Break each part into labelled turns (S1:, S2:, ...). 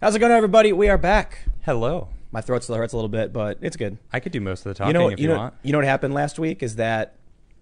S1: How's it going, everybody? We are back.
S2: Hello.
S1: My throat still hurts a little bit, but it's good.
S2: I could do most of the
S1: You
S2: talking
S1: know,
S2: if
S1: you,
S2: you,
S1: know,
S2: want.
S1: you know what happened last week is that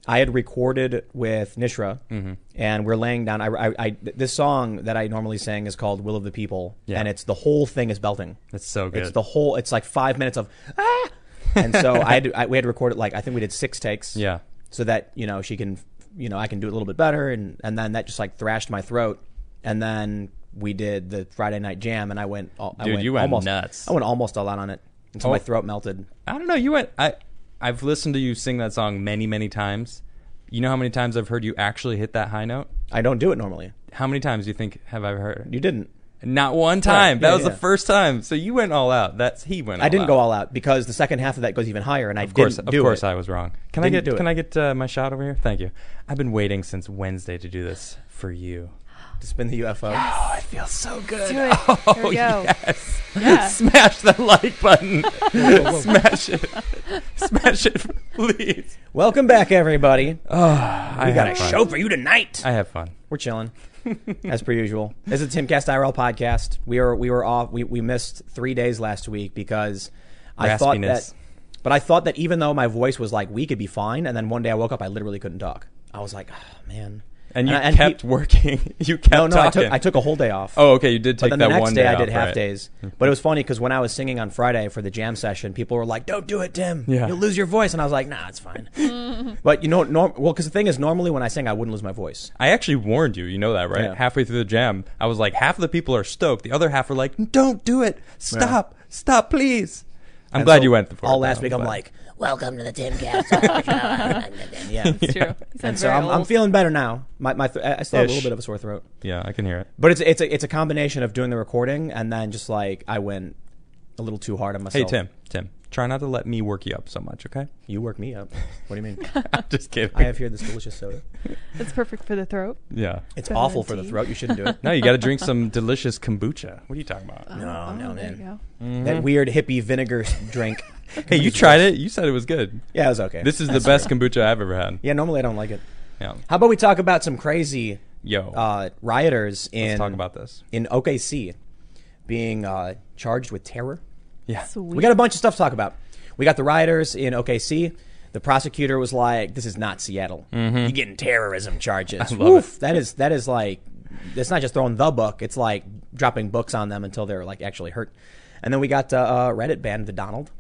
S1: I had recorded with Nishra,
S2: Mm-hmm.
S1: and we're laying down. I, I, I- this song that I normally sing is called "Will of the People,"
S2: Yeah.
S1: and it's the whole thing is belting.
S2: It's so good.
S1: It's the whole. It's like five minutes of ah, and so I, had to, I we had to record it like I think we did six takes.
S2: yeah.
S1: so that you know she can you know I can do it a little bit better and and then that just like thrashed my throat and then we did the Friday night jam and I went all- I
S2: Dude,
S1: went
S2: you went
S1: almost,
S2: nuts.
S1: I went almost all out on it until my
S2: Oh.
S1: throat melted
S2: I don't know. You went. I I've listened to you sing that song many many times. You know how many times I've heard you actually hit that high note?
S1: I don't do it normally
S2: How many times do you think have I heard?
S1: you didn't
S2: Not one time.
S1: yeah,
S2: that was
S1: yeah.
S2: the first time. So you went all out. That's he went. All
S1: I didn't
S2: out.
S1: go all out because the second half of that goes even higher and I
S2: Of course,
S1: didn't
S2: of
S1: do
S2: course,
S1: it
S2: I was wrong. Can I
S1: Didn't
S2: get
S1: do it.
S2: can I get uh, my shot over here? Thank you. I've been waiting since Wednesday to do this for you.
S1: to spin the UFO
S2: Oh, it feels so good.
S3: do it.
S2: Oh
S3: Here we go.
S2: yes.
S3: Yeah.
S2: Smash that like button. Smash it. Smash it, please.
S1: welcome back everybody
S2: I
S1: we got a
S2: have fun.
S1: show for you tonight
S2: I have fun.
S1: we're chilling as per usual this is the Timcast IRL podcast we are we were off we, we missed three days last week because I thought that
S2: Raspiness.
S1: But I thought that even though my voice was like we could be fine, and then one day I woke up, I literally couldn't talk. I was like, oh, man.
S2: And you
S1: I-
S2: kept
S1: pe-
S2: working. You kept
S1: no, no. I
S2: talking.
S1: took I took a whole day off.
S2: Oh, okay. You did
S1: but
S2: take
S1: then the
S2: that
S1: next
S2: one
S1: day,
S2: day,
S1: I
S2: off,
S1: did half
S2: right.
S1: days. But it was funny because when I was singing on Friday for the jam session, people were like, "Don't do it, Tim.
S2: Yeah.
S1: You'll lose your voice." And I was like, "Nah, it's fine." but you know, norm- well, because the thing is, normally when I sing, I wouldn't lose my voice.
S2: I actually warned you. You know that, right?
S1: Yeah.
S2: Halfway through the jam, I was like, half of the people are stoked. The other half are like, don't do it. Stop. Stop, please. I'm
S1: And
S2: glad
S1: so
S2: you went for it,
S1: All last
S2: though,
S1: week, I'm
S2: but-
S1: like,
S4: Welcome to the Oh, Timcast.
S1: yeah.
S3: It's true. It
S1: and
S3: sounds
S1: so
S3: very
S1: I'm, I'm
S3: old.
S1: feeling better now. My, my th- I still have a
S2: Ish.
S1: little bit of a sore throat.
S2: yeah, I can hear it.
S1: But it's it's a it's a combination of doing the recording and then just like I went a little too hard on
S2: Hey,
S1: myself.
S2: Tim. Tim, try not to let me work you up so much, okay?
S1: you work me up. What do you mean?
S2: I'm just kidding.
S1: I have here this delicious soda.
S3: It's perfect for the throat.
S2: Yeah.
S1: It's
S3: Better
S1: awful
S3: than
S1: for the
S3: tea.
S1: throat. You shouldn't do it. Oh,
S2: No, you got to drink some delicious kombucha. What are you talking about?
S1: No, no,
S3: there
S1: man.
S3: you go.
S2: Mm-hmm.
S1: That weird hippie vinegar s- drink.
S2: Hey, you tried it. You said it was good.
S1: Yeah, it was okay.
S2: This is the best kombucha I've ever had.
S1: yeah. Normally I don't like it.
S2: Yeah.
S1: How about we talk about some crazy
S2: Yo,
S1: uh, rioters in
S2: let's talk about this.
S1: in OKC being uh, charged with terror?
S2: Yeah.
S3: Sweet.
S1: We got a bunch of stuff to talk about. We got the rioters in OKC. The prosecutor was like, "This is not Seattle. You're getting terrorism charges."
S2: love
S1: Woof. That is that is like, it's not just throwing the book. It's like dropping books on them until they're like actually hurt. And then we got uh, uh, Reddit banned the Donald,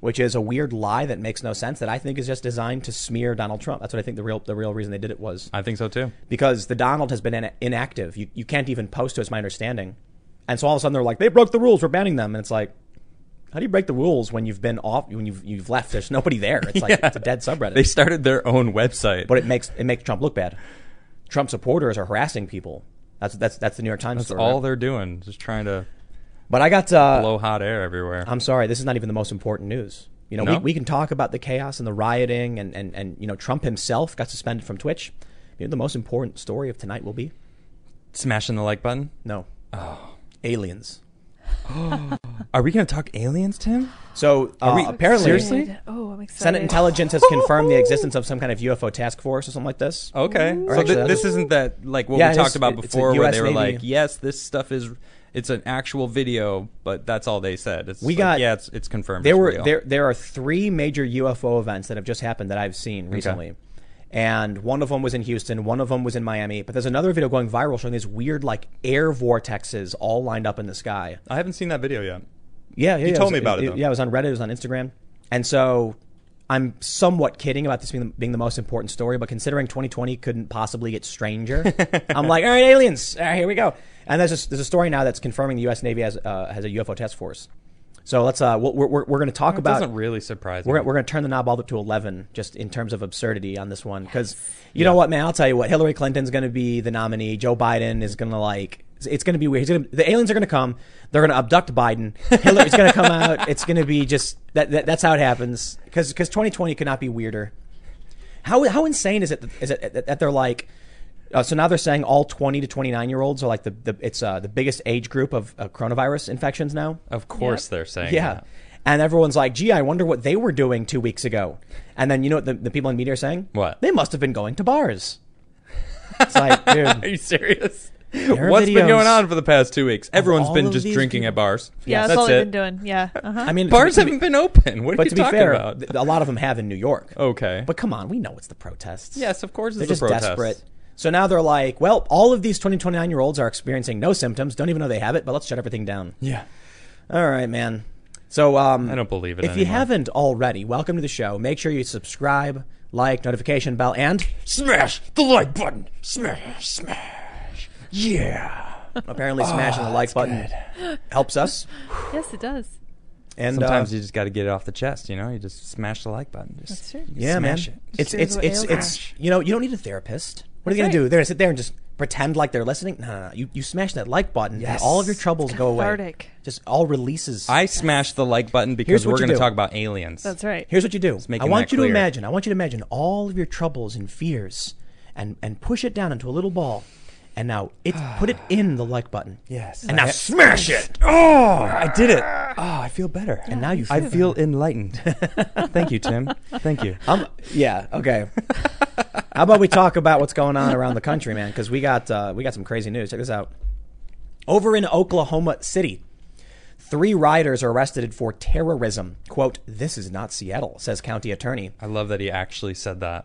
S1: which is a weird lie that makes no sense. That I think is just designed to smear Donald Trump. That's what I think the real the real reason they did it was
S2: I think so too.
S1: because the Donald has been in- inactive. You you can't even post to it's my understanding. And so all of a sudden they're like, they broke the rules, we're banning them. And it's like, how do you break the rules when you've been off when you've you've left? There's nobody there. It's like it's a dead subreddit.
S2: They started their own website.
S1: but it makes it makes Trump look bad. Trump supporters are harassing people. That's that's that's the New York Times
S2: That's
S1: story.
S2: all
S1: right?
S2: they're doing, just trying to
S1: But I got uh,
S2: blow hot air everywhere.
S1: I'm sorry, this is not even the most important news. You know,
S2: No?
S1: we, we can talk about the chaos and the rioting and, and, and you know, Trump himself got suspended from Twitch. You know, the most important story of tonight will be
S2: Smashing the like button.
S1: no.
S2: Oh.
S1: Aliens.
S2: Are we going to talk aliens, Tim?
S1: So uh,
S2: we-
S1: apparently,
S2: seriously?
S3: Good. Oh, I'm excited.
S1: Senate intelligence has confirmed the existence of some kind of UFO task force or something like this.
S2: Okay.
S1: Or
S2: So
S1: actually,
S2: th-
S1: that's-
S2: this isn't that like what
S1: Yeah,
S2: we
S1: it is-
S2: talked about
S1: it- it's a
S2: before, where
S1: US
S2: they were
S1: Navy-
S2: like, "Yes, this stuff is." It's an actual video, but that's all they said. It's
S1: We
S2: like,
S1: got-
S2: yeah, it's, it's confirmed.
S1: There
S2: it's
S1: were
S2: real.
S1: there there are three major UFO events that have just happened that I've seen recently. And one of them was in Houston, one of them was in Miami, but there's another video going viral showing these weird like air vortexes all lined up in the sky.
S2: I haven't seen that video yet.
S1: Yeah, yeah. You
S2: told me about it, though.
S1: Yeah, it was on Reddit. It was on Instagram. And so I'm somewhat kidding about this being the, being the most important story, but considering 2020 couldn't possibly get stranger, I'm like, all right, aliens, all right, here we go. And there's a, there's a story now that's confirming the U.S. Navy has uh, has a UFO task force. So let's uh, we'll- we're we're, we're going to talk
S2: It
S1: about
S2: doesn't really surprise
S1: we're
S2: me.
S1: we're going to turn the knob all the way to 11 just in terms of absurdity on this one because you know what man i'll tell you what hillary clinton's going to be the nominee joe biden is going to like it's going to be weird He's gonna, the aliens are going to come they're going to abduct biden hillary's going to come out it's going to be just that, that that's how it happens because 2020 could not be weirder how, how insane is it that, is it that- that they're like uh, so now they're saying all 20 to 29 year olds are like the, the it's uh, the biggest age group of uh, coronavirus infections now
S2: Of course, they're saying.
S1: yeah.
S2: that.
S1: And everyone's like, gee, I wonder what they were doing two weeks ago. And then you know what the, the people in media are saying?
S2: What?
S1: They must have been going to bars. It's like, dude,
S2: Are you serious?
S1: There are
S2: What's been
S1: videos-
S2: going on for the past two weeks? Everyone's
S1: all
S2: been
S1: of
S2: just
S1: these
S2: drinking
S1: people.
S2: at bars.
S3: Yeah,
S1: Yes.
S3: that's all
S2: That's
S3: I've been doing. Yeah. Uh-huh.
S1: I mean, to
S2: Bars
S1: be- to be-
S2: haven't been open. What are
S1: but
S2: you
S1: to be
S2: talking
S1: fair,
S2: about? Oh.
S1: th- a lot of them have in New York.
S2: Okay.
S1: But come on, we know it's the protests.
S2: yes, of course it's
S1: they're
S2: the
S1: just
S2: protest.
S1: desperate. So now they're like, well, all of these 20, 29 year olds are experiencing no symptoms, don't even know they have it, but let's shut everything down.
S2: Yeah.
S1: All right, man. So um,
S2: I don't believe it
S1: If you
S2: anymore.
S1: haven't already, welcome to the show. Make sure you subscribe, like, notification bell, and
S2: Smash the like button. Smash, smash. Yeah. Oh,
S1: apparently smashing the like button helps us.
S3: yes, it does.
S1: And
S2: Sometimes
S1: uh,
S2: you just got to get it off the chest, you know? You just smash the like button. Just
S3: That's
S2: you
S3: true.
S1: yeah, man,
S2: smash it.
S1: it's
S3: Sure
S1: it's
S3: is what
S1: it's
S3: ails
S1: it's you know you don't need a therapist. What are they gonna
S3: That's
S1: do?
S3: right.
S1: They're gonna sit there and just pretend like they're listening. No, no, no. You you smash that like button, and
S2: Yes.
S1: all of your troubles go away.
S3: cathartic.
S1: Just all releases.
S2: I smashed the like button because
S1: Here's what
S2: we're
S1: you
S2: going to
S1: do.
S2: talk about aliens.
S3: That's right.
S1: Here's what you do. I
S2: making
S1: want
S2: that
S1: you to
S2: clear.
S1: imagine. I want you to imagine all of your troubles and fears, and and push it down into a little ball. And now it put it in the like button.
S2: Yes.
S1: And now smash it.
S2: Oh, I did it. Oh, I feel better.
S1: And now you.
S2: I feel enlightened. Thank you, Tim. Thank you.
S1: Um, yeah. Okay. How about we talk about what's going on around the country, man? Because we got uh, we got some crazy news. Check this out. Over in Oklahoma City, three riders are arrested for terrorism. "Quote: This is not Seattle," says county attorney.
S2: I love that he actually said that.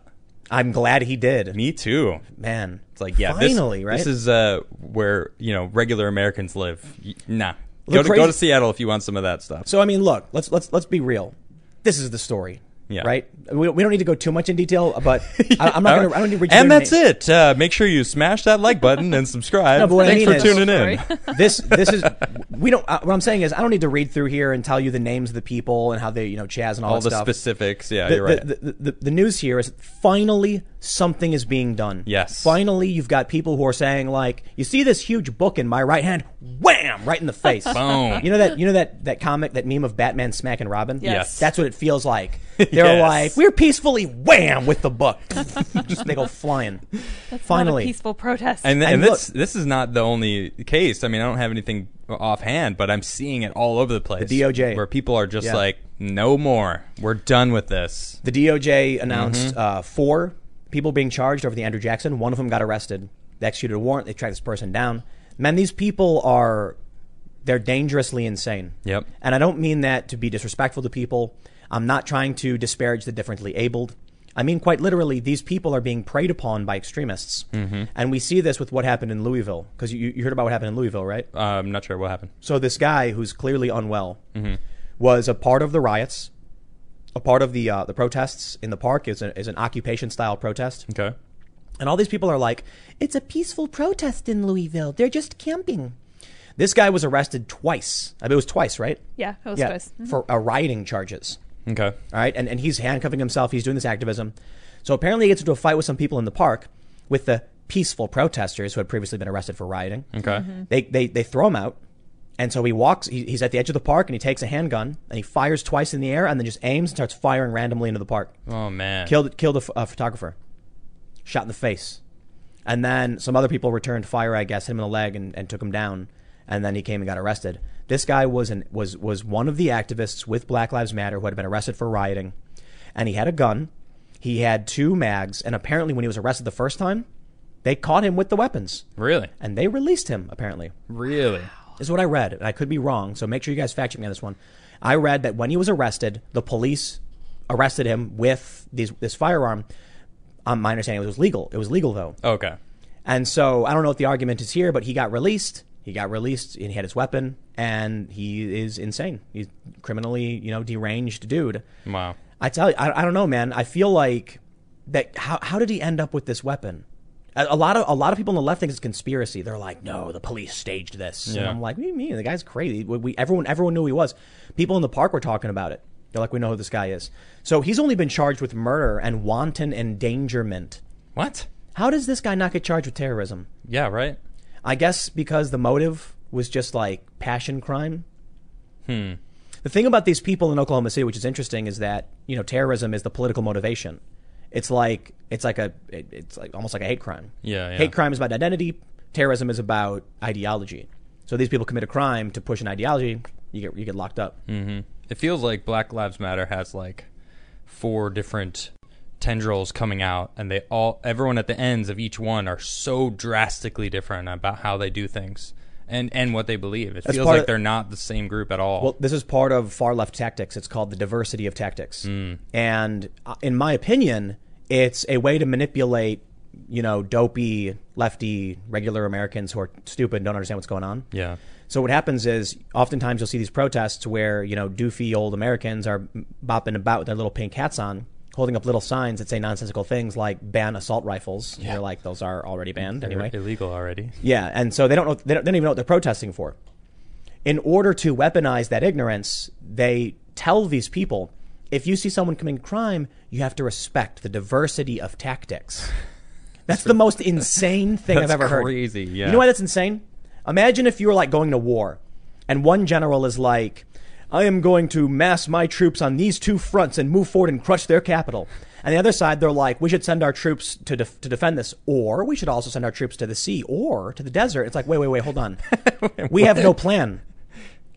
S1: I'm glad he did,
S2: Me too.
S1: man. It's
S2: Like, yeah, this-
S1: finally,
S2: this,
S1: right?
S2: is uh, where you know regular Americans live. Y- Nah,
S1: The
S2: go to,
S1: crazy-
S2: go to Seattle if you want some of that stuff.
S1: So I mean, look, let's let's let's be real. This is the story,
S2: Yeah.
S1: right? We, we don't need to go too much in detail, but I, I'm not going to. I don't need to read. you
S2: and
S1: their
S2: that's
S1: names.
S2: it. Uh, make sure you smash that like button and subscribe.
S1: No, but what I
S2: Thanks
S1: mean
S2: for
S1: is-
S2: tuning in.
S3: Sorry.
S1: This this is we don't. Uh, what I'm saying is, I don't need to read through here and tell you the names of the people and how they, you know, Chaz and all,
S2: All
S1: that
S2: the
S1: stuff.
S2: specifics. Yeah,
S1: the,
S2: you're right.
S1: the, the, the, the news here is finally something is being done.
S2: Yes.
S1: Finally, you've got people who are saying like, "You see this huge book in my right hand? Wham! Right in the face."
S2: Boom.
S1: You know that you know that that comic that meme of Batman smacking Robin.
S3: Yes.
S1: That's what it feels like. They're
S2: Yes.
S1: like, "We're peacefully wham with the book." Just they go flying.
S3: That's
S1: Finally.
S3: not a peaceful protest.
S2: And,
S1: And
S2: and
S1: look-
S2: this this is not the only case. I mean, I don't have anything offhand, but I'm seeing it all over the place.
S1: The DOJ.
S2: where people are just
S1: Yeah.
S2: like, "No more. We're done with this."
S1: The DOJ announced uh, four people being charged over the Andrew Jackson. One of them got arrested. They executed a warrant. They tracked this person down. Man, these people are they're dangerously insane.
S2: Yep.
S1: And I don't mean that to be disrespectful to people. I'm not trying to disparage the differently abled. I mean quite literally, these people are being preyed upon by extremists, and we see this with what happened in Louisville. Because you, you heard about what happened in Louisville, right?
S2: Uh, I'm not sure what happened.
S1: So this guy who's clearly unwell was a part of the riots, a part of the uh, the protests in the park is, a, is an occupation style protest,
S2: Okay.
S1: and all these people are like, "It's a peaceful protest in Louisville. They're just camping." This guy was arrested twice. I mean, it was twice, right?
S3: yeah, it was twice. Mhm.
S1: for uh, rioting charges.
S2: Okay.
S1: All right, and, and he's handcuffing himself. He's doing this activism. So apparently, he gets into a fight with some people in the park with the peaceful protesters who had previously been arrested for rioting.
S2: Okay.
S1: They, they, they throw him out. And so he walks, he, he's at the edge of the park and he takes a handgun and he fires twice in the air and then just aims and starts firing randomly into the park.
S2: Oh man.
S1: Killed, killed a, ph- a photographer, shot in the face. And then some other people returned fire, I guess, hit him in the leg and, and took him down. And then he came and got arrested. This guy was, an, was, was one of the activists with Black Lives Matter who had been arrested for rioting. And he had a gun, he had two mags, and apparently, when he was arrested the first time, they caught him with the weapons.
S2: Really.
S1: And they released him, apparently.
S2: Really.
S1: This is what I read, and I could be wrong, so make sure you guys fact check me on this one. I read that when he was arrested, the police arrested him with these, this firearm. Um, my understanding was it was legal. It was legal though,
S2: Okay.
S1: and so I don't know what the argument is here, but he got released. He got released, and he had his weapon, and he is insane. He's criminally, you know, deranged dude.
S2: Wow.
S1: I tell you, I, I don't know, man. I feel like that. How how did he end up with this weapon? A, a lot of a lot of people on the left think it's a conspiracy. They're like, no, the police staged this. And
S2: Yeah.
S1: I'm like, what do you mean? The guy's crazy. We, we everyone everyone knew who he was. People in the park were talking about it. They're like, we know who this guy is. So he's only been charged with murder and wanton endangerment.
S2: What?
S1: How does this guy not get charged with terrorism?
S2: Yeah. Right.
S1: I guess because the motive was just like passion crime. Hmm. The thing about these people in Oklahoma City, which is interesting, is that you know terrorism is the political motivation. It's like it's like a it- it's like almost like a hate crime.
S2: Yeah, yeah.
S1: Hate crime is about identity. Terrorism is about ideology. So these people commit a crime to push an ideology. You get you get locked up.
S2: It feels like Black Lives Matter has like four different tendrils coming out, and they all everyone at the ends of each one are so drastically different about how they do things and and what they believe. It
S1: That's
S2: feels
S1: part
S2: like
S1: of-
S2: they're not the same group at all.
S1: Well, this is part of far left tactics. It's called the diversity of tactics, and uh, in my opinion, it's a way to manipulate, you know, dopey lefty regular Americans who are stupid and don't understand what's going on.
S2: yeah,
S1: So what happens is, oftentimes you'll see these protests where you know doofy old Americans are bopping about with their little pink hats on, holding up little signs that say nonsensical things like "ban assault rifles." And You're like, those are already banned
S2: They're
S1: anyway.
S2: illegal already.
S1: Yeah, and so they don't know they don't, they don't even know what they're protesting for. In order to weaponize that ignorance, they tell these people, if you see someone committing crime, you have to respect the diversity of tactics. That's the most insane thing I've
S2: That's
S1: ever heard.
S2: crazy, yeah.
S1: You know why that's insane? Imagine if you were like going to war and one general is like, I am going to mass my troops on these two fronts and move forward and crush their capital. And the other side, they're like, we should send our troops to, def- to defend this, or we should also send our troops to the sea or to the desert. It's like, wait, wait, wait, hold on. we have no plan.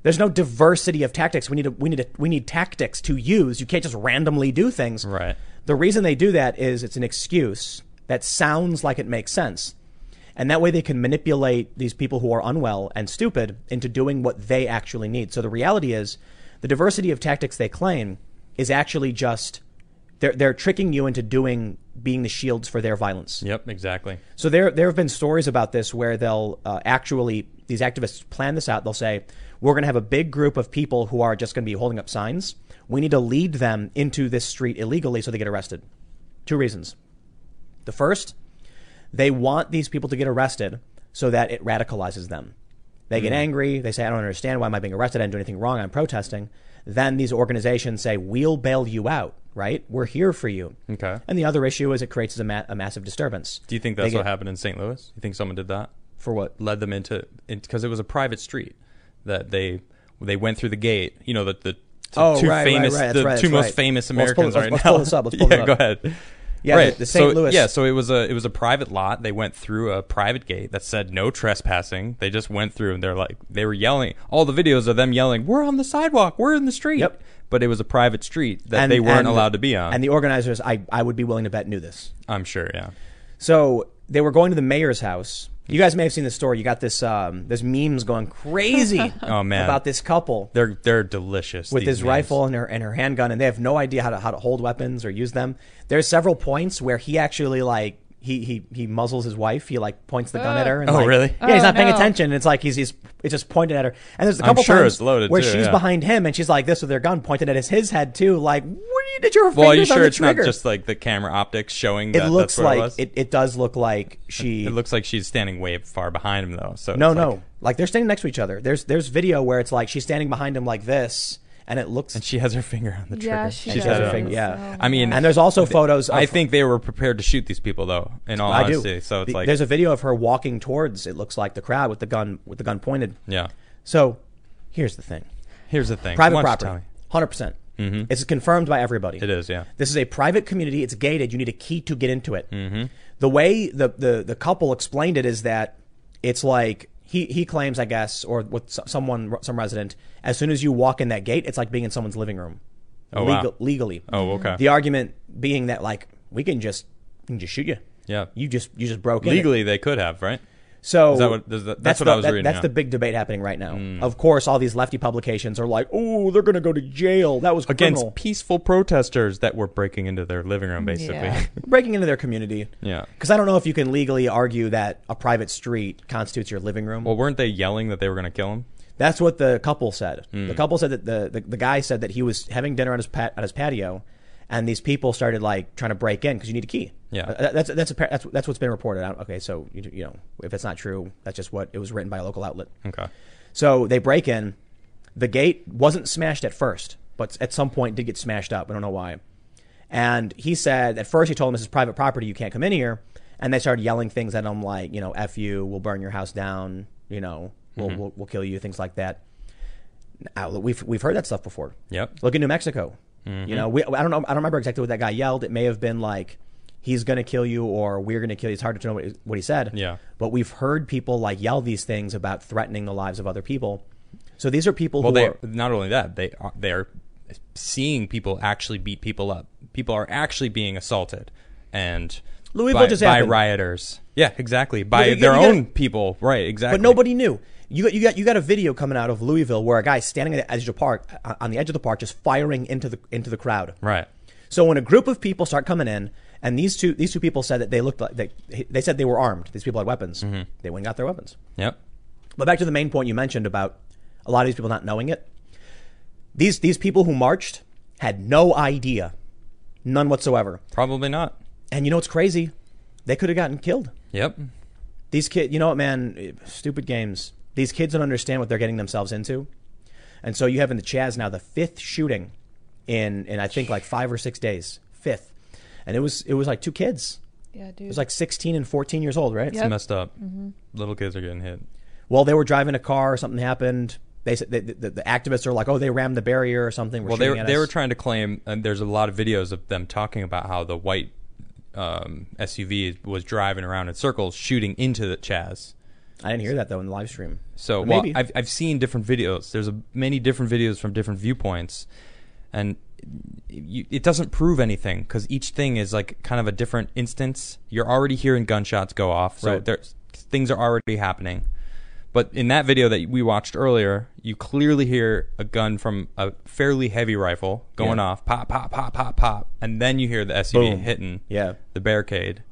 S1: There's no diversity of tactics. We need a, we need a, we need tactics to use. You can't just randomly do things.
S2: Right.
S1: The reason they do that is it's an excuse that sounds like it makes sense. And that way they can manipulate these people who are unwell and stupid into doing what they actually need. So the reality is the diversity of tactics they claim is actually just they're they're tricking you into doing being the shields for their violence.
S2: Yep, exactly.
S1: So there, there have been stories about this where they'll uh, actually these activists plan this out. They'll say, "We're going to have a big group of people who are just going to be holding up signs. We need to lead them into this street illegally so they get arrested." Two reasons. The first, they want these people to get arrested so that it radicalizes them. They get angry. They say, "I don't understand why am I being arrested? I didn't do anything wrong. I'm protesting." Then these organizations say, "We'll bail you out. Right? We're here for you."
S2: Okay.
S1: And the other issue is it creates a, ma- a massive disturbance.
S2: Do you think that's
S1: They
S2: what
S1: get-
S2: happened in St. Louis? You think someone did that?
S1: For what?
S2: led them into because it was a private street that they they went through the gate. You know the the t-
S1: Oh,
S2: two
S1: right, right,
S2: famous
S1: right, that's
S2: the
S1: right,
S2: two
S1: that's
S2: most
S1: right.
S2: famous
S1: Well, let's pull-
S2: Americans
S1: let's-
S2: right
S1: let's
S2: now.
S1: pull this up, let's pull
S2: yeah,
S1: it
S2: go
S1: up.
S2: ahead.
S1: Yeah,
S2: right.
S1: the- the
S2: so,
S1: St. Louis-
S2: Yeah, so it was a it was a private lot. They went through a private gate that said no trespassing. They just went through and they're like they were yelling. All the videos of them yelling, "We're on the sidewalk. We're in the street."
S1: Yep.
S2: But it was a private street that they weren't allowed to be on.
S1: And the organizers, I, I would be willing to bet, knew this.
S2: I'm sure. Yeah.
S1: So they were going to the mayor's house. You guys may have seen the story. You got this um, this memes going crazy
S2: Oh, man.
S1: about this couple
S2: They're they're delicious
S1: with
S2: these
S1: his
S2: memes.
S1: rifle and her and her handgun, and they have no idea how to how to hold weapons or use them. There's several points where he actually like. He, he, he muzzles his wife. He like points the gun at her. And,
S2: Oh,
S1: like-
S2: really?
S1: Yeah, he's
S3: Uh. Oh,
S1: not paying
S3: no.
S1: attention. It's like he's he's it's just pointing at her. And there's a
S2: I'm
S1: couple
S2: sure
S1: times
S2: it's loaded,
S1: where
S2: too,
S1: she's
S2: yeah.
S1: behind him and she's like this with her gun pointed at his his head too. Like, what are you did your
S2: Well, are you
S1: fingers on
S2: sure
S1: the
S2: it's not
S1: trigger?"
S2: just like the camera optics showing?
S1: it
S2: that
S1: looks
S2: that's
S1: like
S2: what it,
S1: it,
S2: was?
S1: it, does look like she
S2: It looks like she's standing way far behind him, though. So
S1: no
S2: it's like-
S1: no like, they're standing next to each other there's there's video where it's like she's standing behind him like this and it looks
S2: and she has her finger on the trigger.
S3: Yeah, Oh, she
S1: She's
S3: does.
S1: had
S2: it
S1: her
S2: on.
S1: finger- yeah.
S2: I mean,
S1: And there's also photos of-
S2: I think they were prepared to shoot these people, though. In all
S1: i do
S2: honesty, so it's
S1: The-
S2: like
S1: there's a video of her walking towards it looks like the crowd with the gun with the gun pointed
S2: yeah.
S1: so here's the thing
S2: Here's the thing:
S1: private
S2: Why don't you tell me? Mm-hmm.
S1: property 100% percent it's confirmed by everybody
S2: It is, yeah.
S1: This is a private community. It's gated. You need a key to get into it.
S2: Mm-hmm.
S1: The way the, the, the couple explained it is that it's like he, he claims, I guess, or with s- someone, some resident, as soon as you walk in that gate, it's like being in someone's living room.
S2: Oh, wow.
S1: Legally.
S2: Oh, okay.
S1: The argument being that, like, we can just, we can just shoot you.
S2: Yeah.
S1: You just, you just broke in.
S2: Legally, they could have, right?
S1: So
S2: Is that what- is that- that's what
S1: the,
S2: I was
S1: that-
S2: reading,
S1: That's
S2: yeah. Hmm.
S1: the big debate happening right now. Of course, all these lefty publications are like, "Oh, they're going to go to jail. That was
S2: Against
S1: criminal.
S2: peaceful protesters that were breaking into their living room, basically.
S3: Yeah.
S1: breaking into their community."
S2: Yeah.
S1: Because I don't know if you can legally argue that a private street constitutes your living room.
S2: Well, weren't they yelling that they were going to kill him?
S1: That's what the couple said. The couple said that the, the, the guy said that he was having dinner on his pat, on his patio, and these people started like trying to break in because you need a key.
S2: Yeah.
S1: Uh, that's that's a, that's that's what's been reported. I don't- Okay, so you, you know if it's not true, that's just what it was written by a local outlet.
S2: Okay.
S1: So they break in. The gate wasn't smashed at first, but at some point did get smashed up. I don't know why. And he said at first he told them this is private property, you can't come in here. And they started yelling things at him like, you know, "F you, we'll burn your house down," you know, "We'll we'll, we'll kill you," things like that. Now, we've we've heard that stuff before.
S2: Yep.
S1: Look at New Mexico. You
S2: Mm-hmm.
S1: know, we, I don't know. I don't remember exactly what that guy yelled. It may have been like, "He's gonna kill you," or "We're gonna kill you." It's hard to know what, what he said.
S2: Yeah.
S1: But we've heard people like yell these things about threatening the lives of other people. So these are people
S2: Well,
S1: who
S2: they
S1: are
S2: not only that they are, they are seeing people actually beat people up. people are actually being assaulted and
S1: Louisville
S2: by,
S1: just
S2: by
S1: happened.
S2: rioters. Yeah, exactly. By
S1: you- you
S2: their
S1: gotta-
S2: own people. Right, exactly.
S1: But nobody knew. You got, you got you got a video coming out of Louisville where a guy standing at the edge of the park uh, on the edge of the park just firing into the into the crowd.
S2: Right.
S1: So when a group of people start coming in, and these two these two people said that they looked like they, they said they were armed. These people had weapons.
S2: Mm-hmm.
S1: They went and got their weapons.
S2: Yep.
S1: But back to the main point you mentioned about a lot of these people not knowing it. These these people who marched had no idea, none whatsoever.
S2: Probably not.
S1: And you know what's crazy? They could have gotten killed.
S2: Yep.
S1: These kids, you know what, man? Stupid games. These kids don't understand what they're getting themselves into. And so you have in the Chaz now the fifth shooting in in I think like five or six days. Fifth, and it was it was like two kids.
S3: Yeah, dude.
S1: It was like 16 and 14 years old, right?
S3: Yep.
S2: Messed up. Little kids are getting hit.
S1: Well, they were driving a car. Something happened. They said the, the, the activists are like, "Oh, they rammed the barrier or something." We're
S2: Well, they
S1: shooting
S2: were,
S1: at
S2: they
S1: us.
S2: were trying to claim, and there's a lot of videos of them talking about how the white um, SUV was driving around in circles, shooting into the Chaz.
S1: I didn't hear that though in the live stream.
S2: So
S1: But
S2: well,
S1: maybe.
S2: I've I've seen different videos. There's a, many different videos from different viewpoints, and you, it doesn't prove anything because each thing is like kind of a different instance. You're already hearing gunshots go off, so
S1: Right.
S2: there's things are already happening. But in that video that we watched earlier, you clearly hear a gun from a fairly heavy rifle going
S1: Yeah.
S2: off, pop, pop, pop, pop, pop, and then you hear the SUV
S1: Boom.
S2: hitting
S1: Yeah.
S2: the barricade.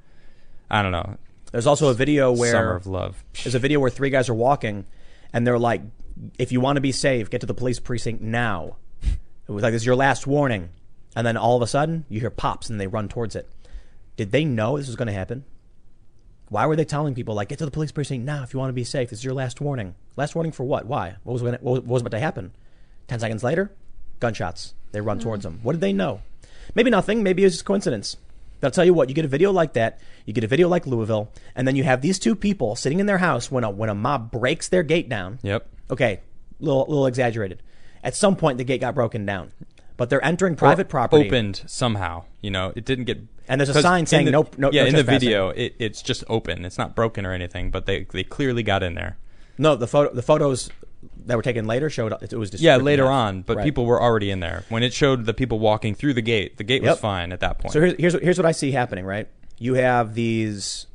S2: I don't know.
S1: There's also a video
S2: Summer
S1: where
S2: of love.
S1: there's a video where three guys are walking, and they're like, "If you want to be safe, get to the police precinct now." It was like this is your last warning, and then all of a sudden you hear pops and they run towards it. Did they know this was going to happen? Why were they telling people like, "Get to the police precinct now if you want to be safe. This is your last warning." Last warning for what? Why? What was gonna, what was- what was about to happen? Ten seconds later, gunshots. They run towards them. What did they know? Maybe nothing. Maybe it was just coincidence. But I'll tell you what, you get a video like that, you get a video like Louisville, and then you have these two people sitting in their house when a when a mob breaks their gate down.
S2: Yep.
S1: Okay, little little exaggerated. At some point the gate got broken down. But they're entering private
S2: or
S1: property.
S2: opened somehow. You know, it didn't get.
S1: And there's a
S2: 'cause
S1: sign
S2: in
S1: saying
S2: the-
S1: no- no-
S2: Yeah,
S1: no
S2: in the
S1: trespassing.
S2: video, it, it's just open. It's not broken or anything, but they they clearly got in there.
S1: No, the photo the photos that were taken later showed it was just
S2: Yeah,
S1: ripped in
S2: later
S1: half.
S2: on, but
S1: Right.
S2: people were already in there when it showed the people walking through the gate. The gate
S1: Yep.
S2: was fine at that point.
S1: So here's here's what- here's what I see happening. Right, you have these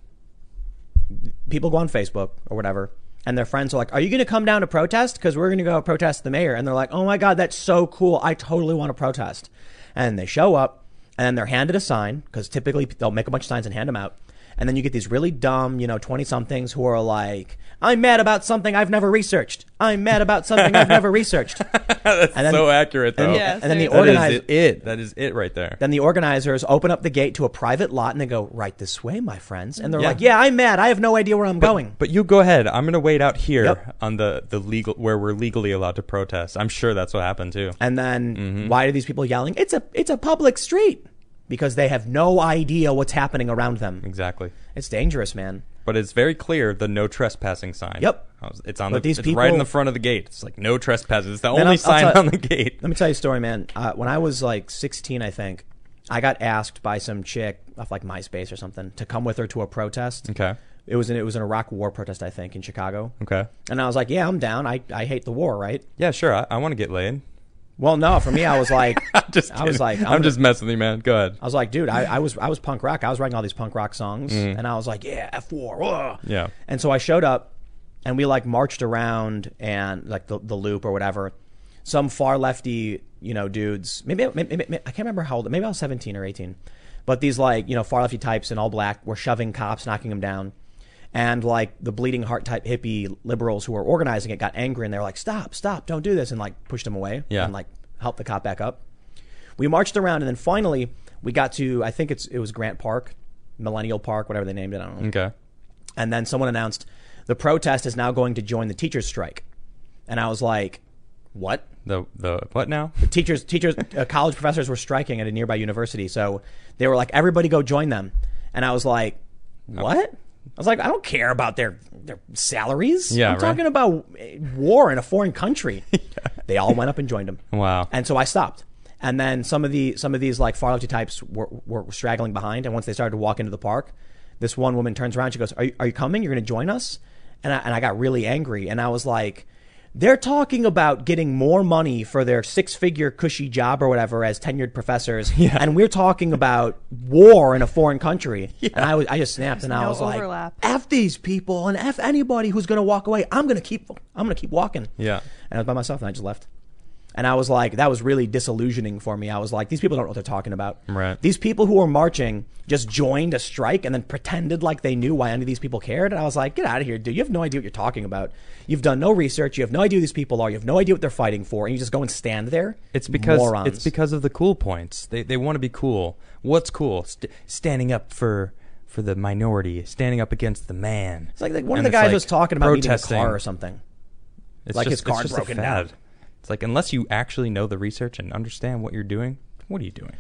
S1: people go on Facebook or whatever, and their friends are like, "Are you going to come down to protest? Because we're going to go protest the mayor." And they're like, "Oh my god, that's so cool! I totally want to protest." And they show up, and then they're handed a sign because typically they'll make a bunch of signs and hand them out. And then you get these really dumb, you know, 20 somethings who are like, I'm mad about something I've never researched. I'm mad about something I've never researched. and then,
S2: so accurate though.
S1: and,
S3: Yeah,
S1: and then the
S3: seriously.
S2: That is
S1: organizer,
S2: it, it. That is it right there.
S1: then the organizers open up the gate to a private lot and they go, right this way, my friends. And they're
S2: Yeah.
S1: like, yeah, I'm mad. I have no idea where I'm going.
S2: but you go ahead. I'm going to wait out here
S1: Yep.
S2: on the, the legal where we're legally allowed to protest. I'm sure that's what happened too.
S1: And then
S2: Mm-hmm.
S1: why are these people yelling? It's a it's a public street because they have no idea what's happening around them.
S2: Exactly.
S1: It's dangerous, man.
S2: But it's very clear the no trespassing sign.
S1: Yep.
S2: I was- It's on
S1: But
S2: the
S1: these
S2: it's right in
S1: people-
S2: the front of the gate. It's like no trespassing. It's the
S1: Man,
S2: only
S1: I'll- I'll
S2: sign
S1: tell-
S2: on the gate.
S1: Let me tell you a story, man. Uh, when I was like 16, I think, I got asked by some chick off like MySpace or something to come with her to a protest.
S2: Okay.
S1: It was an, it was an Iraq War protest, I think, in Chicago.
S2: Okay.
S1: And I was like, yeah, I'm down. I, I hate the war, right?
S2: Yeah, sure. I, I want to get laid.
S1: Well, no, for me, I was like,
S2: Just
S1: I was
S2: kidding.
S1: like,
S2: I'm,
S1: I'm, just.
S2: just messing with you, man. Go ahead.
S1: I was like, dude, I, I was I was punk rock. I was writing all these punk rock songs, and I was like, yeah, F war, ugh.
S2: Mm-hmm. Yeah.
S1: And so I showed up, and we like marched around and like the, the loop or whatever. Some far lefty, you know, dudes. Maybe, maybe, maybe- I can't remember how old. Maybe I was seventeen or eighteen. But these like you know far lefty types in all black were shoving cops, knocking them down, and like the bleeding heart type hippie liberals who were organizing it got angry and they were like, stop, stop, don't do this, and like pushed them away.
S2: Yeah.
S1: And like helped the cop back up. We marched around and then finally we got to I think it's it was Grant Park, Millennial Park, whatever they named it. I don't know.
S2: Okay.
S1: And then someone announced the protest is now going to join the teachers strike. And I was like, what?
S2: The the what now?
S1: Teachers, teachers, uh, college professors were striking at a nearby university, so they were like, everybody go join them. And I was like,
S2: Oh.
S1: what? I was like, I don't care about their their salaries.
S2: Yeah,
S1: I'm
S2: right.
S1: talking about uh, war in a foreign country. They all went up and joined them.
S2: Wow.
S1: And so I stopped. And then some of the some of these like far lefty types were, were straggling behind. And once they started to walk into the park, this one woman turns around. She goes, "Are you, are you coming? You're going to join us?" And I, and I got really angry. And I was like, They're talking about getting more money for their six figure cushy job or whatever as tenured professors.
S2: Yeah.
S1: And we're talking about war in a foreign country. And I, was, I just snapped and I
S3: no
S1: was
S3: overlap.
S1: like, F these people and F anybody who's going to walk away. I'm going to keep, I'm going to keep walking.
S2: Yeah.
S1: And I was by myself and I just left. And I was like, that was really disillusioning for me. I was like, these people don't know what they're talking about.
S2: Right.
S1: These people who are marching just joined a strike and then pretended like they knew why any of these people cared. And I was like, get out of here, dude. You have no idea what you're talking about. You've done no research. You have no idea who these people are. You have no idea what they're fighting for. And you just go and stand there.
S2: It's because
S1: Morons.
S2: it's because of the cool points. They they want to be cool. What's cool? St- standing up for for the minority, standing up against the man.
S1: It's like, like one
S2: And
S1: of the
S2: it's
S1: guys
S2: like
S1: was talking about needing a
S2: protesting.
S1: car or something.
S2: It's
S1: like his
S2: just,
S1: car
S2: it's just
S1: broken
S2: a fad.
S1: down.
S2: It's like unless you actually know the research and understand what you're doing, what are you doing?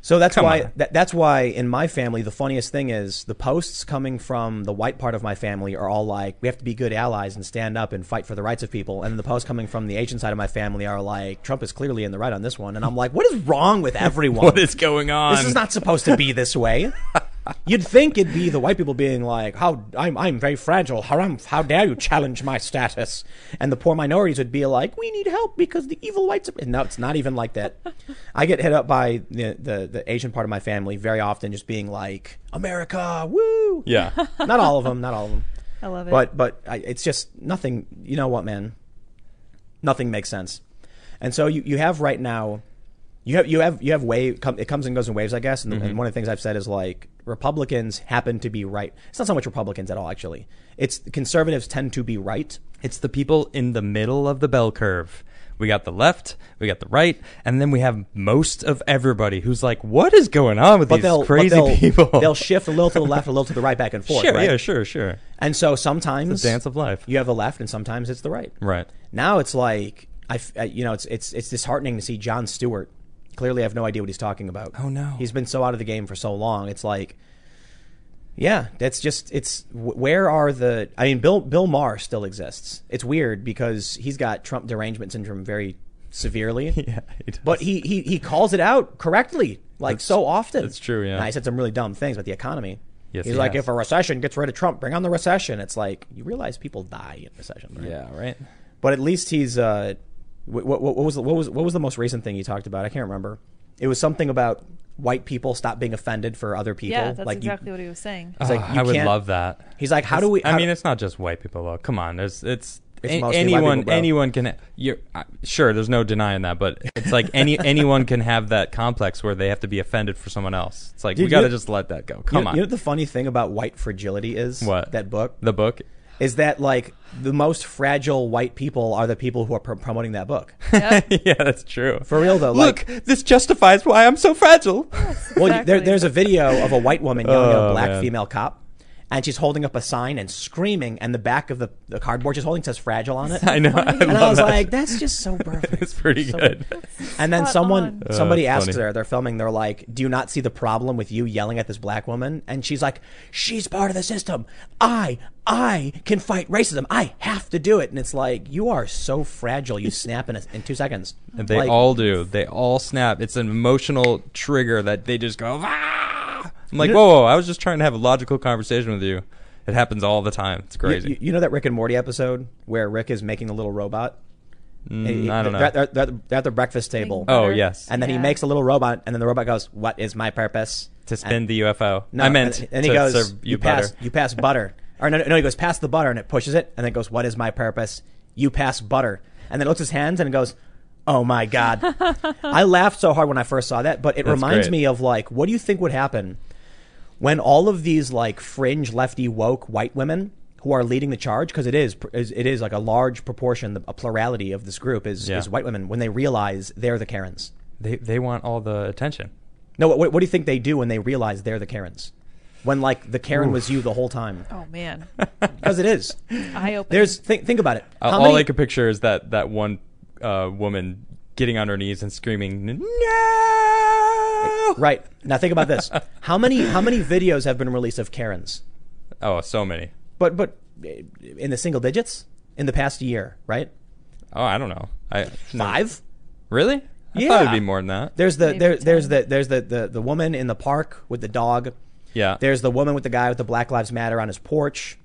S1: So that's
S2: Come
S1: why
S2: on.
S1: that, that's why in my family the funniest thing is the posts coming from the white part of my family are all like we have to be good allies and stand up and fight for the rights of people and the posts coming from the Asian side of my family are like Trump is clearly in the right on this one and I'm like what is wrong with everyone
S2: What is going on?
S1: This is not supposed to be this way. You'd think it'd be the white people being like, "How I'm I'm very fragile. Haram, how dare you challenge my status?" And the poor minorities would be like, "We need help because the evil whites." Are... No, it's not even like that. I get hit up by the, the the Asian part of my family very often, just being like, "America, woo!"
S2: Yeah.
S1: not all of them, not all of them,
S3: I love it.
S1: but but I, it's just nothing. You know what, man? Nothing makes sense. And so you, you have right now, you have you have you have wave. Com- it comes and goes in waves, I guess. And,
S2: Mm-hmm.
S1: and one of the things I've said is like Republicans happen to be right. It's not so much Republicans at all, actually. It's conservatives tend to be right.
S2: It's the people in the middle of the bell curve. We got the left, we got the right, and then we have most of everybody who's like, "What is going on with
S1: But
S2: these
S1: they'll but
S2: crazy
S1: they'll,
S2: people?"
S1: They'll shift a little to the left, a little to the right, back and forth.
S2: sure,
S1: right?
S2: yeah, sure, sure.
S1: And so sometimes
S2: It's the dance of life.
S1: You have the left, and sometimes it's the right.
S2: Right.
S1: Now it's like I, f- I- you know, it's it's it's disheartening to see John Stewart. Clearly, I have no idea what he's talking about.
S2: Oh, no.
S1: he's been so out of the game for so long. It's like, yeah, that's just it's. wh- Where are the? I mean, Bill Bill Maher still exists. It's weird because he's got Trump derangement syndrome very severely.
S2: Yeah. it
S1: But he, he he calls it out correctly, like so often.
S2: that's true, yeah.
S1: And I said some really dumb things about the economy.
S2: Yes,
S1: He's
S2: he
S1: like,
S2: has.
S1: if a recession gets rid of Trump, bring on the recession. It's like you realize people die in recession, right?
S2: Yeah, right.
S1: But at least he's uh, what, what, what was the, what was what was the most recent thing he talked about? I can't remember. It was something about white people stop being offended for other people.
S3: yeah, that's
S1: like you-
S3: exactly what he was saying.
S1: He's like,
S2: Ah,
S1: you
S2: I would
S1: can't-
S2: love that.
S1: he's like, how do we?
S2: I
S1: how-
S2: mean, it's not just white people though. Come on, there's it's,
S1: It's
S2: a-
S1: mostly white
S2: anyone
S1: people, bro.
S2: anyone can. You're, uh, sure, there's no denying that, but it's like any anyone can have that complex where they have to be offended for someone else. It's like
S1: Dude,
S2: we got to
S1: you-
S2: just let that go.
S1: you
S2: Come
S1: know,
S2: on,
S1: you know what the funny thing about white fragility is?
S2: What?
S1: that book
S2: the book.
S1: is that like the most fragile white people are the people who are pr- promoting that book.
S2: yeah, that's true.
S1: For real though, like,
S2: Look, this justifies why I'm so fragile.
S1: well,
S3: Exactly.
S1: there, there's a video of a white woman yelling at a
S2: Oh,
S1: black
S2: man.
S1: female cop, and she's holding up a sign and screaming, and the back of the, the cardboard she's holding says "fragile" on it.
S2: I know. I
S1: and I
S2: love
S1: was
S2: that.
S1: like, that's just so perfect.
S2: it's pretty
S1: So-
S2: good.
S1: And then
S3: Spot
S1: someone
S2: on.
S1: somebody
S2: Uh,
S1: asks
S2: funny.
S1: her, they're filming, they're like, Do you not see the problem with you yelling at this black woman? And she's like, She's part of the system. I I can fight racism. I have to do it. And it's like, you are so fragile, you snap in, a, in two seconds.
S2: And they
S1: Like,
S2: all do. They all snap. It's an emotional trigger that they just go. "Ah!" I'm like,
S1: You
S2: whoa, whoa, I was just trying to have a logical conversation with you. It happens all the time. It's
S1: you,
S2: crazy.
S1: you- you know that Rick and Morty episode where Rick is making the little robot?
S2: Mm, I don't know.
S1: They're, they're- they're- they're at the breakfast table.
S2: Oh, yes.
S1: And then he
S3: Yeah.
S1: makes a little robot, and then the robot goes, What is my purpose?
S2: to
S1: And-
S2: spin the UFO.
S1: No,
S2: I meant
S1: And,
S2: and,
S1: and he
S2: to
S1: goes,
S2: serve you,
S1: you,
S2: butter.
S1: pass, you pass butter, or no, no, no, he goes pass the butter, and it pushes it, and then goes, "What is my purpose?" You pass butter, and then looks his hands and goes, "Oh my god!" I laughed so hard when I first saw that, but it reminds
S2: great.
S1: me of like, what do you think would happen when all of these like fringe lefty woke white women who are leading the charge because it is is- it is like a large proportion, a plurality of this group is
S2: Yeah.
S1: is white women when they realize they're the Karens.
S2: They they want all the attention.
S1: No, what, what do you think they do when they realize they're the Karens? When like the Karen was you the whole time?
S3: Oh man,
S1: Because it is.
S3: eye opening.
S1: There's think think about it.
S2: Uh,
S1: How
S2: all
S1: many-
S2: I could picture is that that one uh, woman getting on her knees and screaming, "No!"
S1: right now think about this. How many how many videos have been released of Karens?
S2: Oh, so many.
S1: But but uh, in the single digits in the past year, right?
S2: Oh, I don't know. I no.
S1: Five.
S2: Really? I thought
S1: Yeah.
S2: it'd be more than that.
S1: There's the
S3: Maybe
S1: there, there's
S3: ten.
S1: the there's the, the the woman in the park with the dog.
S2: yeah.
S1: There's the woman with the guy with the Black Lives Matter on his porch.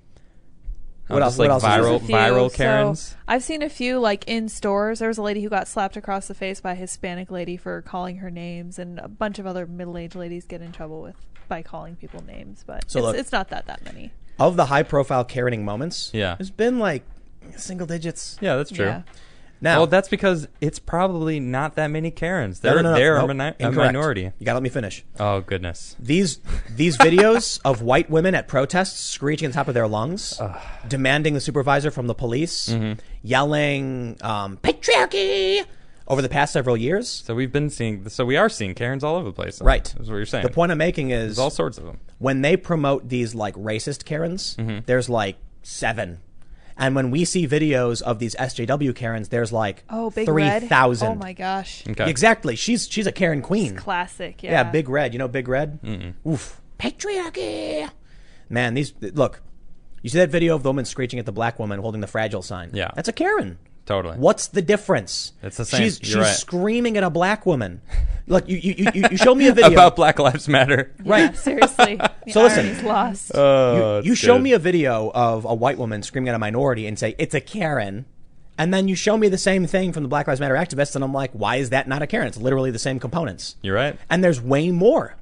S2: Um,
S1: What else-
S2: just like
S1: what else is
S3: There's
S1: there?
S2: viral
S3: a few,
S2: viral
S3: so
S2: Karens.
S3: I've seen a few like in stores. There was a lady who got slapped across the face by a Hispanic lady for calling her names, and a bunch of other middle-aged ladies get in trouble with by calling people names. But
S1: So
S3: it's,
S1: look-
S3: it's not that that many.
S1: Of the high profile Karening moments,
S2: Yeah.
S1: there's been like single digits.
S2: yeah, that's true.
S3: Yeah.
S1: Now,
S2: Well, that's because it's probably not that many Karens.
S1: no,
S2: They're
S1: no, no,
S2: they're
S1: no,
S2: a, mini- a
S1: incorrect.
S2: minority.
S1: You gotta let me finish.
S2: Oh goodness.
S1: These these videos of white women at protests screeching on top of their lungs, demanding the supervisor from the police,
S2: Mm-hmm.
S1: yelling um, patriarchy over the past several years.
S2: So we've been seeing. So we are seeing Karens all over the place. then.
S1: Right.
S2: That's what you're saying.
S1: The point I'm making is
S2: There's all sorts of them.
S1: when they promote these like racist Karens,
S2: Mm-hmm.
S1: there's like seven. And when we see videos of these SJW Karens, there's like
S3: Oh, big
S1: three
S3: red.
S1: thousand.
S3: Oh my gosh.
S2: Okay.
S1: Exactly. She's she's a Karen queen.
S3: Classic. Yeah.
S1: yeah. Big Red. You know Big Red? Oof.
S4: Patriarchy.
S1: Man, these look. You see that video of the woman screeching at the black woman holding the fragile sign?
S2: Yeah.
S1: That's a Karen.
S2: Totally.
S1: What's the difference?
S2: It's the same.
S1: She's
S2: You're
S1: she's
S2: right.
S1: screaming at a black woman. Look, you you, you, you- you show me a video
S2: about Black Lives Matter?
S3: Yeah,
S1: right.
S3: seriously. The
S1: So listen. Uh,
S3: irony's lost.
S2: Oh,
S1: you show
S2: dude.
S1: me a video of a white woman screaming at a minority and say it's a Karen, and then you show me the same thing from the Black Lives Matter activists, and I'm like, why is that not a Karen? It's literally the same components.
S2: You're right.
S1: And there's way more,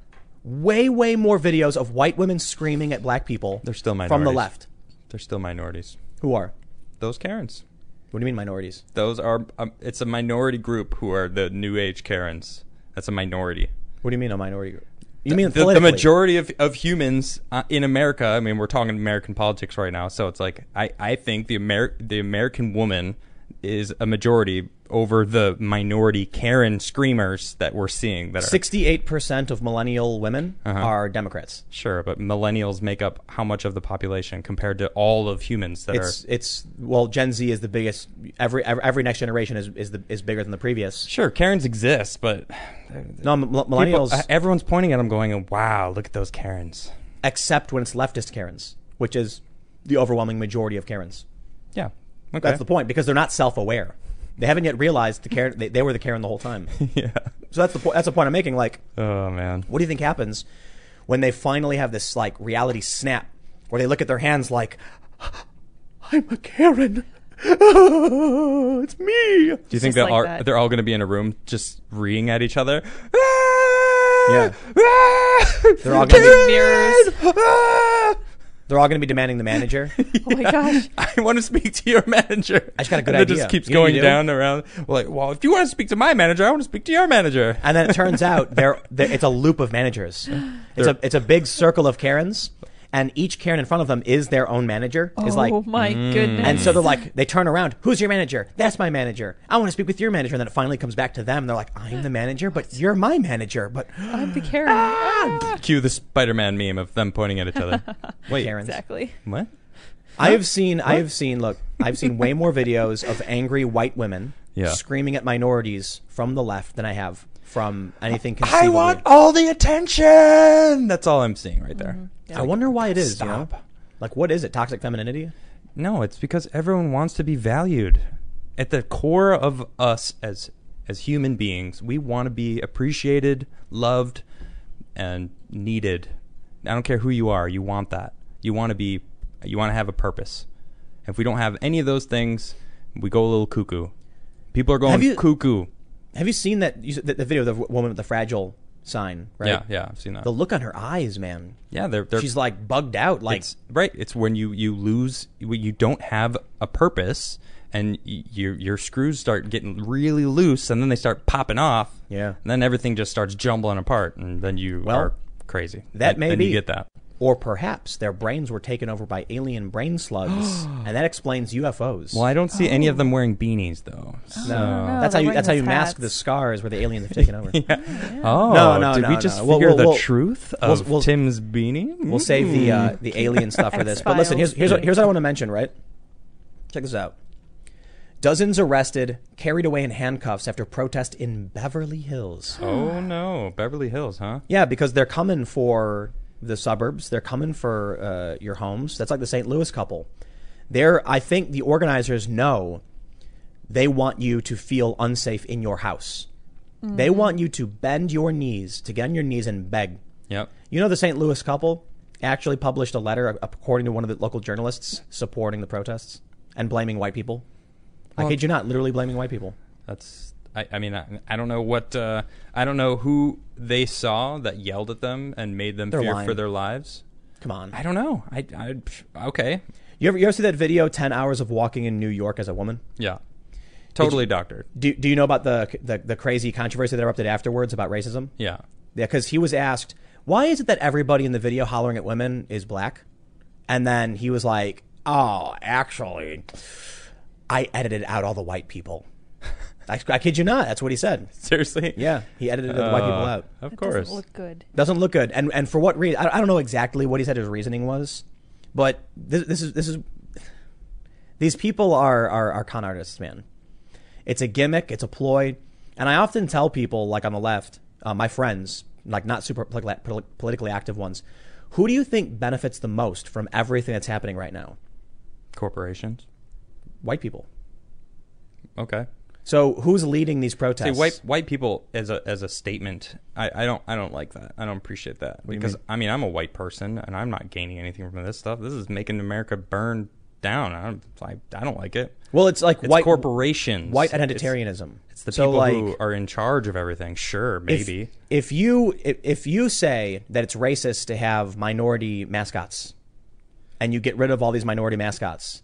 S1: way way more videos of white women screaming at black people.
S2: They're still
S1: from the
S2: minorities.
S1: left.
S2: They're still minorities.
S1: Who are?
S2: Those Karens.
S1: What do you mean minorities?
S2: Those are. Um, it's a minority group who are the new age Karens. That's a minority.
S1: What do you mean a minority group? You mean
S2: the, the
S1: politically?
S2: majority of, of humans uh, in America, I mean, we're talking American politics right now, so it's like I, I think the Amer- the American woman is a majority over the minority Karen screamers that we're seeing that are
S1: 68% of millennial women
S2: Uh-huh.
S1: are Democrats.
S2: sure, but millennials make up how much of the population compared to all of humans that
S1: It's
S2: are
S1: it's well Gen Z is the biggest every every, every next generation is is the, is bigger than the previous.
S2: sure Karens exist, but
S1: No, m-
S2: people,
S1: millennials
S2: uh, everyone's pointing at them, going, "Wow, look at those Karens."
S1: except when it's leftist Karens, which is the overwhelming majority of Karens.
S2: Yeah, okay.
S1: That's the point because they're not self-aware. They haven't yet realized the Karen they, they were the Karen the whole time.
S2: yeah.
S1: So that's the point. That's the point I'm making. Like,
S2: Oh man.
S1: what do you think happens when they finally have this like reality snap where they look at their hands like, I'm a Karen. it's me.
S2: Do you think
S3: Just
S2: they'll
S3: like
S2: are,
S3: that.
S2: they're all going to be in a room just reeing at each other?
S1: Yeah.
S2: they're
S1: all gonna be-
S3: Mirrors.
S1: They're all going to be demanding the manager.
S3: Oh my gosh.
S2: I want to speak to your manager. I
S1: just got a good
S2: and It
S1: idea.
S2: just keeps
S1: You know what
S2: going
S1: you do?
S2: down around. Like, well, if you want to speak to my manager, I want to speak to your manager.
S1: And then it turns out there, there it's a loop of managers. It's a it's a big circle of Karens, and each Karen in front of them is their own manager. Is like, mm.
S3: oh my goodness.
S1: and so they're like, they turn around. Who's your manager? That's my manager. I want to speak with your manager. And then it finally comes back to them. They're like, I'm the manager, but you're my manager. But
S3: I'm the Karen.
S2: Ah!
S3: Ah,
S2: Cue the Spider-Man meme of them pointing at each other. Wait,
S1: Karens.
S3: Exactly.
S2: what?
S1: I have seen, I have seen. Look, I've seen way more videos of angry white women
S2: Yeah.
S1: screaming at minorities from the left than I have from anything. Conceivable.
S2: all the attention. That's all I'm seeing right there.
S3: Mm-hmm.
S1: I wonder why it is. You know?
S2: Stop.
S1: Like, what is it? Toxic femininity?
S2: No, it's because everyone wants to be valued. At the core of us as as human beings, we want to be appreciated, loved, and needed. I don't care who you are, you want that. You want to be you want to have a purpose. If we don't have any of those things, we go a little cuckoo. People are going
S1: Have you-
S2: cuckoo.
S1: Have you seen that? You, s- the, the video of the w- woman with the fragile sign, right?
S2: Yeah, yeah, I've seen that.
S1: The look on her eyes, man.
S2: yeah, they're, they're
S1: She's like bugged out. Like,
S2: it's right it's when you you lose when you don't have a purpose and y- your your screws start getting really loose and then they start popping off
S1: Yeah.
S2: and then everything just starts jumbling apart and then you
S1: Well,
S2: are crazy
S1: that
S2: Then-
S1: may
S2: then
S1: be.
S2: you get that
S1: or perhaps their brains were taken over by alien brain slugs, and that explains UFOs.
S2: well i don't see any of them wearing beanies though so.
S3: no.
S1: That's how
S3: they're
S1: you.
S3: wearing
S1: That's how
S3: those
S1: you mask
S3: hats.
S1: the scars where the aliens have taken over.
S2: oh
S1: No, no,
S2: did
S1: no,
S2: we just
S1: no. We'll-
S2: figure
S1: we'll-
S2: the
S1: we'll-
S2: truth
S1: we'll-
S2: of
S1: we'll-
S2: tim's beanie Hmm.
S1: We'll save the uh,
S2: Mm.
S1: the alien stuff for this. But listen, here's here's what, here's what I want to mention. Right, check this out. Dozens arrested, carried away in handcuffs after protest in Beverly Hills.
S2: oh no beverly hills huh
S1: Yeah, because they're coming for the suburbs. They're coming for uh, your homes. That's like the St. Louis couple. They're, I think the organizers know they want you to feel unsafe in your house. They want you to bend your knees, to get on your knees and beg.
S2: yep
S1: You know the St. Louis couple? actually published a letter, according to one of the local journalists, supporting the protests and blaming white people. I
S2: Well-
S1: kid you not, literally blaming white people.
S2: That's. I, I mean, I, I don't know what. Uh, I don't know who they saw that yelled at them and made them
S1: They're
S2: fear
S1: lying.
S2: for their lives.
S1: Come on.
S2: I don't know. I. I pff, okay.
S1: You ever, you ever see that video, 10 hours of walking in New York as a woman?
S2: Yeah. Totally doctored.
S1: Do, do you know about the, the, the crazy controversy that erupted afterwards about racism?
S2: Yeah.
S1: Yeah, because he was asked, why is it that everybody in the video hollering at women is black? And then he was like, oh, actually, I edited out all the white people. I, I kid you not. That's what he said.
S2: Seriously.
S1: Yeah, he edited the white people
S2: Uh,
S1: out.
S2: Of
S3: That
S2: course.
S3: doesn't look good.
S1: Doesn't look good. And and for what reason? I, I don't know exactly what he said his reasoning was, but this, this is this is these people are, are are con artists, man. It's a gimmick. It's a ploy. And I often tell people, like on the left, uh, my friends, like not super poli- poli- politically active ones, who do you think benefits the most from everything that's happening right now?
S2: Corporations.
S1: White people.
S2: Okay.
S1: So who's leading these
S2: Say
S1: protests?
S2: white white people as a as a statement. I, I don't I don't like that. I don't appreciate that
S1: do you
S2: because
S1: mean?
S2: I mean I'm a white person and I'm not gaining anything from this stuff. This is making America burn down. I don't I, I don't like it.
S1: Well, it's like
S2: It's
S1: white
S2: corporations.
S1: white
S2: It's-
S1: identitarianism.
S2: It's, the
S1: So,
S2: people
S1: like,
S2: who are in charge of everything. Sure,
S1: if-
S2: maybe.
S1: If, you if, if you say that it's racist to have minority mascots, and you get rid of all these minority mascots,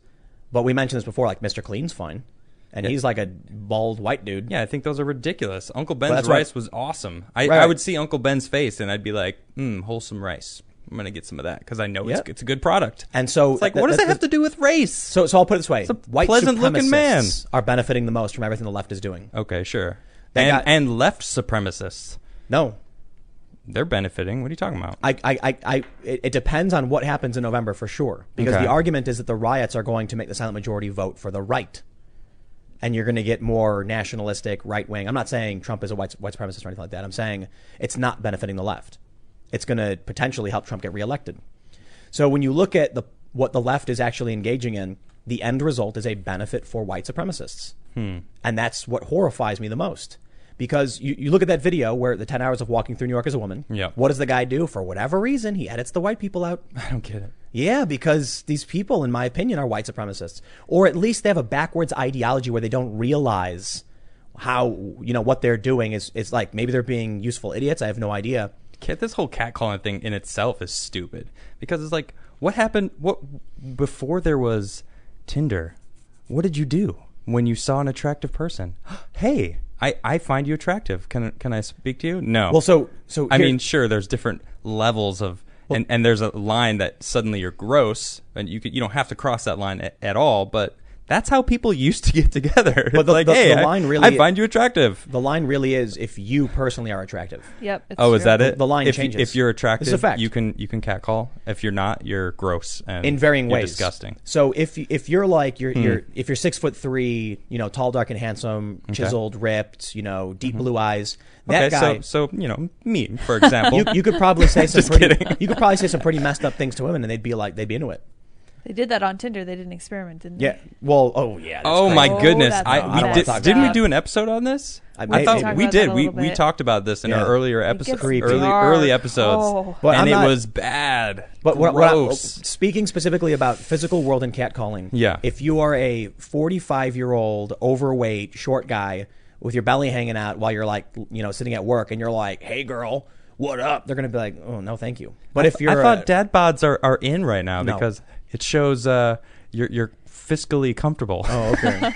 S1: but we mentioned this before, like Mr. Clean's fine, and
S2: Yeah.
S1: he's like a bald white dude.
S2: yeah, I think those are ridiculous. Uncle
S1: that's
S2: Ben's
S1: why-
S2: rice was awesome. I,
S1: Right.
S2: I would see Uncle Ben's face and I'd be like, mm, wholesome rice. I'm gonna get some of that because I know
S1: Yep.
S2: it's, it's a good product.
S1: And so,
S2: it's like, what does that have to do with race?
S1: So, so I'll put it this way:
S2: a
S1: white
S2: pleasant-looking
S1: supremacists
S2: man.
S1: are benefiting the most from everything the left is doing.
S2: Okay, sure.
S1: They
S2: And,
S1: got-
S2: and left supremacists.
S1: No,
S2: They're benefiting. What are you talking about?
S1: I, I, I, I it, it depends on what happens in November for sure. Because
S2: Okay.
S1: the argument is that the riots are going to make the silent majority vote for the right. And you're going to get more nationalistic, right wing. I'm not saying Trump is a white, white supremacist or anything like that. I'm saying it's not benefiting the left. It's going to potentially help Trump get reelected. So when you look at the, what the left is actually engaging in, the end result is a benefit for white supremacists. And that's what horrifies me the most. Because you, you look at that video where the 10 hours of walking through New York as a woman.
S2: Yeah.
S1: What does the guy do? For whatever reason, he edits the white people out.
S2: I don't get it.
S1: Yeah, because these people, in my opinion, are white supremacists, or at least they have a backwards ideology where they don't realize how you know what they're doing is is like maybe they're being useful idiots. I have no idea.
S2: Cat- This whole catcalling thing in itself is stupid because it's like, what happened? What before there was Tinder? What did you do when you saw an attractive person? hey, I, I find you attractive. Can can I speak to you? No.
S1: Well, so so
S2: I
S1: here-
S2: mean, sure, there's different levels of, and, and there's a line that suddenly you're gross, and you could, you don't have to cross that line at, at all, but. That's how people used to get together. But
S1: the-
S2: like,
S1: the-
S2: hey,
S1: the
S2: I-
S1: line really-
S2: I find you attractive.
S1: the line really is if you personally are attractive.
S3: Yep. it's
S2: Oh, is
S3: true.
S2: that it?
S1: The line
S2: if,
S1: changes.
S2: If you're
S1: This is a
S2: attractive,
S1: fact.
S2: you can you can catcall. If you're not, you're gross and
S1: in varying
S2: you're
S1: ways.
S2: Disgusting. Hmm.
S1: So if y- if you're like you're you're if you're six foot three, you know, tall, dark, and handsome, chiseled, ripped, you know, deep blue eyes. That
S2: Mm-hmm. okay,
S1: guy,
S2: so so you know me for example.
S1: you, you could probably say some
S2: Just
S1: pretty,
S2: kidding.
S1: you could probably say some pretty messed up things to women, and they'd be like they'd be into it.
S3: They did that on Tinder. They didn't experiment, didn't
S1: Yeah.
S3: they?
S1: Well. Oh yeah. that's
S2: oh
S1: crazy.
S2: my
S3: Oh,
S2: goodness!
S3: that's
S1: not
S2: I,
S1: bad. I
S2: we did,
S1: don't wanna talk
S2: didn't we
S1: about
S2: do an episode on this?
S1: I-
S2: I,
S1: maybe. Talk
S2: thought
S1: about
S2: we
S3: that
S2: did.
S3: a
S2: We
S3: little
S2: we
S3: bit.
S2: talked about this in
S1: Yeah.
S2: our earlier
S3: It gets
S2: episodes,
S1: Creepy.
S2: early
S3: dark.
S2: early episodes,
S3: Oh.
S1: But
S2: and
S1: I'm
S2: it
S1: not-
S2: was bad.
S1: But what, what I- oh,
S2: gross.
S1: speaking specifically about physical world and catcalling,
S2: Yeah.
S1: if you are a 45 year old, overweight, short guy with your belly hanging out while you're like, you know, sitting at work and you're like, hey girl, what up? They're going to be like, oh, no, thank you. But if you're.
S2: I thought
S1: a-
S2: dad bods are, are in right now
S1: No.
S2: because it shows uh, you're you're fiscally comfortable.
S1: Oh, okay.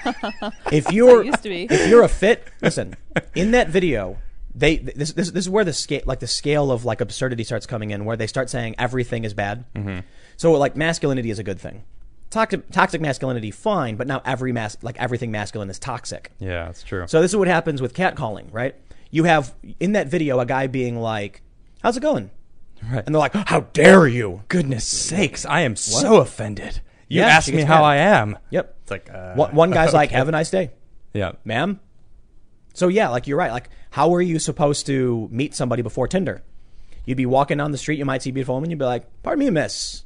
S1: if you're.
S3: It used to be.
S1: if you're a fit, listen. In that video, they this this, this is where the scale like the scale of like absurdity starts coming in, where they start saying everything is bad.
S2: Mm-hmm.
S1: So like masculinity is a good thing. Toxic, toxic masculinity, fine, but now every mas- like everything masculine is toxic.
S2: Yeah, that's true.
S1: So this is what happens with catcalling, right? You have in that video a guy being like, "How's it going?"
S2: Right.
S1: And they're like, "How dare you!"
S2: goodness sakes, I am so offended. You
S1: Yeah,
S2: asked
S1: she
S2: me
S1: gets
S2: how
S1: mad.
S2: I am.
S1: Yep.
S2: It's like uh,
S1: One, one guy's like, "Have a nice day."
S2: Yeah.
S1: ma'am. So yeah, like you're right. Like, how are you supposed to meet somebody before Tinder? You'd be walking down the street, you might see a beautiful woman, you'd be like, "Pardon me, miss.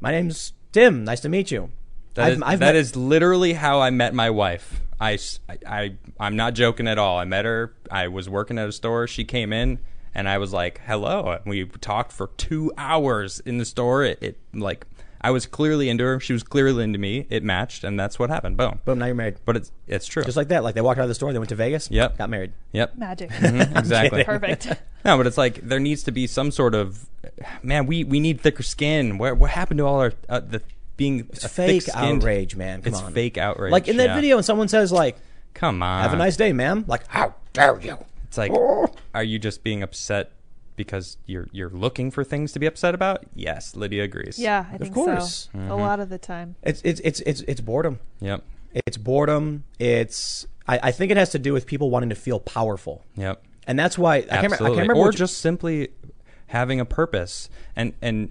S1: My name's Tim. Nice to meet you."
S2: That is- that
S1: met-
S2: is literally how I met my wife. I, s- I, am not joking at all. I met her. I was working at a store. She came in and I was like, "Hello." And we talked for two hours in the store. It, it like I was clearly into her. She was clearly into me. It matched, and that's what happened. Boom.
S1: Boom, now you're married.
S2: But it's it's true.
S1: Just like that. Like they walked out of the store, they went to Vegas.
S2: Yep.
S1: Got married.
S2: yep.
S3: Magic.
S1: Mm-hmm.
S2: Mhm, exactly.
S3: Perfect.
S2: No, but it's like there needs to be some sort of man. We we need thicker skin. Where what happened to all our uh, the being
S1: It's
S2: a
S1: fake
S2: thick-skinned-
S1: outrage, man. Come
S2: it's
S1: on.
S2: fake outrage.
S1: Like in that
S2: yeah. Uh-huh.
S1: video, and someone says like,
S2: Come on.
S1: "Have a nice day, ma'am." Like,
S4: How dare you? Oh.
S2: It's like, are you just being upset because you're you're looking for things to be upset about? Yes, Lydia agrees.
S3: Yeah, I think
S1: course. Mm-hmm.
S3: so. A lot of the time.
S1: it's it's it's it's it's boredom.
S2: Yep.
S1: It's boredom. It's I, I think it has to do with people wanting to feel powerful,
S2: Yep.
S1: and that's why I can't, remember- I can't
S2: Absolutely.
S1: remember.
S2: or
S1: which-
S2: just simply having a purpose and and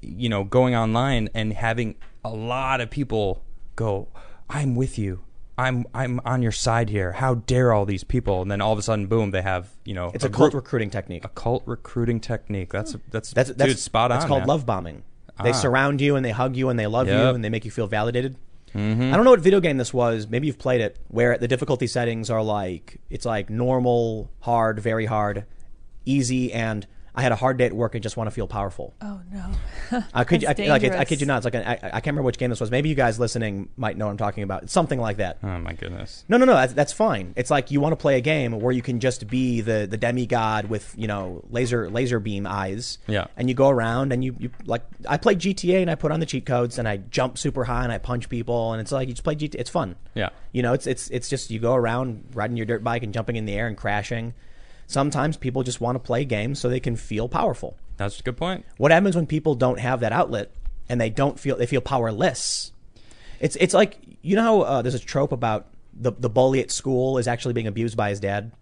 S2: you know going online and having a lot of people go, I'm with you. I'm I'm on your side here. How dare all these people? And then all of a sudden, boom, they have you know
S1: it's a cult
S2: group-
S1: recruiting technique.
S2: a cult recruiting technique. That's that's
S1: That's that's
S2: dude, spot on.
S1: That's called
S2: man.
S1: love bombing. They
S2: Ah.
S1: surround you and they hug you and they love you
S2: Yep. Mm-hmm.
S1: and they make you feel validated. I don't know what video game this was. Maybe you've played it, where the difficulty settings are like it's like normal, hard, very hard, easy, and I had a hard day at work and just want to feel powerful.
S3: Oh no.
S1: I could, I,
S3: That's
S1: like, I, I
S3: dangerous.
S1: kid you not. It's like an, I, I can't remember which game this was. Maybe you guys listening might know what I'm talking about. It's something like that.
S2: Oh my goodness.
S1: No, no, no. That's, that's fine. It's like you want to play a game where you can just be the the demigod with you know laser laser beam eyes.
S2: Yeah.
S1: And you go around and you you like I play GTA and I put on the cheat codes and I jump super high and I punch people and it's like you just play GTA. It's fun.
S2: Yeah.
S1: You know, it's it's it's just you go around riding your dirt bike and jumping in the air and crashing. Sometimes people just want to play games so they can feel powerful.
S2: That's a good point.
S1: What happens when people don't have that outlet and they don't feel they feel powerless? It's it's like you know how uh, there's a trope about the the bully at school is actually being abused by his dad.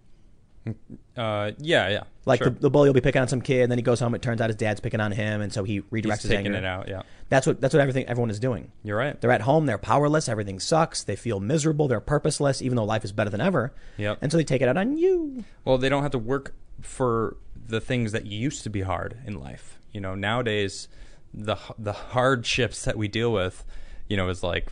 S2: Uh, yeah, yeah.
S1: Like
S2: sure.
S1: the, the bully will be picking on some kid, and then he goes home. It turns out his dad's picking on him, and so he redirects
S2: He's
S1: his
S2: taking
S1: anger.
S2: it out. Yeah,
S1: That's what that's what everything everyone is doing.
S2: you're right.
S1: They're at home. They're powerless. Everything sucks. They feel miserable. They're purposeless, even though life is better than ever.
S2: Yep.
S1: And so they take it out on you.
S2: Well, they don't have to work for the things that used to be hard in life. You know, nowadays the h- the hardships that we deal with, you know, is like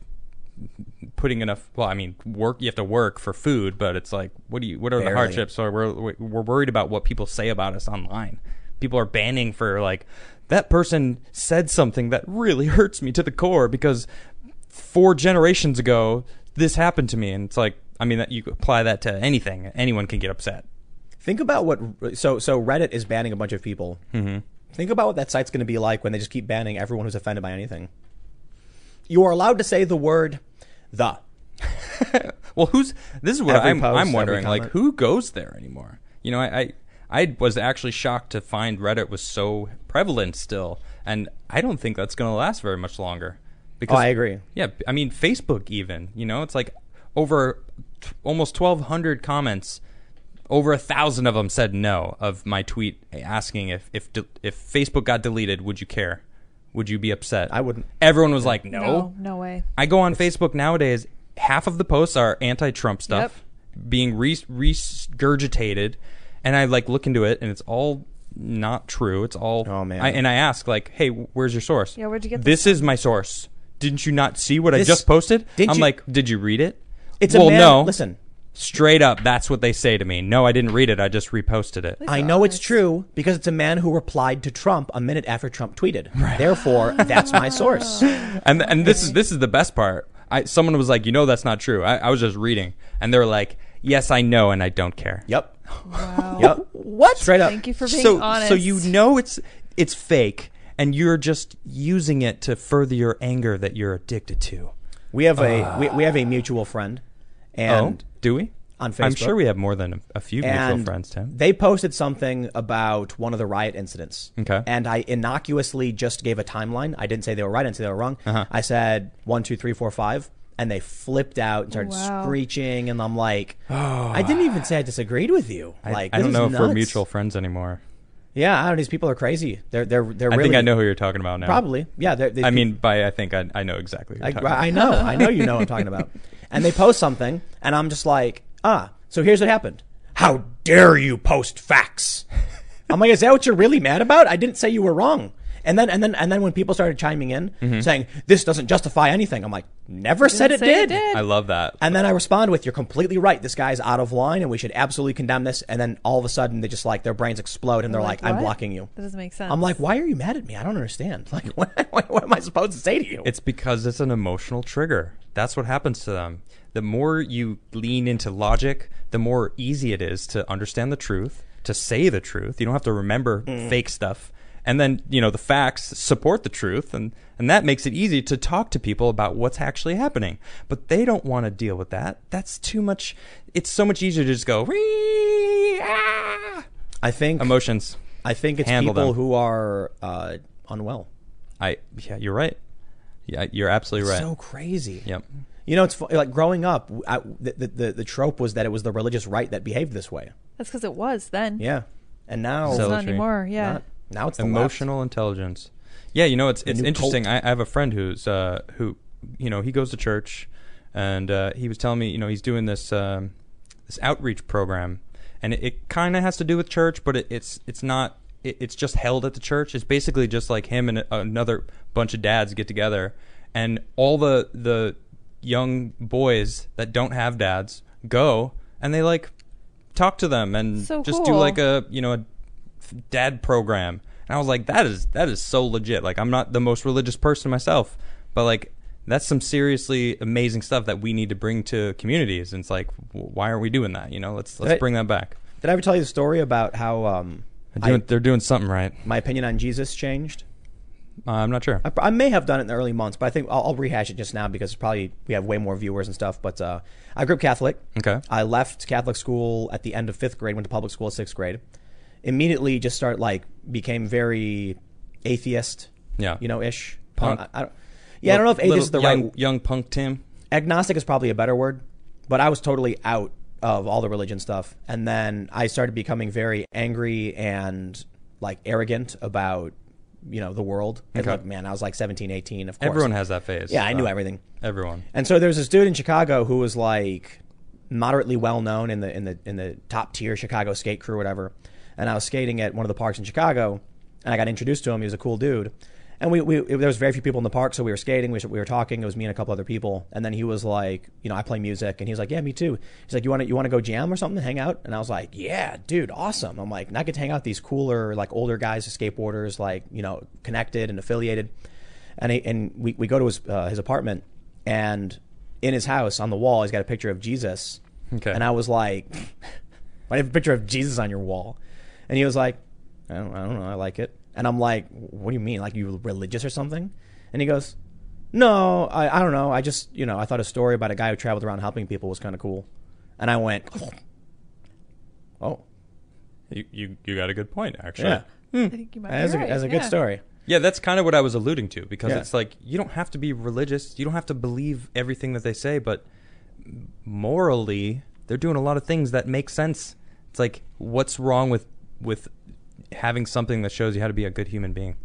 S2: putting enough. Well, I mean, work. You have to work for food, but it's like, what do you? What are
S1: Barely.
S2: the hardships? Or we're we're worried about what people say about us online. People are banning for like that person said something that really hurts me to the core because four generations ago this happened to me, and it's like, I mean, that you apply that to anything. Anyone can get upset.
S1: Think about what so so Reddit is banning a bunch of people. Mm-hmm. Think about what that site's going to be like when they just keep banning everyone who's offended by anything. You are allowed to say the word the.
S2: Well, who's this is what
S1: Every
S2: I'm
S1: post,
S2: I'm
S1: every
S2: wondering. Like,
S1: comment.
S2: who goes there anymore? You know, I, I I was actually shocked to find Reddit was so prevalent still, and I don't think that's going to last very much longer. Because
S1: Oh, I agree.
S2: Yeah, I mean Facebook even. You know, it's like over t- almost 1,200 comments. Over a thousand of them said no of my tweet asking if if de- if Facebook got deleted, would you care? Would you be upset?
S1: I wouldn't.
S2: Everyone was like,
S3: No, no way.
S2: I go on Facebook nowadays. Half of the posts are anti-Trump stuff being re- regurgitated, and I like look into it, and it's all not true. It's all
S1: Oh, man.
S2: I, and I ask like, "Hey, where's your source?
S3: Yeah, where'd you get
S2: this? Is my source? Didn't you not see what
S1: This-
S2: I just posted?
S1: didn't
S2: I'm
S1: you-
S2: like, did you read it?
S1: It's
S2: well,
S1: a man.
S2: no.
S1: Listen,
S2: straight up, that's what they say to me. No, I didn't read it. I just reposted it.
S1: I know it's true because it's a man who replied to Trump a minute after Trump tweeted. Therefore, that's my source.
S2: and and this is this is the best part. I someone was like, you know, that's not true. I, I was just reading, and they were like, yes, I know, and I don't care.
S1: Yep.
S3: Wow.
S1: Yep. What? Straight up.
S3: Thank you for being
S2: so,
S3: honest.
S2: So you know it's it's fake, and you're just using it to further your anger that you're addicted to.
S1: We have a we, we have a mutual friend, and
S2: do we?
S1: On
S2: Ah. Oh. I'm
S1: Oh. Facebook.
S2: sure we have more than a, a few mutual
S1: and
S2: friends, Tim.
S1: they posted something about one of the riot incidents.
S2: Okay.
S1: And I innocuously just gave a timeline. I didn't say they were right. I didn't say they were wrong.
S2: Uh-huh.
S1: I said one, two, three, four, five, and they flipped out and started
S3: Wow.
S1: screeching. And I'm like, I didn't even say I disagreed with you.
S2: I,
S1: like,
S2: I
S1: this
S2: don't
S1: is
S2: know if we're
S1: nuts.
S2: mutual friends anymore.
S1: Yeah, I don't know. These people are crazy. They're they're they're.
S2: I
S1: Really,
S2: think I know who you're talking about now.
S1: Probably. Yeah. They're, they
S2: I mean, by I think I, I know exactly. Who you're
S1: I,
S2: talking about.
S1: I know, I know you know what I'm talking about. And they post something, and I'm just like, ah, so here's what happened. How dare you post facts? I'm like, is that what you're really mad about? I didn't say you were wrong. And then and then and then when people started chiming in
S3: Mm-hmm.
S1: saying this doesn't justify anything, I'm like, never said it
S3: say
S1: did.
S3: it did.
S2: I love that.
S1: And then I respond with, "You're completely right. This guy's out of line, and we should absolutely condemn this." And then all of a sudden, they just like their brains explode, and they're like,
S3: Like,
S1: "I'm
S3: what?
S1: blocking you."
S3: That doesn't make sense.
S1: I'm like, "Why are you mad at me? I don't understand. Like, what, what am I supposed to say to you?"
S2: It's because it's an emotional trigger. That's what happens to them. The more you lean into logic, the more easy it is to understand the truth, to say the truth. You don't have to remember fake stuff. And then, you know, the facts support the truth and, and that makes it easy to talk to people about what's actually happening. But they don't want to deal with that. That's too much it's so much easier to just go "Wee, ah."
S1: I think
S2: emotions.
S1: I think it's
S2: handle
S1: people
S2: them.
S1: who are uh, unwell.
S2: I yeah, you're right. Yeah, you're absolutely right.
S1: So crazy.
S2: yep.
S1: You know, it's fu- like growing up. I, the, the- the the trope was that it was the religious right that behaved this way.
S3: That's because it was then.
S1: Yeah, and now
S2: So-
S3: It's not
S2: Poetry.
S3: anymore. Yeah.
S1: not- now it's the left.
S2: emotional intelligence. Yeah, you know it's it's
S1: new
S2: interesting. I, I have a friend who's uh, who you know he goes to church, and uh, he was telling me you know he's doing this um, this outreach program, and it, it kind of has to do with church, but it, it's it's not. It, it's just held at the church. It's basically just like him and a- another bunch of dads get together, and all the the young boys that don't have dads go and they like talk to them and
S3: So
S2: just do
S3: cool.
S2: like a you know a dad program and i was like that is that is so legit like i'm not the most religious person myself but like that's some seriously amazing stuff that we need to bring to communities and it's like w- why aren't we doing that you know let's let's
S1: Right.
S2: bring that back
S1: Did I ever tell you the story about how um,
S2: they're
S1: I-
S2: doing, they're doing something right
S1: my opinion on Jesus changed?
S2: uh, i'm not sure
S1: I, pr- I may have done it in the early months, but I think I'll, I'll rehash it just now because probably we have way more viewers and stuff. But uh, I grew up Catholic.
S2: Okay.
S1: I left Catholic school at the end of fifth grade, went to public school at sixth grade. Immediately, just start like became very atheist.
S2: Yeah.
S1: You know, ish. Um,
S2: Punk.
S1: I, I don't, yeah, I don't know if
S2: Little-
S1: atheist is the
S2: young,
S1: right.
S2: young punk tim
S1: Agnostic is probably a better word, but I was totally out of all the religion stuff, and then I started becoming very angry and like arrogant about you know the world. And,
S2: Okay.
S1: like, man, I was like 17, 18, Of course,
S2: everyone has that phase
S1: yeah, I knew
S2: so-
S1: everything.
S2: everyone
S1: And so there was this dude in Chicago who was like moderately well known in the in the in the top tier Chicago skate crew, whatever. And I was skating at one of the parks in Chicago, and I got introduced to him. He was a cool dude. And we, we it- there was very few people in the park, so we were skating. We, were- we were talking. It was me and a couple other people. And then he was like, you know, I play music, and he was like, yeah, me too. He's like, you want to you want to go jam or something, hang out? And I was like, yeah, dude, awesome. I'm like, and I get to hang out with these cooler like older guys, skateboarders, like you know, connected and affiliated and he, and we, we go to his uh, his apartment and in his house on the wall he's got a picture of Jesus.
S2: Okay.
S1: And I was like, "Why do you have a picture of Jesus on your wall?" And he was like, "I don't, I don't know. I like it." And I'm like, "What do you mean? Like you religious or something?" And he goes, "No, I, I don't know. I just you know I thought a story about a guy who traveled around helping people was kind of cool." And I went, "Oh,
S2: you, you you got a good point actually Hmm.
S1: yeah,
S3: I think you might.
S1: that's a,
S3: be right.
S1: that's a good
S3: yeah.
S1: story."
S2: Yeah, that's kind of what I was alluding to because
S1: Yeah.
S2: it's like you don't have to be religious, you don't have to believe everything that they say, but morally, they're doing a lot of things that make sense. It's like what's wrong with with having something that shows you how to be a good human being?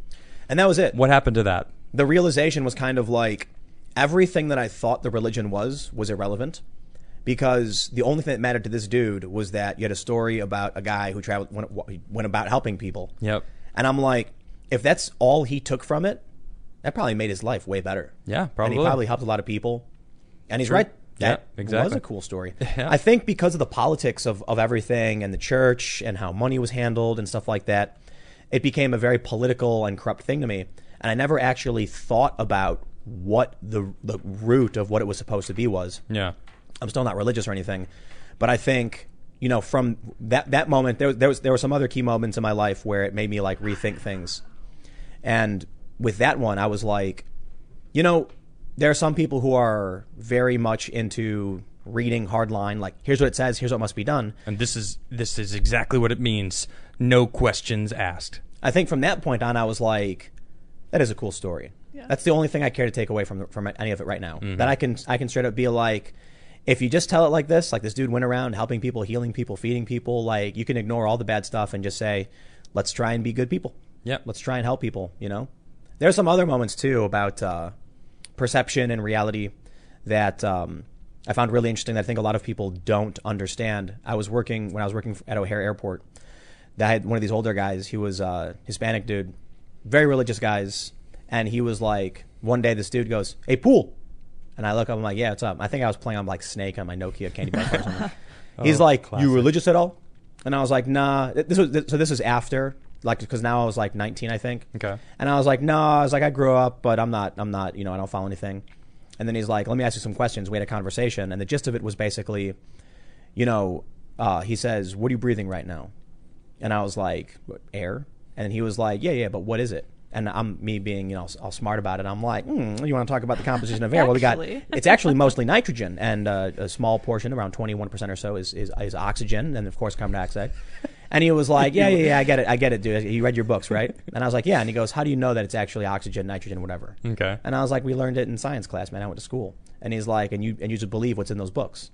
S1: And that was it.
S2: What happened to that?
S1: the realization was kind of like everything that I thought the religion was was irrelevant because the only thing that mattered to this dude was that you had a story about a guy who traveled went, went about helping people.
S2: Yep.
S1: And I'm like, if that's all he took from it, that probably made his life way better.
S2: Yeah,
S1: And
S2: probably.
S1: he probably helped a lot of people. And he's right. That
S2: Yeah, exactly.
S1: was a cool story.
S2: Yeah.
S1: I think because of the politics of, of everything and the church and how money was handled and stuff like that, it became a very political and corrupt thing to me. And I never actually thought about what the the root of what it was supposed to be was.
S2: Yeah.
S1: I'm still not religious or anything, but I think you know from that that moment there was there was there were some other key moments in my life where it made me like rethink things, and with that one I was like, you know, there are some people who are very much into reading hardline like here's what it says here's what must be done.
S2: And this is this is exactly what it means. No questions asked.
S1: I think from that point on I was like, that is a cool story.
S3: Yeah.
S1: That's the only thing I care to take away from from any of it right now. That I can I can straight up be like, if you just tell it like this, like this dude went around helping people, healing people, feeding people, like you can ignore all the bad stuff and just say, let's try and be good people.
S2: Yep.
S1: Let's try and help people. You know, there's some other moments too about uh, perception and reality that um, I found really interesting. That I think a lot of people don't understand. I was working when I was working at O'Hare Airport. That I had one of these older guys. He was a uh, Hispanic dude very religious guys, and he was like, one day this dude goes, "Hey, pool," and I look up, I'm like, "Yeah, what's up?" I think I was playing on like Snake on my Nokia Candy Crush or something. He's
S2: Oh,
S1: like,
S2: classic.
S1: "You religious at all?" And I was like, "Nah." This was so. This was after, like, because now I was like 19, I think.
S2: Okay.
S1: And I was like, no, I was like, I grew up, but I'm not, I'm not, you know, I don't follow anything. And then he's like, let me ask you some questions. We had a conversation, and the gist of it was basically, you know, uh, he says, what are you breathing right now? And I was like, "What, air. And he was like, yeah, yeah, but what is it? And I'm me being, you know, all smart about it. I'm like, hmm, you want to talk about the composition of air? well, we got
S3: Actually.
S1: it's actually mostly nitrogen, and uh, a small portion, around 21% or so, is, is, is oxygen, and of course carbon dioxide. And he was like, yeah, yeah, yeah, I get it, I get it, dude. You read your books, right? And I was like, yeah. And he goes, how do you know that it's actually oxygen, nitrogen, whatever?
S2: Okay.
S1: And I was like, we learned it in science class, man. I went to school. And he's like, and you and you just believe what's in those books.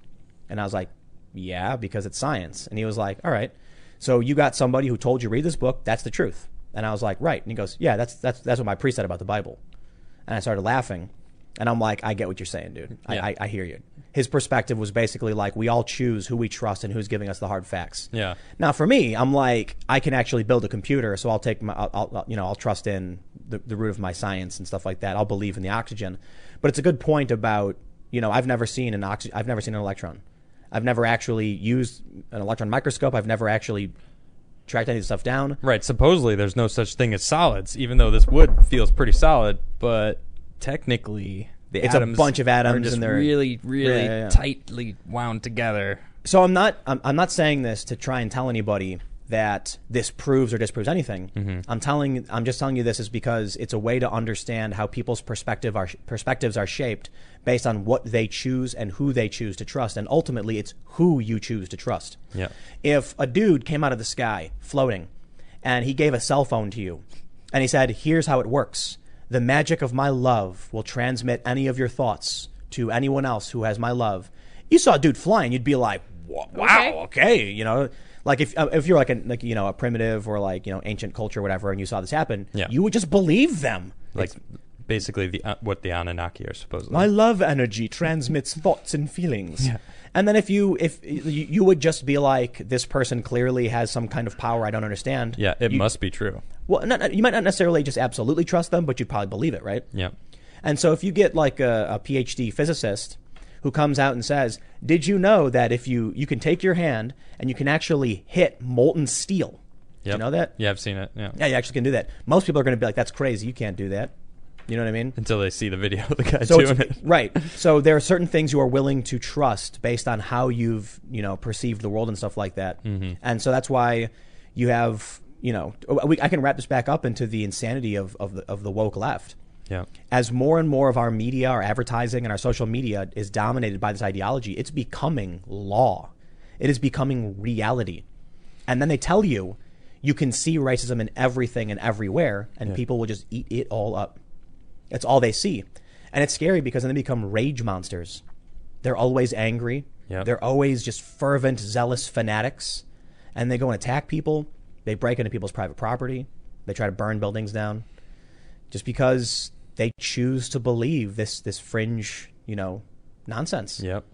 S1: And I was like, yeah, because it's science. And he was like, all right. So you got somebody who told you read this book. That's the truth. And I was like, right. And he goes, yeah, that's that's that's what my priest said about the Bible. And I started laughing. And I'm like, I get what you're saying, dude. I,
S2: Yeah.
S1: I, I hear you. His perspective was basically like, we all choose who we trust and who's giving us the hard facts.
S2: Yeah.
S1: Now, for me, I'm like, I can actually build a computer, so I'll take my, I'll, I'll you know, I'll trust in the, the root of my science and stuff like that. I'll believe in the oxygen, but it's a good point about, you know, I've never seen an oxy- I've never seen an electron, I've never actually used an electron microscope, I've never actually tracked any of this stuff down.
S2: Right. Supposedly, there's no such thing as solids, even though this wood feels pretty solid. But technically, the
S1: It's a
S2: atoms
S1: bunch of atoms
S2: are just
S1: and they're-
S2: really, really
S1: Yeah, yeah, yeah.
S2: tightly wound together.
S1: so I'm not I'm, I'm not saying this to try and tell anybody that this proves or disproves anything. I'm telling I'm just telling you this is because it's a way to understand how people's perspective are perspectives are shaped based on what they choose and who they choose to trust and ultimately it's who you choose to trust.
S2: Yeah.
S1: If a dude came out of the sky floating and he gave a cell phone to you and he said, Here's how it works the magic of my love will transmit any of your thoughts to anyone else who has my love. You saw a dude flying, you'd be like, "Wa- Wow, okay. You know, like if, uh, if you're like, a, like, you know, a primitive or like, you know, ancient culture or whatever, and you saw this happen,
S2: Yeah.
S1: you would just believe them.
S2: Like basically the uh, what the Anunnaki are supposedly.
S1: My love energy transmits thoughts and feelings. And then if you if you, you would just be like this person clearly has some kind of power I don't understand.
S2: yeah, it
S1: You-
S2: must be true.
S1: Well, not, not- you might not necessarily just absolutely trust them, but you'd probably believe it, right?
S2: Yeah.
S1: And so if you get like a, a PhD physicist who comes out and says, "Did you know that if you you can take your hand and you can actually hit molten steel?" Did
S2: Yep.
S1: you know that?
S2: Yeah, I've seen it. Yeah.
S1: Yeah, you actually can do that. Most people are going to be like, "That's crazy. You can't do that." You know what I mean?
S2: Until they see the video of the guy
S1: so
S2: doing it.
S1: it's, right so there are certain things you are willing to trust based on how you've you know perceived the world and stuff like that
S2: Mm-hmm.
S1: and so that's why you have you know we, i can wrap this back up into the insanity of, of, the, of the woke left
S2: Yeah.
S1: as more and more of our media, our advertising, and our social media is dominated by this ideology, it's becoming law. It is becoming reality. And then they tell you you can see racism in everything and everywhere, and people will just eat it all up. That's all they see. And it's scary because then they become rage monsters. They're always angry.
S2: Yep.
S1: They're always just fervent, zealous fanatics. And they go and attack people. They break into people's private property. They try to burn buildings down just because they choose to believe this this fringe, you know, nonsense.
S2: Yep.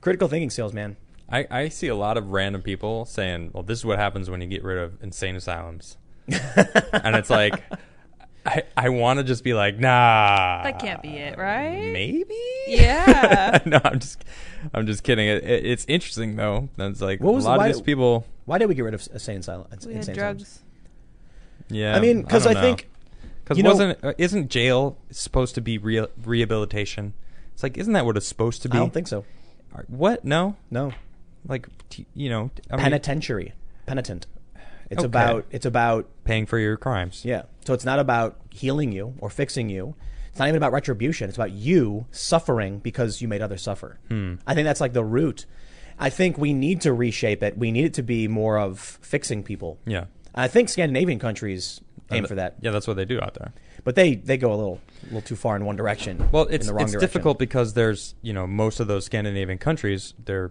S1: Critical thinking skills, man.
S2: I, I see a lot of random people saying, "Well, this is what happens when you get rid of insane asylums," and it's like, I I want to just be like, "Nah,
S3: That can't be it, right?
S2: Maybe?
S3: Yeah.
S2: no, I'm just I'm just kidding. It, it, it's interesting though. That's like
S1: What was
S2: a
S1: the-
S2: lot
S1: why-
S2: of these people.
S1: Why did we get rid of insane silence?
S3: We had drugs.
S2: Yeah,
S1: I mean, because I, think
S2: because
S1: you know-
S2: wasn't uh, isn't jail supposed to be re- rehabilitation? It's like isn't that what it's supposed to be?
S1: I don't think so.
S2: Are- What? No.
S1: No,
S2: Like t- you know, I mean,
S1: penitentiary, penitent. It's
S2: Okay.
S1: about it's about
S2: paying for your crimes.
S1: yeah. So it's not about healing you or fixing you. It's not even about retribution. It's about you suffering because you made others suffer.
S2: Hmm.
S1: I think that's like the root. I think we need to reshape it. We need it to be more of fixing people.
S2: Yeah.
S1: I think Scandinavian countries aim for that.
S2: Yeah, that's what they do out there.
S1: but they they go a little a little too far in one direction.
S2: Well,
S1: in
S2: it's
S1: the wrong
S2: it's
S1: direction.
S2: difficult because there's you know most of those Scandinavian countries they're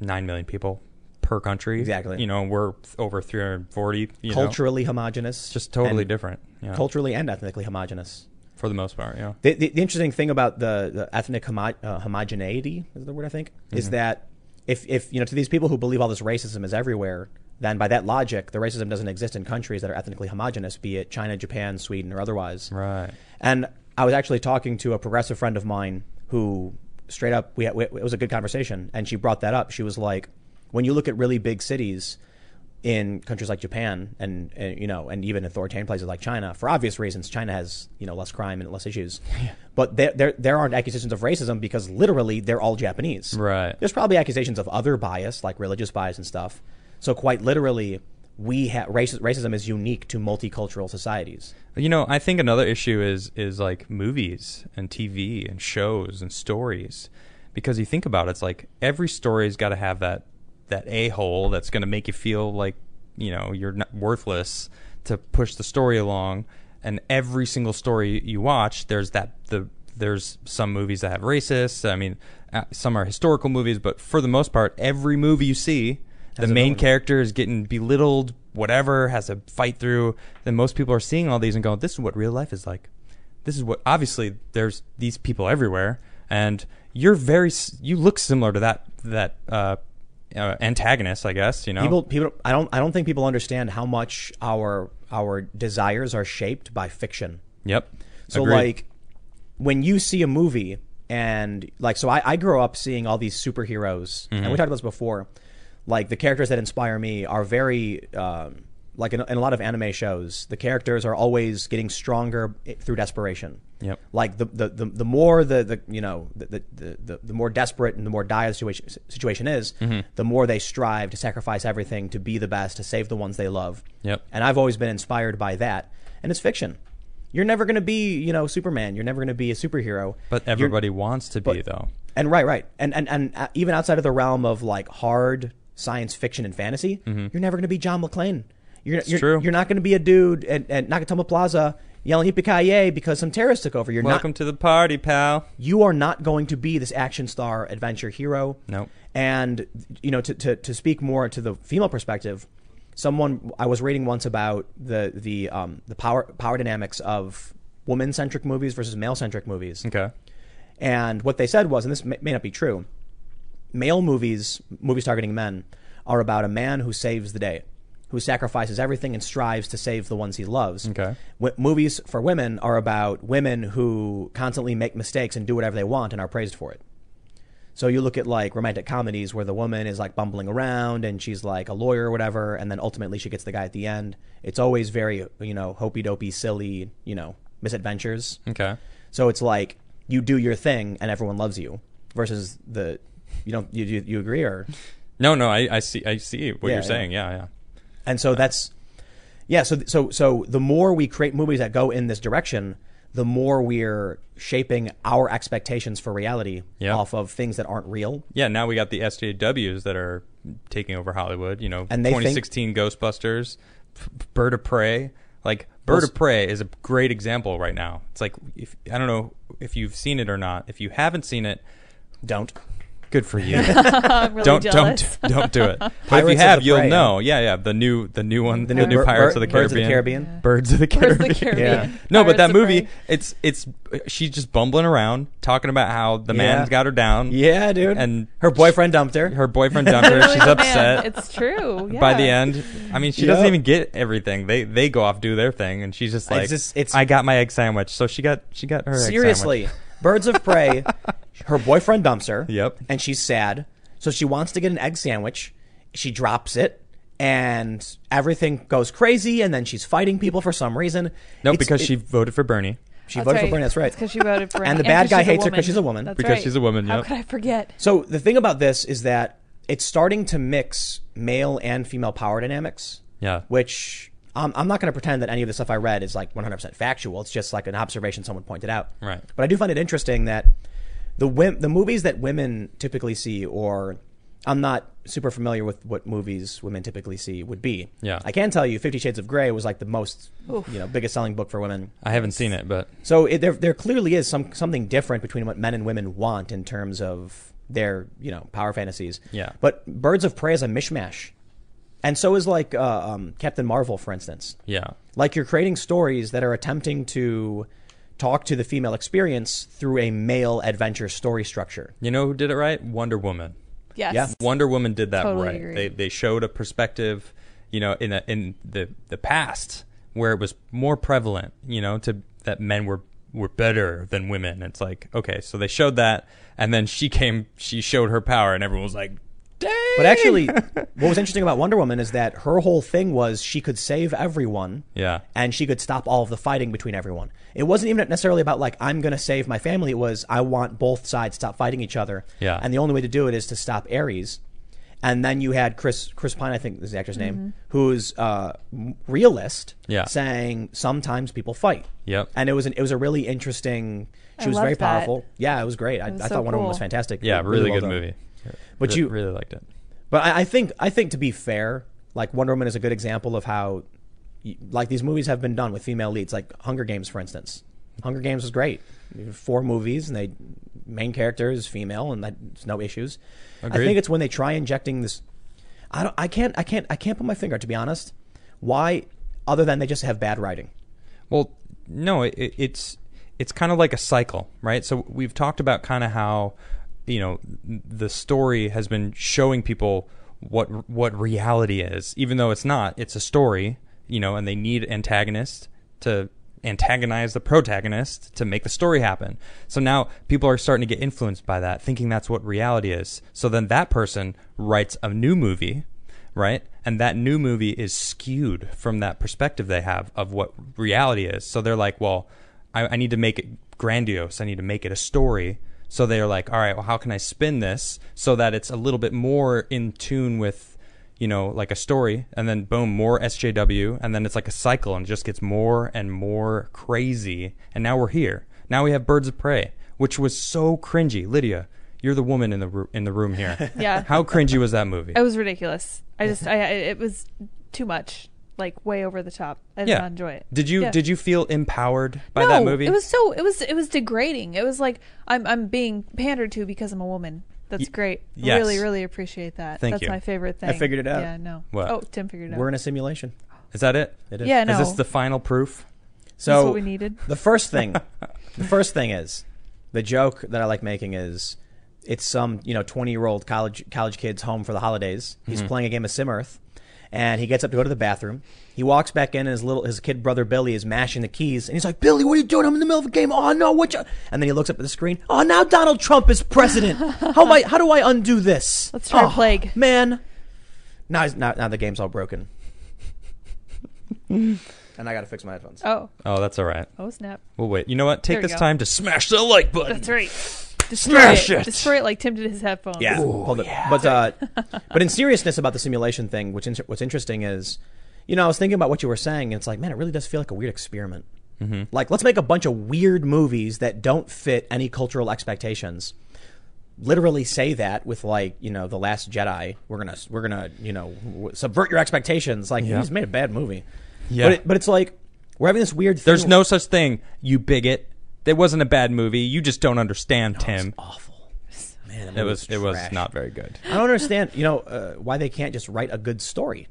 S2: nine million people per country
S1: Exactly.
S2: You know we're th- over three hundred forty.
S1: culturally homogeneous,
S2: just totally
S1: and
S2: different. Yeah,
S1: culturally and ethnically homogeneous.
S2: for the most part. Yeah,
S1: The, the, the interesting thing about the, the ethnic homo- uh, homogeneity is the word I think is that if if you know to these people who believe all this racism is everywhere, then by that logic, the racism doesn't exist in countries that are ethnically homogenous, be it China, Japan, Sweden, or otherwise.
S2: Right.
S1: And I was actually talking to a progressive friend of mine who straight up we, had, we it was a good conversation and she brought that up. She was like, when you look at really big cities in countries like Japan and, and you know and even authoritarian places like China for obvious reasons China has you know less crime and less issues but there, there there aren't accusations of racism because literally they're all Japanese
S2: Right.
S1: there's probably accusations of other bias like religious bias and stuff so quite literally we ha- raci- racism is unique to multicultural societies
S2: You know, I think another issue is is like movies and TV and shows and stories, because you think about it, it's like every story's got to have that that a hole that's going to make you feel like you know you're not worthless to push the story along, and every single story you watch, there's that the there's some movies that have racists. I mean, uh, some are historical movies, but for the most part, every movie you see, the
S1: Has a
S2: main
S1: villain.
S2: character character is getting belittled, whatever, has to fight through, then most people are seeing all these and going, this is what real life is like. This is what, obviously, there's these people everywhere, and you're very, s- you look similar to that, that, uh, uh, antagonist, I guess, you know?
S1: People, people, I don't, I don't think people understand how much our our desires are shaped by fiction.
S2: yep.
S1: So
S2: Agreed.
S1: like, when you see a movie and like, so I, I grew up seeing all these superheroes, and we talked about this before. Like the characters that inspire me are very, um, like in, in a lot of anime shows, the characters are always getting stronger i- through desperation.
S2: Yep.
S1: Like the the, the, the more the, the you know the, the- the, the, the more desperate and the more dire the situation situation is,
S2: Mm-hmm.
S1: the more they strive to sacrifice everything to be the best to save the ones they love.
S2: Yep.
S1: And I've always been inspired by that. And it's fiction. You're never going to be, you know, Superman. You're never going to be a superhero.
S2: but
S1: You're-
S2: everybody wants to be,
S1: but-
S2: though.
S1: and right, right. And and and uh, even outside of the realm of like hard science fiction and fantasy, you're never going to be John McClane. You're, you're,
S2: Mm-hmm. true.
S1: you're not going to be a dude at, at Nakatomi Plaza yelling "Yippee because some terrorists took over. You're
S2: Welcome
S1: not.
S2: to the party, pal.
S1: You are not going to be this action star adventure hero.
S2: Nope.
S1: And you know, to, to, to speak more to the female perspective, someone I was reading once about the the um, the power power dynamics of woman centric movies versus male centric movies.
S2: Okay.
S1: And what they said was, and this may, may not be true, male movies, movies targeting men, are about a man who saves the day, who sacrifices everything and strives to save the ones he loves.
S2: Okay.
S1: W- movies for women are about women who constantly make mistakes and do whatever they want and are praised for it. So you look at like romantic comedies where the woman is like bumbling around and she's like a lawyer or whatever, and then ultimately she gets the guy at the end. It's always very, you know, hopey dopey, silly, you know, misadventures.
S2: Okay.
S1: So it's like you do your thing and everyone loves you versus the you don't you you, you agree or
S2: No, no, I, I see, I see what
S1: Yeah,
S2: you're
S1: yeah.
S2: saying. Yeah, yeah.
S1: and so that's yeah so so so the more we create movies that go in this direction the more we're shaping our expectations for reality
S2: Yeah.
S1: off of things that aren't real
S2: Yeah, now we got the SJWs that are taking over Hollywood. You know,
S1: And they think-
S2: 2016 Ghostbusters, F- Bird of Prey. Like Bird
S1: Well,
S2: of Prey is a great example right now. It's like if I don't know if you've seen it or not. If you haven't seen it,
S1: don't
S2: good for you.
S3: I'm really
S2: don't
S3: jealous.
S2: don't don't do it. But if you
S1: Pirates of
S2: have,
S1: the
S2: you'll
S1: Prey,
S2: know. Yeah, yeah. The new the new one, the new,
S1: Bir-
S2: Pirates of the
S1: Bir-
S2: Caribbean.
S1: Birds of the Caribbean.
S2: Birds of the
S3: Where's
S2: Caribbean.
S3: the Caribbean?
S1: Yeah.
S2: No, but
S3: Pirates
S2: that
S3: of
S2: movie,
S3: Prey.
S2: it's it's she's just bumbling around talking about how the man's got her down.
S1: yeah dude
S2: And-
S1: her boyfriend dumped her,
S2: Her boyfriend dumped her.
S3: Really
S2: She's
S3: the man.
S2: upset.
S3: It's true.
S2: by the
S3: yeah.
S2: end. I mean, she
S1: Yep.
S2: doesn't even get everything. They they go off do their thing, and she's just
S1: It's
S2: like,
S1: just- it's-
S2: I got my egg sandwich. So she got she got her egg
S1: seriously
S2: sandwich.
S1: birds of prey her boyfriend dumps her
S2: Yep.
S1: and she's sad so she wants to get an egg sandwich she drops it and everything goes crazy and then she's fighting people for some reason
S2: No,
S1: It's-
S2: because
S1: it-
S2: she voted for Bernie.
S1: she voted for Bernie that's right
S3: Because she voted for
S1: And the
S3: Bernie.
S1: bad
S3: 'cause
S1: guy
S3: she's a
S1: hates her 'cause she's a woman.
S3: That's
S2: Because
S3: right.
S2: she's a woman,
S3: How
S2: yep.
S3: could I forget?
S1: so the thing about this is that it's starting to mix male and female power dynamics
S2: Yeah.
S1: which um, I'm not going to pretend that any of the stuff I read is like 100% factual. It's just like an observation someone pointed out.
S2: Right.
S1: But I do find it interesting that the wim- the movies that women typically see, or I'm not super familiar with what movies women typically see would be.
S2: Yeah.
S1: I can tell you, Fifty Shades of Grey was like the most, you know, biggest selling book for women.
S2: I haven't seen it, but
S1: So it, there, there clearly is some something different between what men and women want in terms of their, you know, power fantasies.
S2: Yeah.
S1: But Birds of Prey is a mishmash, and so is like uh, um, Captain Marvel, for instance.
S2: yeah,
S1: Like you're creating stories that are attempting to talk to the female experience through a male adventure story structure.
S2: you know who did it right? Wonder Woman.
S3: Yes.
S1: Yeah.
S2: Wonder Woman did that
S3: Totally
S2: right.
S3: agree.
S2: They they showed a perspective. you know, in a, in the the past where it was more prevalent, you know, to that men were were better than women. It's like okay, so they showed that, and then she came, she showed her power, and everyone was like, "Dang!"
S1: But actually, what was interesting about Wonder Woman is that her whole thing was she could save everyone.
S2: Yeah.
S1: And she could stop all of the fighting between everyone. It wasn't even necessarily about, like, I'm going to save my family. It was, I want both sides to stop fighting each other.
S2: Yeah.
S1: And the only way to do it is to stop Ares. And then you had Chris Chris Pine, I think is the actor's
S3: Mm-hmm.
S1: name, who's uh, m- realist,
S2: Yeah.
S1: saying sometimes people fight.
S2: Yep.
S1: And it was an, it was a really interesting. She
S3: I
S1: was
S3: loved
S1: very
S3: that.
S1: powerful. Yeah, it was great. I,
S3: was
S1: I
S3: so
S1: thought Wonder Woman was
S3: cool.
S1: fantastic.
S2: yeah, really,
S1: well
S2: good
S1: done.
S2: movie.
S1: But
S2: Re-
S1: you-
S2: really liked it.
S1: But I, I think I think to be fair, like Wonder Woman is a good example of how, y- like these movies have been done with female leads, like Hunger Games, for instance. Hunger Games was great, four movies, and they main character is female, and that's no issues. I
S2: Agreed.
S1: think it's when they try injecting this. I don't. I can't. I can't. I can't put my finger to be honest. Why, other than they just have bad writing?
S2: Well, no, it, it- it's it's kind of like a cycle, right? So we've talked about kind of how you know the story has been showing people what what reality is, even though it's not. It's a story, you know, and they need antagonists to antagonize the protagonist to make the story happen. So now people are starting to get influenced by that, thinking that's what reality is. So then that person writes a new movie right? And that new movie is skewed from that perspective they have of what reality is. So they're like, well, I, I need to make it grandiose. I need to make it a story. So they're like, all right, well, how can I spin this so that it's a little bit more in tune with, you know, like a story? And then boom, more SJW. And then it's like a cycle and it just gets more and more crazy. And now we're here. Now we have Birds of Prey, which was so cringy. Lydia, you're the woman in the roo- in the room here.
S3: Yeah.
S2: How cringy was that movie?
S3: It was ridiculous. I just, I, I- it was too much, like way over the top. I did
S2: yeah.
S3: not enjoy it.
S2: Did you
S3: Yeah.
S2: did you feel empowered by
S3: no,
S2: that movie?
S3: It was so, it was, it was degrading. It was like I'm, I'm being pandered to because I'm a woman. That's great.
S2: yes.
S3: Really, really appreciate that.
S2: Thank
S3: That's
S2: you.
S3: my favorite thing.
S1: figured it out.
S3: Yeah, no.
S2: What?
S3: Oh, Tim figured it out.
S1: We're in a simulation.
S2: Is that it?
S1: It is.
S3: Yeah, no.
S2: Is this the final proof?
S1: So
S3: That's what we needed.
S1: The first thing, the first thing is, the joke that I like making is, it's some you know twenty year old college college kid's home for the holidays. He's playing a game of Simurth, and he gets up to go to the bathroom. He walks back in, and his little his kid brother Billy is mashing the keys, and he's like, "Billy, what are you doing? I'm in the middle of a game. Oh no, what?" You? And then he looks up at the screen. Oh, now Donald Trump is president. How am I? How do I undo this?
S3: Let's try
S1: oh,
S3: Plague.
S1: man. Now, he's- now, now the game's all broken. and I got to fix my headphones.
S3: Oh,
S2: Oh, that's all right.
S3: oh snap!
S2: We'll wait. You know what? Take
S3: There we
S2: this
S3: go.
S2: time to smash the like button.
S3: That's right. Destroy
S2: Smash
S3: it.
S2: it.
S3: Destroy it like Tim did his headphones.
S1: Yeah, hold it. But uh, but in seriousness about the simulation thing, which in, what's interesting is, you know, I was thinking about what you were saying, and it's like, man, it really does feel like a weird experiment.
S2: Mm-hmm.
S1: Like, let's make a bunch of weird movies that don't fit any cultural expectations. Literally say that with like you know the Last Jedi. We're gonna we're gonna you know w- subvert your expectations. Like
S2: Yeah.
S1: you just made a bad movie.
S2: Yeah.
S1: But, it, but it's like we're having this weird. Thing
S2: There's no such thing, you bigot. That wasn't a bad movie. You just don't understand, Tim.
S1: awful. Man, that
S2: It
S1: movie
S2: was it was
S1: trash.
S2: not very good.
S1: I don't understand, you know, uh, why they can't just write a good story.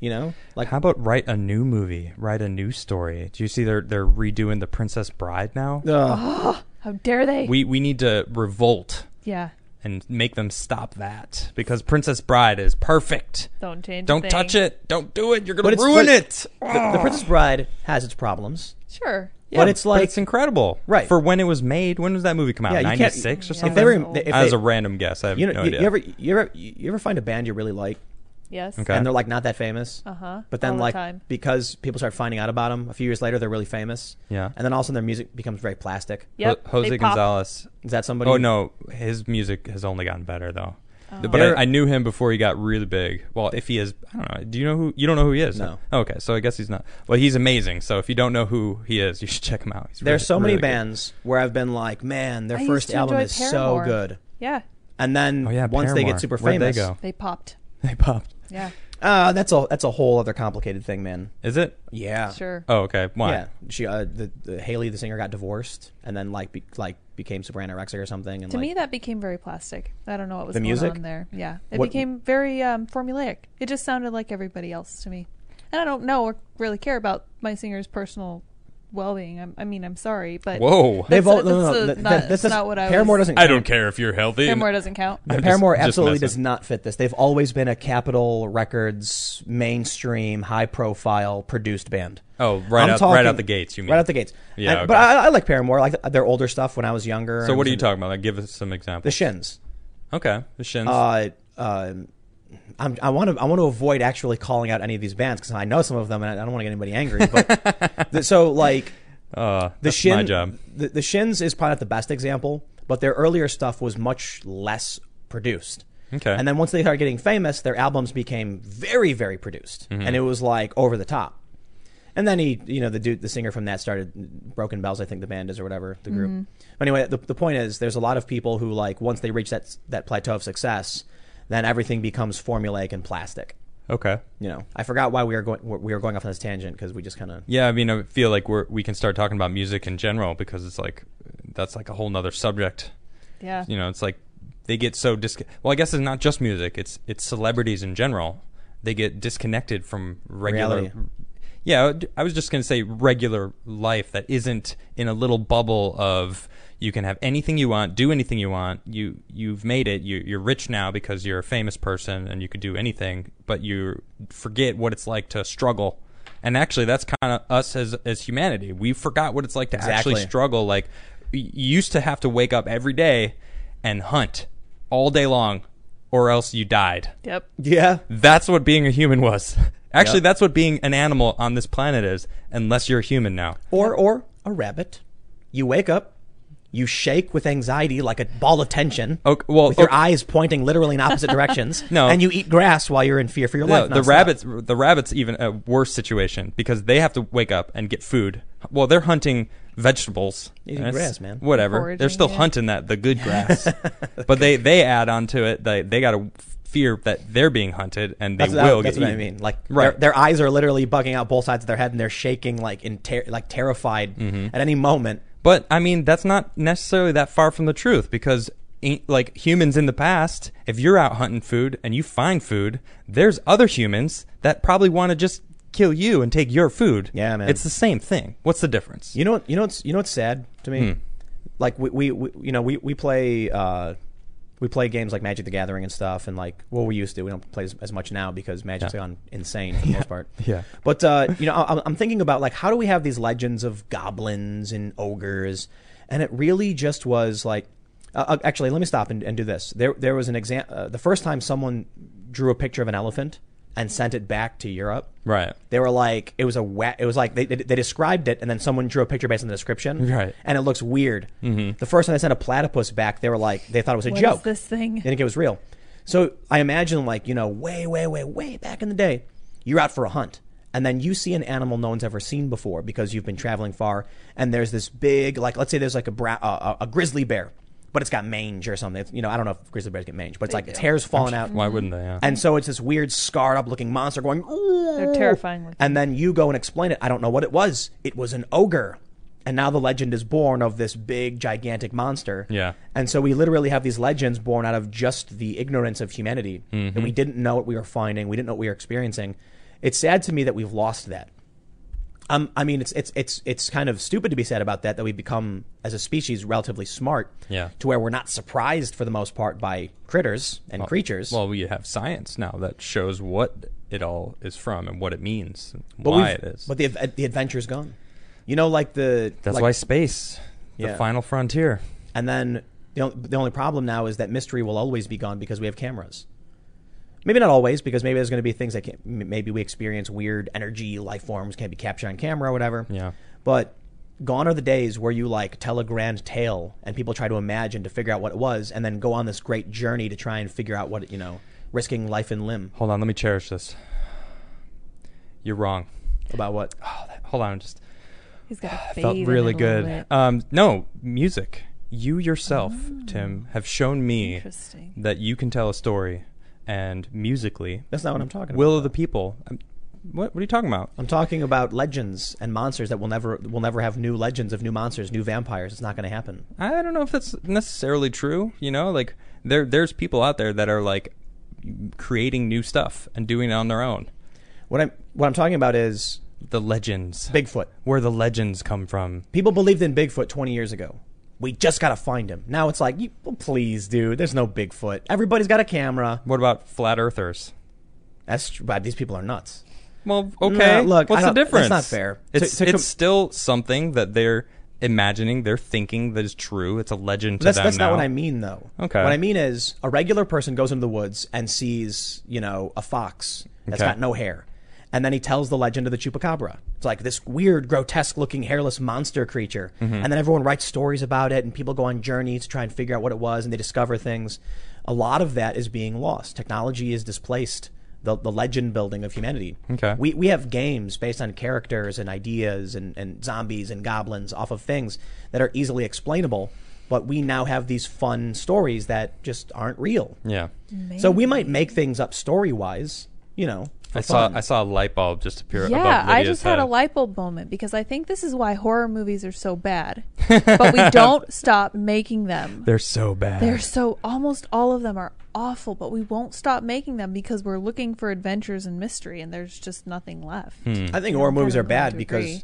S1: You know, like
S2: How about write a new movie? Write a new story. Do you see they're they're redoing the Princess Bride now?
S1: Ugh.
S3: How dare they?
S2: We we need to revolt
S3: yeah.
S2: and make them stop that because Princess Bride is perfect.
S3: Don't change. a
S2: Don't
S3: thing.
S2: touch it. Don't do it. You're gonna
S1: But it's-
S2: ruin
S1: but-
S2: it.
S3: Oh.
S1: the Princess Bride has its problems,
S3: Sure.
S1: but it's like
S2: it's incredible,
S1: Right.
S2: For when it was made, when does that movie come out?
S1: yeah, you
S2: Ninety
S1: can't.
S2: six or
S1: if
S2: something.
S1: They were,
S3: That
S1: if
S2: that was
S1: they-
S2: a random guess. I have
S1: you know,
S2: no
S1: you,
S2: idea.
S1: you ever you ever you ever find a band you really like,
S3: Yes.
S2: Okay.
S1: and they're like not that famous,
S3: Uh-huh.
S1: but then
S3: All the
S1: like
S3: time.
S1: because people start finding out about them a few years later, they're really famous,
S2: Yeah.
S1: and then all of a sudden their music becomes very plastic.
S3: Yep.
S2: Ho- Jose
S3: they pop.
S2: Gonzalez.
S1: Is that somebody?
S2: Oh no, his music has only gotten better though.
S3: Oh.
S2: But
S1: There-
S2: I, I knew him before he got really big. Well, if he is, I don't know. Do you know who? You don't know who he is? Oh,
S1: No.
S2: Okay, so I guess he's not. Well, he's amazing. So if you don't know who he is, you should check him out. He's
S1: There's
S2: really-
S1: so many
S2: really good.
S1: bands where I've been like, man, their
S3: I used
S1: first
S3: to
S1: album
S3: enjoy
S1: is so
S3: Paramore.
S1: good,
S3: Yeah.
S1: and then
S2: Oh yeah,
S1: once they
S2: Paramore.
S1: get super
S2: Where'd
S1: famous,
S2: they go?
S3: They popped.
S2: They popped.
S3: Yeah.
S1: Uh, that's a that's a whole other complicated thing, man.
S2: Is it?
S1: Yeah,
S3: Sure.
S2: Oh okay. Why?
S1: Yeah, she uh, the, the Haley the singer got divorced and then like be, like became super anorexic or something. And
S3: to
S1: like,
S3: me, that became very plastic. I don't know what was
S1: The
S3: going
S1: music?
S3: on there. Yeah. It
S1: What-
S3: became very um, formulaic. It just sounded like everybody else to me, and I don't know or really care about my singer's personal well-being. I'm, I mean, I'm sorry, but
S2: Whoa.
S1: They've all,
S3: That's-
S1: no, no, no.
S3: that's, uh,
S1: Th- th-
S3: not-
S1: this is
S3: not what I
S1: Paramore
S3: was-
S1: doesn't.
S2: I don't care if you're healthy.
S3: Paramore doesn't count.
S2: I'm just-
S1: Paramore
S2: just
S1: absolutely
S2: messing.
S1: does not fit this. They've always been a Capitol Records mainstream, high profile produced band.
S2: Oh, right out- right out the gates, you mean.
S1: Right out the gates.
S2: Yeah,
S1: And- But
S2: okay.
S1: I, I like Paramore. I like their older stuff when I was younger.
S2: So
S1: I
S2: what
S1: was
S2: are you
S1: into-
S2: talking about? Like, give us some
S1: The
S2: examples.
S1: Shins.
S2: okay, the Shins.
S1: Uh, um, I'm, I want to I want to avoid actually calling out any of these bands because I know some of them and I I don't want to get anybody angry. But th- so like
S2: uh,
S1: the
S2: that's
S1: Shin,
S2: my job.
S1: The, the Shins is probably not the best example, but their earlier stuff was much less produced.
S2: Okay.
S1: And then once they started getting famous, their albums became very, very produced,
S2: Mm-hmm.
S1: and it was like over the top. And then he, you know, the dude, the singer from that started Broken Bells, I think the band is or whatever the group. But anyway, the, the point is, there's a lot of people who like once they reach that that plateau of success, then everything becomes formulaic and plastic.
S2: Okay.
S1: You know, I forgot why we were going we were going off on this tangent because we just kind of
S2: Yeah, I mean, I feel like we're we can start talking about music in general because it's like that's like a whole nother subject.
S3: yeah.
S2: You know, it's like they get so dis. Well, I guess it's not just music; it's it's celebrities in general. They get disconnected from regular.
S1: Reality.
S2: Yeah, I would- I was just gonna say regular life that isn't in a little bubble of you can have anything you want, do anything you want. You you've made it. You you're rich now because you're a famous person and you could do anything, but you forget what it's like to struggle. And actually, that's kind of us as as humanity. We forgot what it's like to actually
S1: Exactly.
S2: struggle struggle. Like y- you used to have to wake up every day and hunt all day long, or else you died.
S3: Yep.
S1: yeah
S2: That's what being a human was. Actually,
S1: Yeah.
S2: that's what being an animal on this planet is, unless you're a human now.
S1: or or a rabbit. You wake up, you shake with anxiety like a ball of tension.
S2: Okay, well,
S1: with your
S2: okay.
S1: eyes pointing literally in opposite directions.
S2: Oh, No.
S1: and you eat grass while you're in fear for your
S2: No,
S1: life.
S2: the
S1: nonstop.
S2: rabbits, the rabbits, even a worse situation because they have to wake up and get food. Well, they're hunting vegetables,
S1: Eating
S2: That's-
S1: grass, man.
S2: Whatever, they're
S3: Foraging,
S2: still
S3: yeah.
S2: hunting that the good grass, but they they add on to it. They they got to fear that they're being hunted and they
S1: That's,
S2: will.
S1: what, that's
S2: get
S1: what I
S2: eaten.
S1: mean. Like
S2: Right.
S1: their, their eyes are literally bugging out both sides of their head, and they're shaking like in ter- like terrified
S2: Mm-hmm.
S1: at any moment.
S2: But I mean, that's not necessarily that far from the truth because, ain't- like humans in the past, if you're out hunting food and you find food, there's other humans that probably want to just kill you and take your food.
S1: Yeah, man.
S2: It's the same thing. What's the difference?
S1: You know, what- you know, what's you know, what's sad to
S2: Hmm.
S1: me. Like we, we, we, you know, we we play uh, we play games like Magic the Gathering and stuff, and like well, we used to. We don't play as, as much now because Magic's
S2: Yeah.
S1: gone insane for the most part.
S2: Yeah.
S1: But uh, you know, I, I'm thinking about like how do we have these legends of goblins and ogres, and it really just was like. Uh, uh, actually, let me stop and, and do this. There, there was an exam. Uh, the first time someone drew a picture of an elephant and sent it back to Europe,
S2: Right.
S1: they were like it was a wet it was like they, they, they described it and then someone drew a picture based on the description
S2: Right.
S1: and it looks weird mm-hmm. the first time they sent a platypus back they were like they thought it was a
S3: What is
S1: joke
S3: this thing?
S1: they didn't think it was real so i imagine like you know way way way way back in the day you're out for a hunt and then you see an animal no one's ever seen before because you've been traveling far and there's this big like let's say there's like a bra- uh, a grizzly bear but it's got mange or something It's- you know i don't know if grizzly bears get mange but it's like its hair's falling out
S2: Why wouldn't they? Yeah.
S1: and so it's this weird, scarred up looking monster going, ooh.
S3: They're terrifying looking.
S1: And then you go and explain it. I don't know what it was. It was an ogre. And now the legend is born of this big, gigantic monster.
S2: Yeah.
S1: And so we literally have these legends born out of just the ignorance of humanity.
S2: Mm-hmm.
S1: And we didn't know what we were finding, we didn't know what we were experiencing. It's sad to me that we've lost that. Um, I mean, it's it's it's it's kind of stupid to be sad about that. That we become as a species relatively smart,
S2: Yeah.
S1: to where we're not surprised for the most part by critters and creatures.
S2: well, we have science now that shows what it all is from and what it means, and
S1: but
S2: why it
S1: we've-
S2: is.
S1: But the ad- the adventure's gone. You know, like the
S2: that's
S1: like-
S2: why space,
S1: Yeah.
S2: the final frontier.
S1: And then the on- the only problem now is that mystery will always be gone because we have cameras. Maybe not always, because maybe there's going to be things that can, m- maybe we experience weird energy, life forms can't be captured on camera or whatever.
S2: Yeah.
S1: But gone are the days where you like tell a grand tale and people try to imagine to figure out what it was, and then go on this great journey to try and figure out what it, you know, risking life and limb
S2: Hold on, let me cherish this. You're wrong.
S1: about what.
S2: Oh, that, hold on, just.
S3: He's got a
S2: I Ah, felt
S3: fade in
S2: really
S3: it a little
S2: good.
S3: bit. Ah.
S2: Um, no, music. You yourself, Tim, have shown me
S3: Interesting.
S2: that you can tell a story, and musically,
S1: That's not what I'm talking about.
S2: will of the people. Um, what What are you talking about?
S1: I'm talking about legends and monsters that will never will never have new legends of new monsters, new vampires. It's not going to happen.
S2: I don't know if that's necessarily true. You know, like there there's people out there that are like creating new stuff and doing it on their own.
S1: What I'm what I'm talking about is
S2: the legends.
S1: Bigfoot.
S2: Where the legends come from.
S1: People believed in Bigfoot 20 years ago. We just got to find him. Now it's like, you, well, please, dude. There's no Bigfoot. Everybody's got a camera.
S2: What about flat earthers?
S1: That's tr- but these people are nuts.
S2: Well,
S1: No,
S2: okay.
S1: look,
S2: what's
S1: I don't-
S2: the
S1: that's
S2: difference?
S1: not fair.
S2: It's,
S1: To- to com-
S2: it's still something that they're imagining, they're thinking that is true. It's a legend to
S1: That's,
S2: them
S1: that's
S2: now.
S1: not what I mean, though.
S2: Okay.
S1: What I mean is a regular person goes into the woods and sees, you know, a fox that's
S2: Okay.
S1: got no hair. And then he tells the legend of the chupacabra. It's like this weird, grotesque looking, hairless monster creature.
S2: Mm-hmm.
S1: And then everyone writes stories about it, and people go on journeys to try and figure out what it was, and they discover things. A lot of that is being lost. Technology is displaced the, the legend building of humanity.
S2: Okay.
S1: We, we have games based on characters and ideas and, and zombies and goblins off of things that are easily explainable, but we now have these fun stories that just aren't real.
S2: Yeah.
S1: So we might make things up story wise, you know. for
S2: I saw
S1: fun.
S2: I saw a light bulb just appear
S3: Yeah,
S2: above
S3: I
S2: Lydia's
S3: just had a
S2: head.
S3: light bulb moment because I think this is why horror movies are so bad. but we don't stop making them.
S2: They're so bad.
S3: They're so almost all of them are awful, but we won't stop making them because we're looking for adventures and mystery and there's just nothing left.
S1: I think horror movies are
S3: I'm glad
S1: bad
S3: to
S1: because
S3: agree.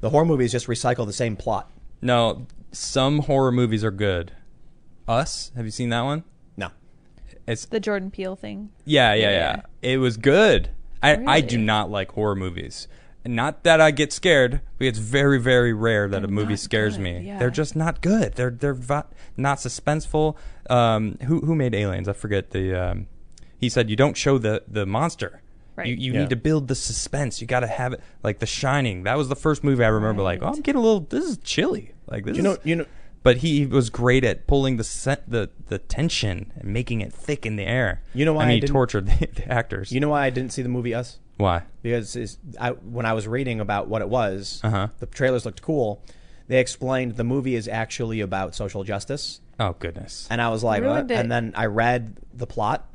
S1: the horror movies just recycle the same plot.
S2: no, some horror movies are good. Us? Have you seen that one?
S1: No.
S2: It's
S3: The Jordan Peele thing.
S2: Yeah, yeah, yeah.
S3: Yeah.
S2: It was good. I, I do
S3: Really?
S2: not like horror movies. Not that I get scared, but it's very, very rare that a movie
S3: not
S2: scares
S3: good,
S2: me.
S3: yeah.
S2: They're just not good. They're they're va- not suspenseful. Um, who who made Aliens? I forget the. Um, he said you don't show the the monster.
S3: Right.
S2: You you
S1: Yeah.
S2: need to build the suspense. You got to have it like The Shining. That was the first movie I remember. Like, oh, I'm getting a little. This is chilly. Like this.
S1: You know,
S2: is,
S1: you know,
S2: but he was great at pulling the sen- the the tension and making it thick in the air.
S1: You know why
S2: I
S1: I
S2: mean, he
S1: didn't-
S2: tortured the, the actors.
S1: you know why I didn't see the movie Us?
S2: why?
S1: because it's, I, when I was reading about what it was,
S2: Uh-huh.
S1: the trailers looked cool. They explained the movie is actually about social justice,
S2: Oh goodness.
S1: and I was like, what?
S3: Ruined it.
S1: and then I read the plot.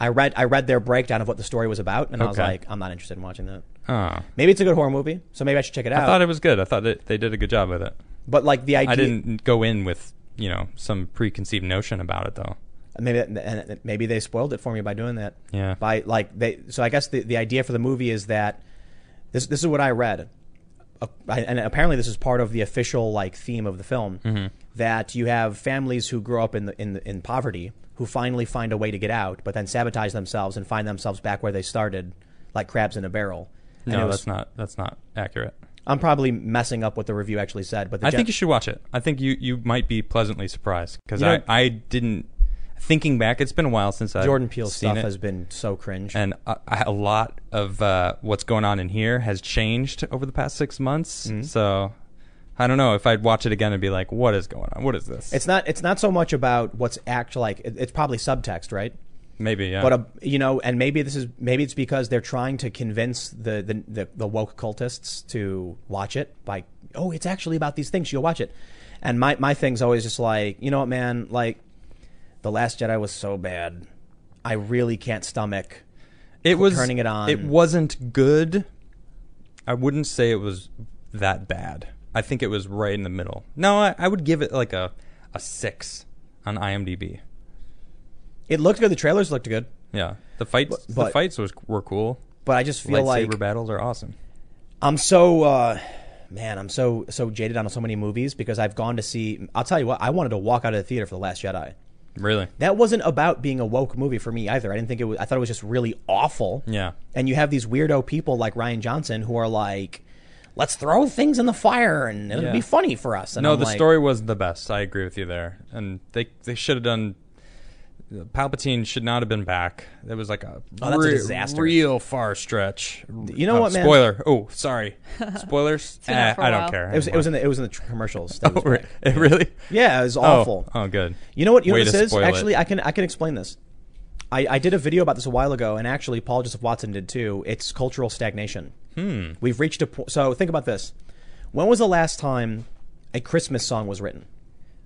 S1: I read I read their breakdown of what the story was about, and I was
S2: Okay.
S1: like, I'm not interested in watching that.
S2: Oh.
S1: Maybe it's a good horror movie, so maybe I should check it out.
S2: I thought it was good. I thought that they did a good job with it.
S1: but like the idea,
S2: I didn't go in with you know some preconceived notion about it though.
S1: maybe and- and maybe they spoiled it for me by doing that.
S2: Yeah.
S1: By like they, so I guess the, the idea for the movie is that this this is what I read, uh, I- and apparently this is part of the official like theme of the film
S2: Mm-hmm.
S1: that you have families who grow up in the, in the, in poverty who finally find a way to get out, but then sabotage themselves and find themselves back where they started, like crabs in a barrel. And
S2: No,
S1: it was-
S2: that's not that's not accurate.
S1: I'm probably messing up what the review actually said, but the
S2: I
S1: gen-
S2: think you should watch it. I think you you might be pleasantly surprised because
S1: You know-
S2: I I didn't. Thinking back, it's been a while since I
S1: Jordan Peele
S2: seen
S1: stuff
S2: it.
S1: has been so cringe.
S2: and a, a lot of uh, what's going on in here has changed over the past six months.
S1: Mm-hmm.
S2: So I don't know if I'd watch it again and be like, "What is going on? What is this?"
S1: it's not it's not so much about what's act like it- it's probably subtext, right?
S2: maybe, yeah.
S1: But a, you know, and maybe this is maybe it's because they're trying to convince the the, the the woke cultists to watch it by oh, it's actually about these things. You'll watch it. And my my thing's always just like you know what, man, like the Last Jedi was so bad, I really can't stomach.
S2: it was
S1: turning it on.
S2: It wasn't good. I wouldn't say it was that bad. I think it was right in the middle. No, I, I would give it like a a six on IMDb.
S1: It looked good. The trailers looked good,
S2: Yeah, the fights the
S1: but-
S2: fights was were cool.
S1: but I just feel
S2: Lightsaber
S1: like
S2: battles are awesome.
S1: I'm so uh, man, I'm so so jaded on so many movies because I've gone to see. I'll tell you what, I wanted to walk out of the theater for the Last Jedi.
S2: Really?
S1: That wasn't about being a woke movie for me either. I didn't think it was. I thought it was just really awful.
S2: Yeah.
S1: And you have these weirdo people like Ryan Johnson who are like, "Let's throw things in the fire and it'll
S2: Yeah.
S1: be funny for us." And
S2: No,
S1: I'm
S2: the
S1: like,
S2: story wasn't the best. I agree with you there. And they they should have done. Palpatine should not have been back. That was like a,
S1: Oh, that's a disaster.
S2: real far stretch.
S1: You know what, man?
S2: Spoiler. Oh, sorry. Spoilers.
S3: been out
S2: Eh,
S3: for a
S2: I don't
S3: while.
S2: care.
S1: It was, it was in the it was in the tr- commercials. That
S2: Oh,
S1: was
S2: re-
S1: bad.
S2: eh, really?
S1: Yeah, it was awful.
S2: Oh, oh, good.
S1: You know what? You know
S2: Way
S1: what this
S2: to
S1: is
S2: spoil it.
S1: actually. I can I can explain this. I, I did a video about this a while ago, and actually Paul Joseph Watson did too. It's cultural stagnation. Hmm. We've reached a point. So think about this. When was the last time a Christmas song was written?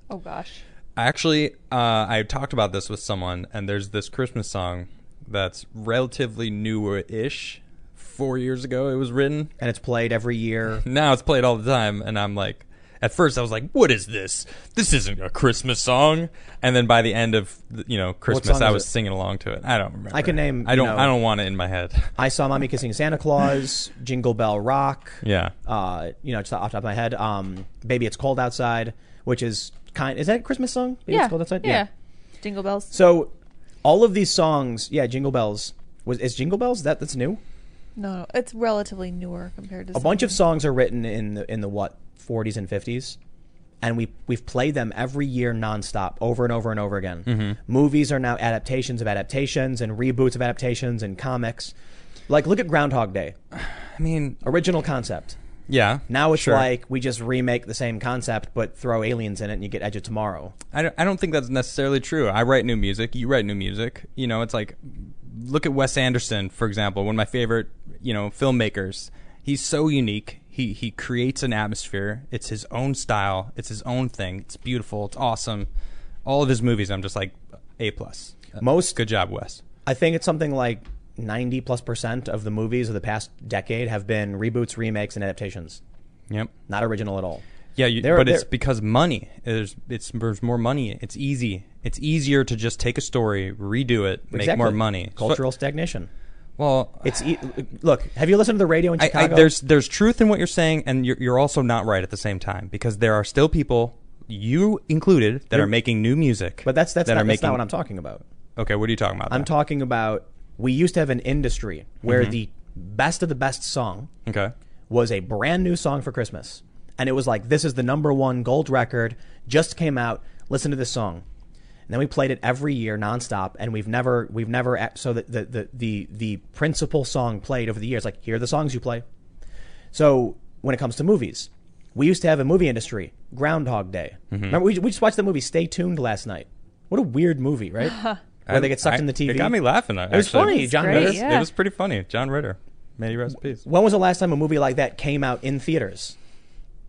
S3: Oh gosh.
S2: Actually, uh, I talked about this with someone, and there's this Christmas song that's relatively newer-ish. Four years ago, it was written.
S1: And it's played every year.
S2: Now it's played all the time, and I'm like, At first, I was like, "What is this? This isn't a Christmas song." And then by the end of you know Christmas,
S1: song
S2: I
S1: is
S2: was
S1: it?
S2: singing along to it. I don't remember.
S1: I can name,
S2: I
S1: you
S2: don't.
S1: know-
S2: I don't want it in my head.
S1: I saw Mommy Kissing Santa Claus, Jingle Bell Rock.
S2: yeah.
S1: Uh, you know, just off the top of my head, um, Baby It's Cold Outside, which is kind. Is that a Christmas song? Baby
S3: yeah.
S1: It's Cold Outside.
S3: yeah. Jingle bells.
S1: So, all of these songs, yeah, Jingle Bells was is Jingle Bells that that's new.
S3: No, no, it's relatively newer compared to
S1: A bunch of songs are written in the in the what 40s and 50s, and we we've played them every year nonstop, over and over and over again.
S2: Mm-hmm.
S1: Movies are now adaptations of adaptations and reboots of adaptations and comics. Like, look at Groundhog Day,
S2: I mean,
S1: original concept.
S2: yeah.
S1: Now it's
S2: sure.
S1: like we just remake the same concept, but throw aliens in it, and you get Edge of Tomorrow.
S2: I don't, I don't think that's necessarily true. I write new music. You write new music. You know, it's like, look at Wes Anderson, for example, one of my favorite, you know, filmmakers. He's so unique. He, he creates an atmosphere. It's his own style. It's his own thing. It's beautiful. It's awesome. All of his movies, I'm just like, A plus.
S1: Most-
S2: good job, Wes.
S1: I think it's something like 90 plus percent of the movies of the past decade have been reboots, remakes, and adaptations.
S2: Yep.
S1: Not original at all.
S2: Yeah, you,
S1: There-
S2: but it's
S1: there-
S2: because money. There's it's there's more money. It's easy. It's easier to just take a story, redo it, make more
S1: Exactly.
S2: money. So-
S1: Cultural stagnation.
S2: well,
S1: It's e- look. Have you listened to the radio in
S2: I, I,
S1: Chicago?
S2: there's there's truth in what you're saying, and you're, you're also not right at the same time because there are still people, you included, that
S1: You're-
S2: are making new music.
S1: but that's that's,
S2: that
S1: not,
S2: are
S1: that's
S2: making-
S1: not what I'm talking about.
S2: Okay, what are you talking about?
S1: I'm
S2: then?
S1: talking about we used to have an industry where
S2: Mm-hmm.
S1: the best of the best song
S2: Okay.
S1: was a brand new song for Christmas. And it was like, this is the number one gold record, just came out, listen to this song. And then we played it every year nonstop, and we've never, we've never, ac- so the, the, the, the, the principal song played over the years, like, here are the songs you play. So when it comes to movies, we used to have a movie industry, Groundhog Day.
S2: Mm-hmm.
S1: Remember, we, we just watched the movie Stay Tuned last night. What a weird movie, right? Where they get sucked
S2: I-
S1: in the TV.
S2: It got me laughing. It
S1: was funny, John
S3: Great,
S1: Ritter.
S3: yeah.
S2: It was pretty funny. John Ritter. May he rest in peace.
S1: When was the last time a movie like that came out in theaters?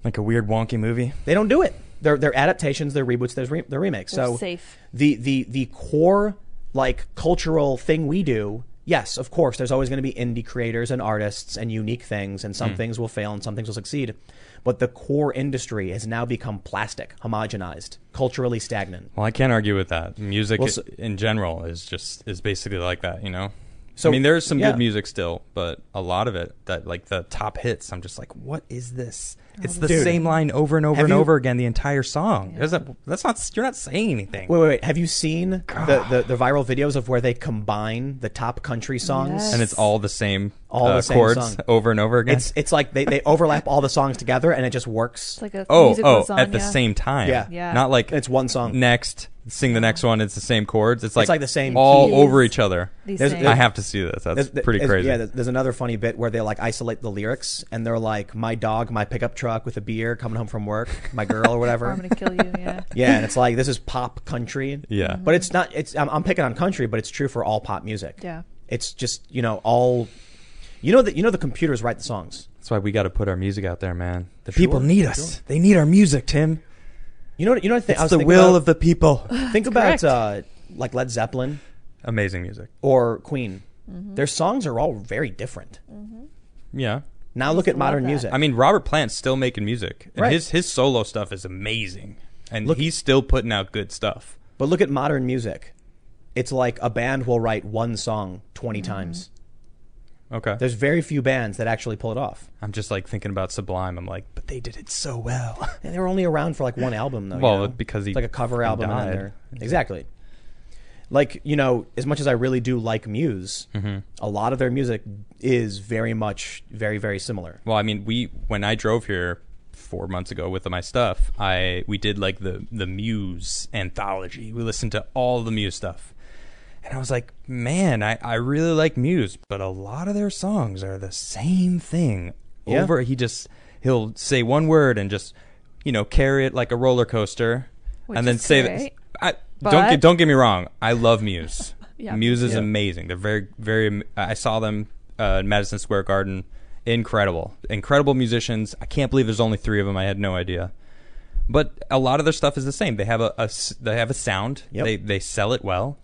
S2: Like a weird wonky movie.
S1: They don't do it. They're they're adaptations, they're reboots, they're, re- they're remakes.
S3: They're
S1: so
S3: safe.
S1: The the the core like cultural thing we do. Yes, of course. There's always going to be indie creators and artists and unique things, and
S2: Hmm.
S1: some things will fail and some things will succeed. But the core industry has now become plastic, homogenized, culturally stagnant.
S2: Well, I can't argue with that. Music
S1: so-
S2: in general is just is basically like that, you know.
S1: So-
S2: I mean, there's some
S1: yeah.
S2: good music still, but a lot of it that like the top hits, I'm just like, what is this? It's
S3: Oh,
S2: the
S1: Dude.
S2: same line over and over
S1: Have
S2: and
S1: you-
S2: over again the entire song. Doesn't that's not you're not saying anything.
S1: Wait, wait, wait. Have you seen the, the, the viral videos of where they combine the top country songs?
S3: Yes.
S2: and it's all the same
S1: All
S2: uh,
S1: the same
S2: chords
S1: song.
S2: over and over again.
S1: It's it's like they, they overlap all the songs together and it just works.
S3: It's like a
S2: oh
S3: music
S2: oh
S3: lasagna.
S2: at the same time.
S1: Yeah.
S3: Yeah.
S2: Not like
S1: It's one song.
S2: next sing the next one. It's the same chwords. It's like,
S1: like the same
S2: all
S3: keys.
S2: over each other.
S3: These
S1: There's-
S3: things.
S2: I have to see this. That's
S1: There's-
S2: pretty
S1: there's-
S2: crazy.
S1: Yeah, there's- there's another funny bit where they like isolate the lyrics and they're like, "My dog, my pickup truck with a beer, coming home from work, my girl or
S3: Or Oh, I'm
S1: whatever."
S3: gonna kill you. Yeah.
S1: yeah, and it's like this is pop country.
S2: Yeah.
S3: Mm-hmm.
S1: but it's not. It's I'm, I'm picking on country, but it's true for all pop music.
S3: Yeah.
S1: it's just you know all, you know that you know the computers write the songs.
S2: That's why we got to put our music out there, man. The
S1: Sure,
S2: people need us. They need our music, Tim.
S1: You know what- you know what I think.
S2: It's
S1: I was
S2: the
S1: thinking
S2: will
S1: about,
S2: of the people.
S1: think about
S3: correct.
S1: uh, like Led Zeppelin
S2: Amazing music.
S1: or Queen.
S3: Mm-hmm.
S1: Their songs are all very different.
S2: Yeah.
S1: Now look at modern
S3: that.
S1: music.
S2: I mean, Robert Plant's still making music, and
S1: Right.
S2: his his solo stuff is amazing, and he's still putting out good stuff.
S1: But look at modern music. It's like a band will write one song 20
S2: Mm-hmm.
S1: times.
S2: Okay.
S1: There's very few bands that actually pull it off.
S2: I'm just like thinking about Sublime. I'm like, but they did it so well.
S1: And they were only around for like one album, though. you
S2: Well,
S1: know?
S2: because he
S1: It's like a cover
S2: he
S1: album. And then
S2: died.
S1: they're- exactly. Like, you know, as much as I really do like Muse,
S2: Mm-hmm.
S1: a lot of their music is very much, very, very similar.
S2: Well, I mean, we when I drove here four months ago with my stuff, I we did like the the Muse anthology. We listened to all the Muse stuff, and I was like, man, I I really like Muse, but a lot of their songs are the same thing.
S1: Yeah.
S2: Over he just he'll say one word and just you know carry it like a roller coaster,
S3: Which
S2: and then
S3: is
S2: say
S3: great,
S2: that. I,
S3: but-
S2: don't get don't get me wrong. I love Muse.
S3: Yeah.
S2: Muse is
S1: Yeah.
S2: amazing. They're very, very. I saw them uh, in Madison Square Garden. Incredible, incredible musicians. I can't believe there's only three of them. I had no idea. But a lot of their stuff is the same. They have a, a s- they have a sound.
S1: Yep.
S2: They they sell it well.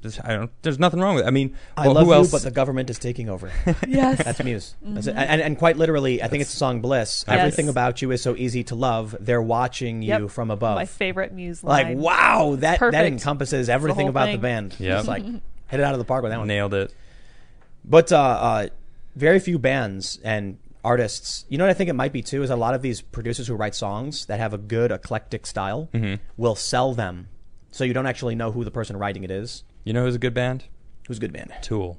S2: There's, I don't. There's nothing wrong with. It. I mean,
S1: I
S2: well,
S1: love
S2: who
S1: you,
S2: else?
S1: but the government is taking over.
S3: yes.
S1: That's Muse. That's it.
S3: Mm-hmm.
S1: And, and quite literally, I think it's the song Bliss.
S3: Yes.
S1: Everything about you is so easy to love. They're watching you
S3: Yep.
S1: from above.
S3: My favorite Muse
S1: like,
S3: line.
S1: wow, that, that
S3: Perfect.
S1: encompasses everything
S3: whole
S1: about the
S3: thing.
S1: band.
S2: Yep.
S1: It's like, hit it out of the park with that one.
S2: nailed it.
S1: But uh, uh, very few bands and artists. You know what I think it might be too is a lot of these producers who write songs that have a good eclectic style
S2: Mm-hmm.
S1: will sell them, so you don't actually know who the person writing it is.
S2: You know who's a good band?
S1: Who's a good band?
S2: Tool.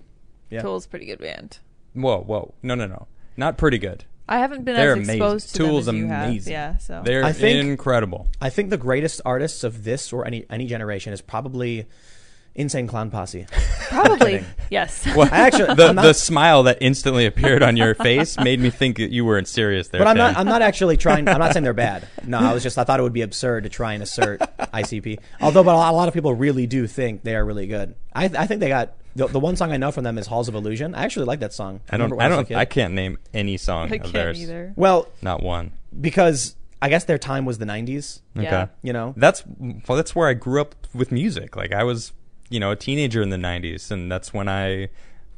S1: Yeah.
S3: Tool's pretty good band.
S2: Whoa, whoa. No, no, no. Not pretty good.
S3: I haven't been
S2: They're
S3: as
S2: amazing.
S3: exposed to
S2: Tool's
S3: them as you
S2: amazing.
S3: have. Yeah, so
S2: They're
S1: I think-
S2: incredible.
S1: I think the greatest artists of this or any any generation is probably Insane Clown Posse.
S3: probably yes.
S1: I actually,
S2: The
S1: I'm not-
S2: the smile that instantly appeared on your face made me think that you weren't serious there.
S1: but I'm not.
S2: Tim.
S1: I'm not actually trying. I'm not saying they're bad. No, I was just. I thought it would be absurd to try and assert ICP. Although, but a lot of people really do think they are really good. I, I think they got the, the one song I know from them is Halls of Illusion. I actually like that song.
S2: I don't.
S1: remember
S2: I
S1: when was
S2: don't.
S1: a
S2: I
S1: kid.
S2: can't name any song
S3: I
S2: of
S3: can't
S2: theirs.
S3: either.
S1: Well,
S2: Not one.
S1: because I guess their time was the '90s.
S3: Yeah.
S2: Okay.
S1: You know,
S2: That's well, that's where I grew up with music. Like I was, you know, a teenager in the '90s, and that's when I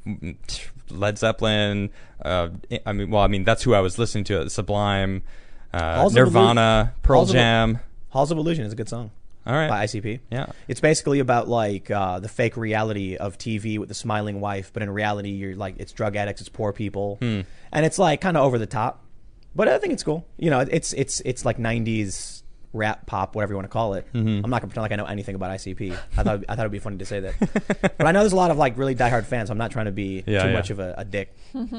S2: mm, t- Led Zeppelin. Uh, I mean, well, I mean, that's who I was listening to. Sublime, uh,
S1: Halls of Illu-
S2: Nirvana, Pearl
S1: Halls of Illu-
S2: Jam.
S1: Halls of Illusion is a good song
S2: All right.
S1: by ICP.
S2: Yeah.
S1: It's basically about like uh, the fake reality of TV with the smiling wife, but in reality, you're like it's drug addicts, it's poor people,
S2: Hmm.
S1: and it's like kind of over the top. But I think it's cool. You know, it's it's it's like '90s rap, pop, whatever you want to call it.
S2: Mm-hmm.
S1: I'm not gonna pretend like I know anything about ICP. I thought I thought it'd be funny to say that, but I know there's a lot of like really diehard fans. I'm not trying to be
S2: Yeah,
S1: too
S2: yeah.
S1: much of a, a dick. you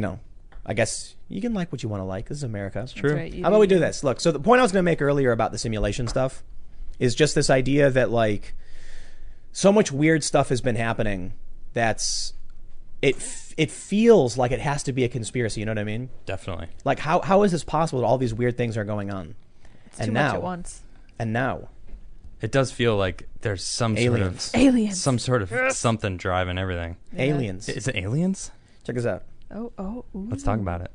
S1: know, I guess you can like what you want to like. This is America. It's
S2: true.
S3: That's right, you
S1: how about we do
S3: you.
S1: this? Look, so the point I was going to make earlier about the simulation stuff is just this idea that like so much weird stuff has been happening that's it f- it feels like it has to be a conspiracy, you know what I mean?
S2: Definitely.
S1: Like how how is this possible that all these weird things are going on?
S3: It's
S1: and
S3: too
S1: now
S3: much at once.
S1: and now
S2: It does feel like there's some
S1: aliens.
S2: sort of
S3: Aliens.
S2: some sort of something driving everything.
S3: Yeah.
S1: aliens.
S2: Is it aliens?
S1: Check this out.
S3: Oh, oh. Ooh.
S2: Let's talk about it.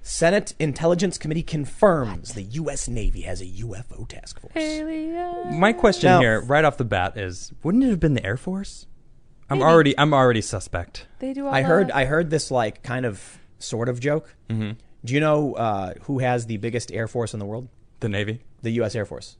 S1: Senate Intelligence Committee confirms the US Navy has a UFO task force.
S3: Alien.
S2: My question
S1: Now-
S2: here, right off the bat, is: Wouldn't it have been the Air Force? I'm already. I'm already suspect.
S3: They do. All
S1: I heard
S3: that.
S1: I heard this like kind of sort of joke. Mm-hmm. Do you know uh, who has the biggest air force in the world?
S2: The Navy.
S1: The U.S. Air Force,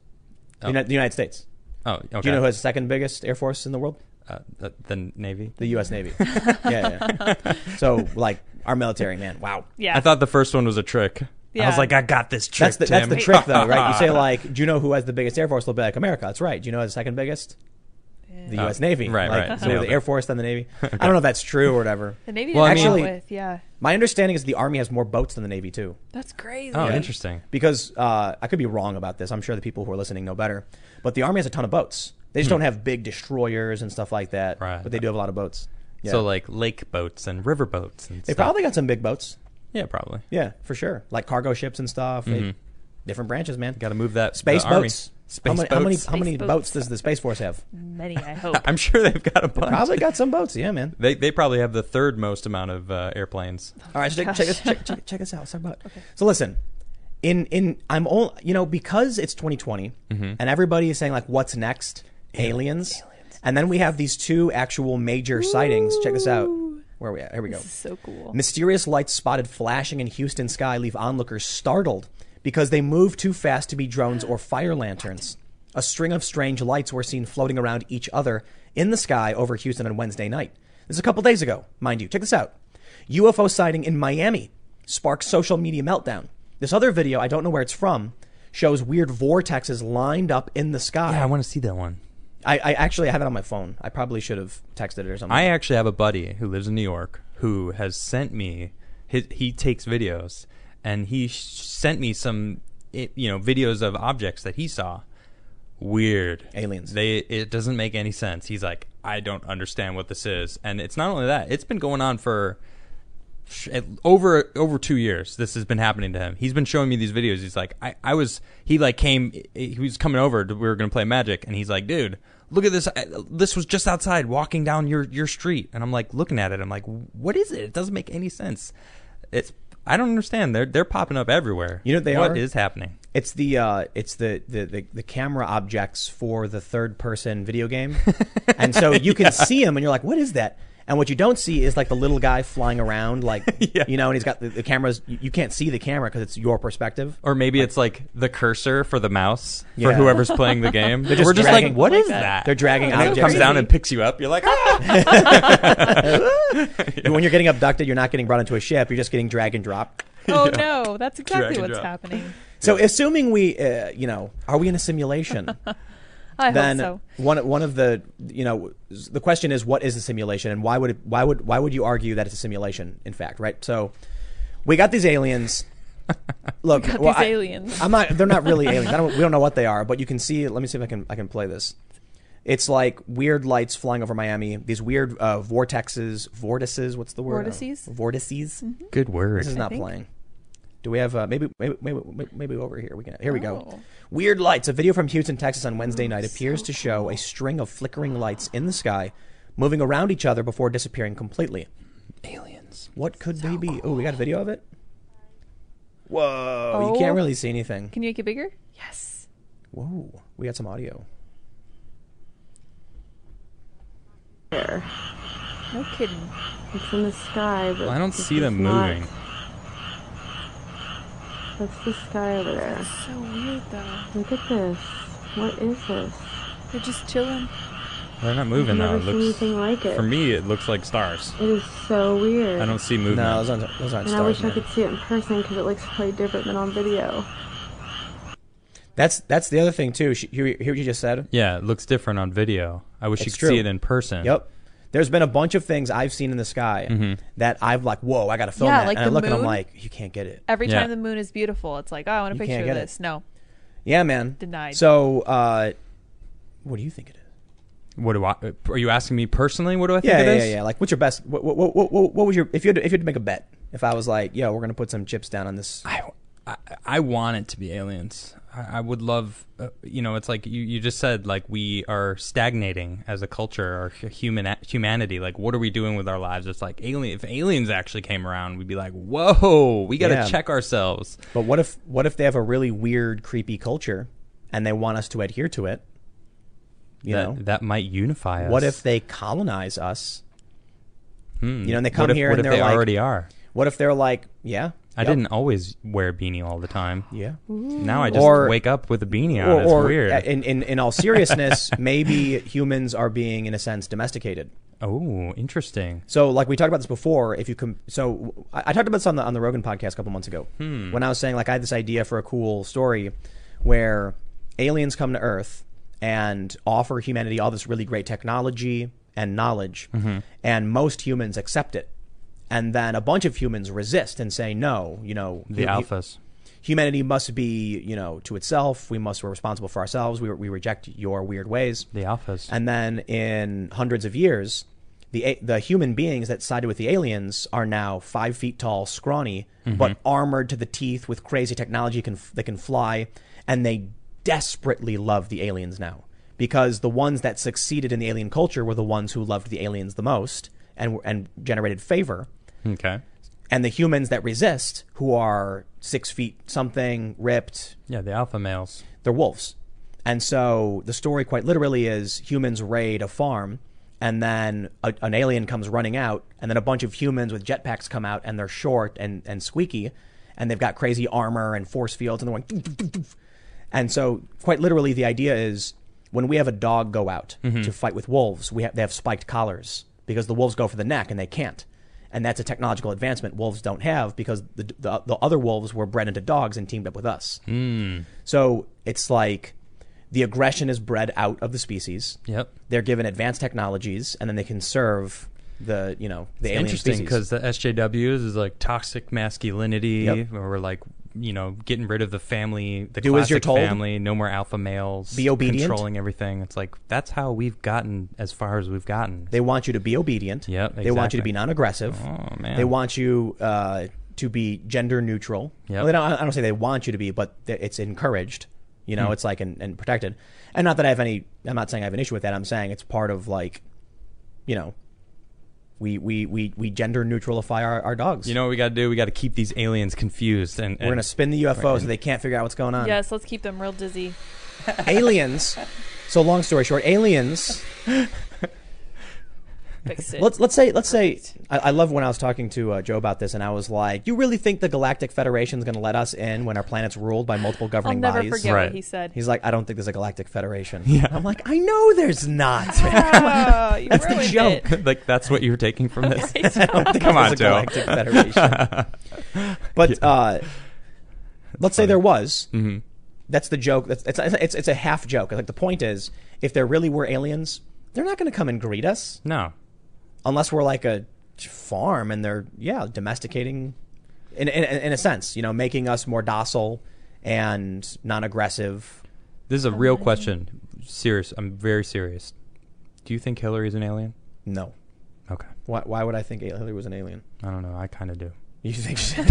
S2: Oh.
S1: Uni- the United States.
S2: Oh, okay.
S1: Do you know who has the second biggest air force in the world?
S2: uh, the, the Navy.
S1: The U.S. Navy. yeah, yeah, yeah. So like our military, man. Wow.
S3: Yeah.
S2: I thought the first one was a trick. I was
S3: Yeah.
S2: like, I got this trick.
S1: That's the, that's
S2: Tim.
S1: the trick though, right? You say like, do you know who has the biggest air force? They'll be like America. That's right. Do you know who has the second biggest? The
S2: Oh,
S1: U.S. Navy.
S2: right,
S1: Like,
S2: right.
S1: So we're
S2: Nailed
S1: the
S2: it.
S1: Air Force then the Navy. I don't know if that's true or whatever.
S3: the Navy.
S2: Well,
S3: Well,
S2: I
S3: actually,
S1: mean-
S3: with. yeah,
S1: My understanding is the Army has more boats than the Navy too.
S3: that's crazy.
S2: oh, interesting.
S1: because uh, I could be wrong about this. I'm sure the people who are listening know better. But the army has a ton of boats. They just don't have big destroyers and stuff like that.
S2: Hmm. Right.
S1: But they do have a lot of boats. Yeah.
S2: So like lake boats and river boats and
S1: they
S2: stuff.
S1: probably got some big boats.
S2: yeah, probably.
S1: Yeah, for sure. Like cargo ships and stuff. They- different branches, man.
S2: Got to move that
S1: space
S2: Mm-hmm. the army.
S1: boats.
S2: Space
S1: how many,
S2: boats.
S1: How many, how many
S3: Space
S1: boats
S3: boats.
S1: does the space force have?
S3: Many, I hope.
S2: I'm sure they've got a bunch.
S1: Probably got some boats. Yeah, man.
S2: They they probably have the third most amount of uh, airplanes.
S1: All right, so check, check, this, check, check, check this out. Let's talk about. So listen, in in I'm all you know because it's 2020 and everybody is saying like, what's next? Aliens. And then we have these two actual major sightings. Check this out. Where are we at? Here we go.
S3: this is so cool.
S1: Mysterious lights spotted flashing in Houston sky leave onlookers startled because they move too fast to be drones or fire lanterns. A string of strange lights were seen floating around each other in the sky over Houston on Wednesday night. This is a couple days ago, mind you. Check this out. UFO sighting in Miami sparks social media meltdown. This other video, I don't know where it's from, shows weird vortexes lined up in the sky.
S2: Yeah, I want to see that one.
S1: I, I actually have it on my phone. I probably should have texted it or something.
S2: I actually have a buddy who lives in New York who has sent me his, he takes videos and he sh- sent me some i- you know videos of objects that he saw weird
S1: Aliens.
S2: they it doesn't make any sense he's like I don't understand what this is and it's not only that it's been going on for sh- at- over over two years this has been happening to him he's been showing me these videos he's like i i was he like came he was coming over to, we were gonna play magic and he's like dude look at this I, this was just outside walking down your your street and i'm like looking at it i'm like what is it it doesn't make any sense it's i don't understand they're they're popping up everywhere
S1: You know what they are?
S2: what is happening
S1: It's the uh, it's the, the, the, the camera objects for the third person video game, and so you can see him, and you're like, "What is that?" And what you don't see is like the little guy flying around, like
S2: Yeah.
S1: you know, and he's got the, the cameras. You, you can't see the camera because it's your perspective.
S2: Or maybe it's like the cursor for the mouse for
S1: Yeah.
S2: whoever's playing the game.
S1: just
S2: We're just like,
S1: dragging-
S2: what
S3: Like
S2: is
S3: that.
S2: that?
S1: They're dragging
S2: And it
S1: objects.
S2: comes down
S3: Crazy.
S2: and picks you up. You're like, ah!
S1: When you're getting abducted, you're not getting brought into a ship. You're just getting drag and drop.
S3: Oh no, that's
S2: Drag
S3: exactly
S2: and
S3: what's
S2: drop.
S3: happening.
S1: So, assuming we, uh, you know, are we in a simulation?
S3: I
S1: then
S3: hope
S1: one one of the you know the question is what is a simulation and why would it, why would why would you argue that it's a simulation in fact right so we got these aliens look
S3: so.
S1: well,
S3: These
S1: I,
S3: aliens.
S1: am not they're not really aliens I don't, we don't know what they are but you can see let me see if I can I can play this it's like weird lights flying over Miami these weird uh, vortexes vortices what's the word
S3: Vortices? Mm-hmm.
S1: vortices
S2: Good word.
S1: this is not
S3: think.
S1: playing. Do we have uh, maybe, maybe maybe maybe over here we can here we
S3: Oh.
S1: go. Weird lights. A video from Houston, Texas on Wednesday night appears to show a string of flickering lights in the sky moving around each other before disappearing completely.
S2: Aliens.
S1: What could they be? Oh, we got a video of it? Whoa, you
S3: Oh.
S1: can't really see anything.
S3: Can you make it bigger? Yes.
S1: Whoa, we got some audio.
S3: No kidding.
S5: It's in the sky, but
S2: I don't
S5: it's
S2: see them
S5: just not-
S2: moving.
S5: That's the sky over there.
S3: So weird though.
S5: Look at this. What is this?
S3: They're just chilling.
S2: They're not
S5: I've
S2: moving though.
S5: never
S2: It
S5: seen
S2: looks
S5: anything like it.
S2: for me. It looks like stars.
S5: it is so weird.
S2: I don't see movement.
S1: No, those aren't, those aren't
S5: and I
S1: stars.
S5: wish I
S1: man.
S5: could see it in person because it looks totally different than on video.
S1: That's that's the other thing too. She, hear, hear what you just said?
S2: yeah, it looks different on video. I wish you
S1: It's
S2: could see
S1: true.
S2: it in person.
S1: Yep. There's been a bunch of things I've seen in the sky
S2: Mm-hmm.
S1: that I've like, whoa, I got to film
S3: Yeah,
S1: that.
S3: like
S1: and I
S3: the
S1: look and I'm
S3: moon.
S1: like, you can't get it.
S3: Every
S2: Yeah.
S3: time the moon is beautiful, it's like, oh, I want a
S1: You
S3: picture
S1: can't
S3: of
S1: get it.
S3: this. No.
S1: Yeah, man.
S3: Denied.
S1: So, uh, what do you think it is?
S2: What do I? Are you asking me personally? What do I think
S1: Yeah,
S2: it
S1: yeah,
S2: is?
S1: yeah, yeah. Like, what's your best? What, what, what, what, what was your? If you had, to, if you had to make a bet, if I was like, yo, we're gonna put some chips down on this.
S2: I, I, I want it to be aliens. I, I would love, uh, you know, it's like you, you just said, like we are stagnating as a culture or hu- human humanity. Like, what are we doing with our lives? It's like alien. If aliens actually came around, we'd be like, whoa, we got to
S1: Yeah.
S2: check ourselves.
S1: But what if, what if they have a really weird, creepy culture, and they want us to adhere to it? You
S2: that
S1: know,
S2: that might unify us.
S1: what if they colonize us? You know, and they come
S2: Hmm. what if,
S1: here and
S2: what if
S1: they're
S2: they
S1: like,
S2: already are?
S1: what if they're like, yeah,
S2: I
S1: yep,
S2: didn't always wear a beanie all the time.
S1: yeah.
S2: Now I just
S1: Or-
S2: wake up with a beanie on.
S1: Or,
S2: it's
S1: Oh, or uh,
S2: weird.
S1: in, in, in all seriousness, maybe humans are being, in a sense, domesticated.
S2: oh, interesting.
S1: So, like we talked about this before, if you com- so I, I talked about this on the on the Rogan podcast a couple months ago
S2: Hmm.
S1: when I was saying like I had this idea for a cool story where aliens come to Earth and offer humanity all this really great technology and knowledge,
S2: Mm-hmm.
S1: and most humans accept it, and then a bunch of humans resist and say no, you know, hu-
S2: The
S1: hu-
S2: alphas.
S1: humanity must be you know to itself. We must we're responsible for ourselves. We we reject your weird ways.
S2: The alphas.
S1: And then in hundreds of years, the a- the human beings that sided with the aliens are now five feet tall, scrawny, but armored to the teeth with crazy technology can f- that can fly, and they desperately love the aliens now because the ones that succeeded in the alien culture were the ones who loved the aliens the most and were- and generated favor
S2: okay.
S1: and the humans that resist who are six feet something ripped
S2: Yeah, the alpha males.
S1: they're wolves. And so the story quite literally is humans raid a farm and then a, an alien comes running out and then a bunch of humans with jetpacks come out and they're short and, and squeaky and they've got crazy armor and force fields and they're going doof, doof, doof, doof. and so quite literally the idea is when we have a dog go out
S2: Mm-hmm.
S1: to fight with wolves we have, they have spiked collars because the wolves go for the neck and they can't and that's a technological advancement wolves don't have because the, the, the other wolves were bred into dogs and teamed up with us
S2: Hmm.
S1: so it's like the aggression is bred out of the species.
S2: Yep.
S1: They're given advanced technologies, and then they can serve the you know the alien
S2: interesting
S1: species.
S2: because the SJWs is like toxic masculinity,
S1: Yep.
S2: or we're like you know getting rid of the family, the
S1: Do as
S2: classic
S1: you're told.
S2: family, no more alpha males,
S1: Be obedient.
S2: controlling everything. It's like that's how we've gotten as far as we've gotten.
S1: they want you to be obedient.
S2: Yep,
S1: They want you to
S2: exactly.
S1: be non-aggressive.
S2: oh man,
S1: They want you uh, to be gender neutral.
S2: Yep.
S1: Well, they don't, I don't say they want you to be, but th- it's encouraged. You
S2: Hmm.
S1: know, it's like and, and protected. And not that I have any. I'm not saying I have an issue with that. I'm saying it's part of like, you know, We we we we gender neutralify our, our dogs.
S2: You know what we got to do? We got to keep these aliens confused, and,
S1: we're
S2: and-
S1: gonna spin the UFO so they can't figure out what's going on.
S3: Yes, let's keep them real dizzy.
S1: Aliens. So long story short, aliens.
S3: Fix it.
S1: Let's let's say let's say I, I love when I was talking to uh, Joe about this, and I was like, "You really think the Galactic Federation's going to let us in when our planet's ruled by multiple
S3: I'll
S1: governing
S3: never
S1: bodies?"
S3: forget
S2: Right.
S3: what he said.
S1: He's like, "I don't think there's a Galactic Federation." I'm like, "I know there's not."
S3: oh, you
S1: That's the
S3: ruined
S1: joke.
S3: it.
S2: like that's what you were taking from this.
S1: I don't think
S2: Come
S1: there's
S2: on,
S1: a
S2: Joe.
S1: Galactic Federation. But uh, let's say there was. Mm-hmm. That's the joke. That's it's, it's it's a half joke. Like the point is, if there really were aliens, they're not going to come and greet us
S2: No,
S1: unless we're like a farm and they're yeah domesticating in in, in a sense you know making us more docile and non-aggressive
S2: this is a real question. Serious. I'm very serious. Do you think Hillary is an alien?
S1: no
S2: Okay.
S1: why, why would i think hillary was an alien
S2: I don't know. I kind of do.
S1: you think she,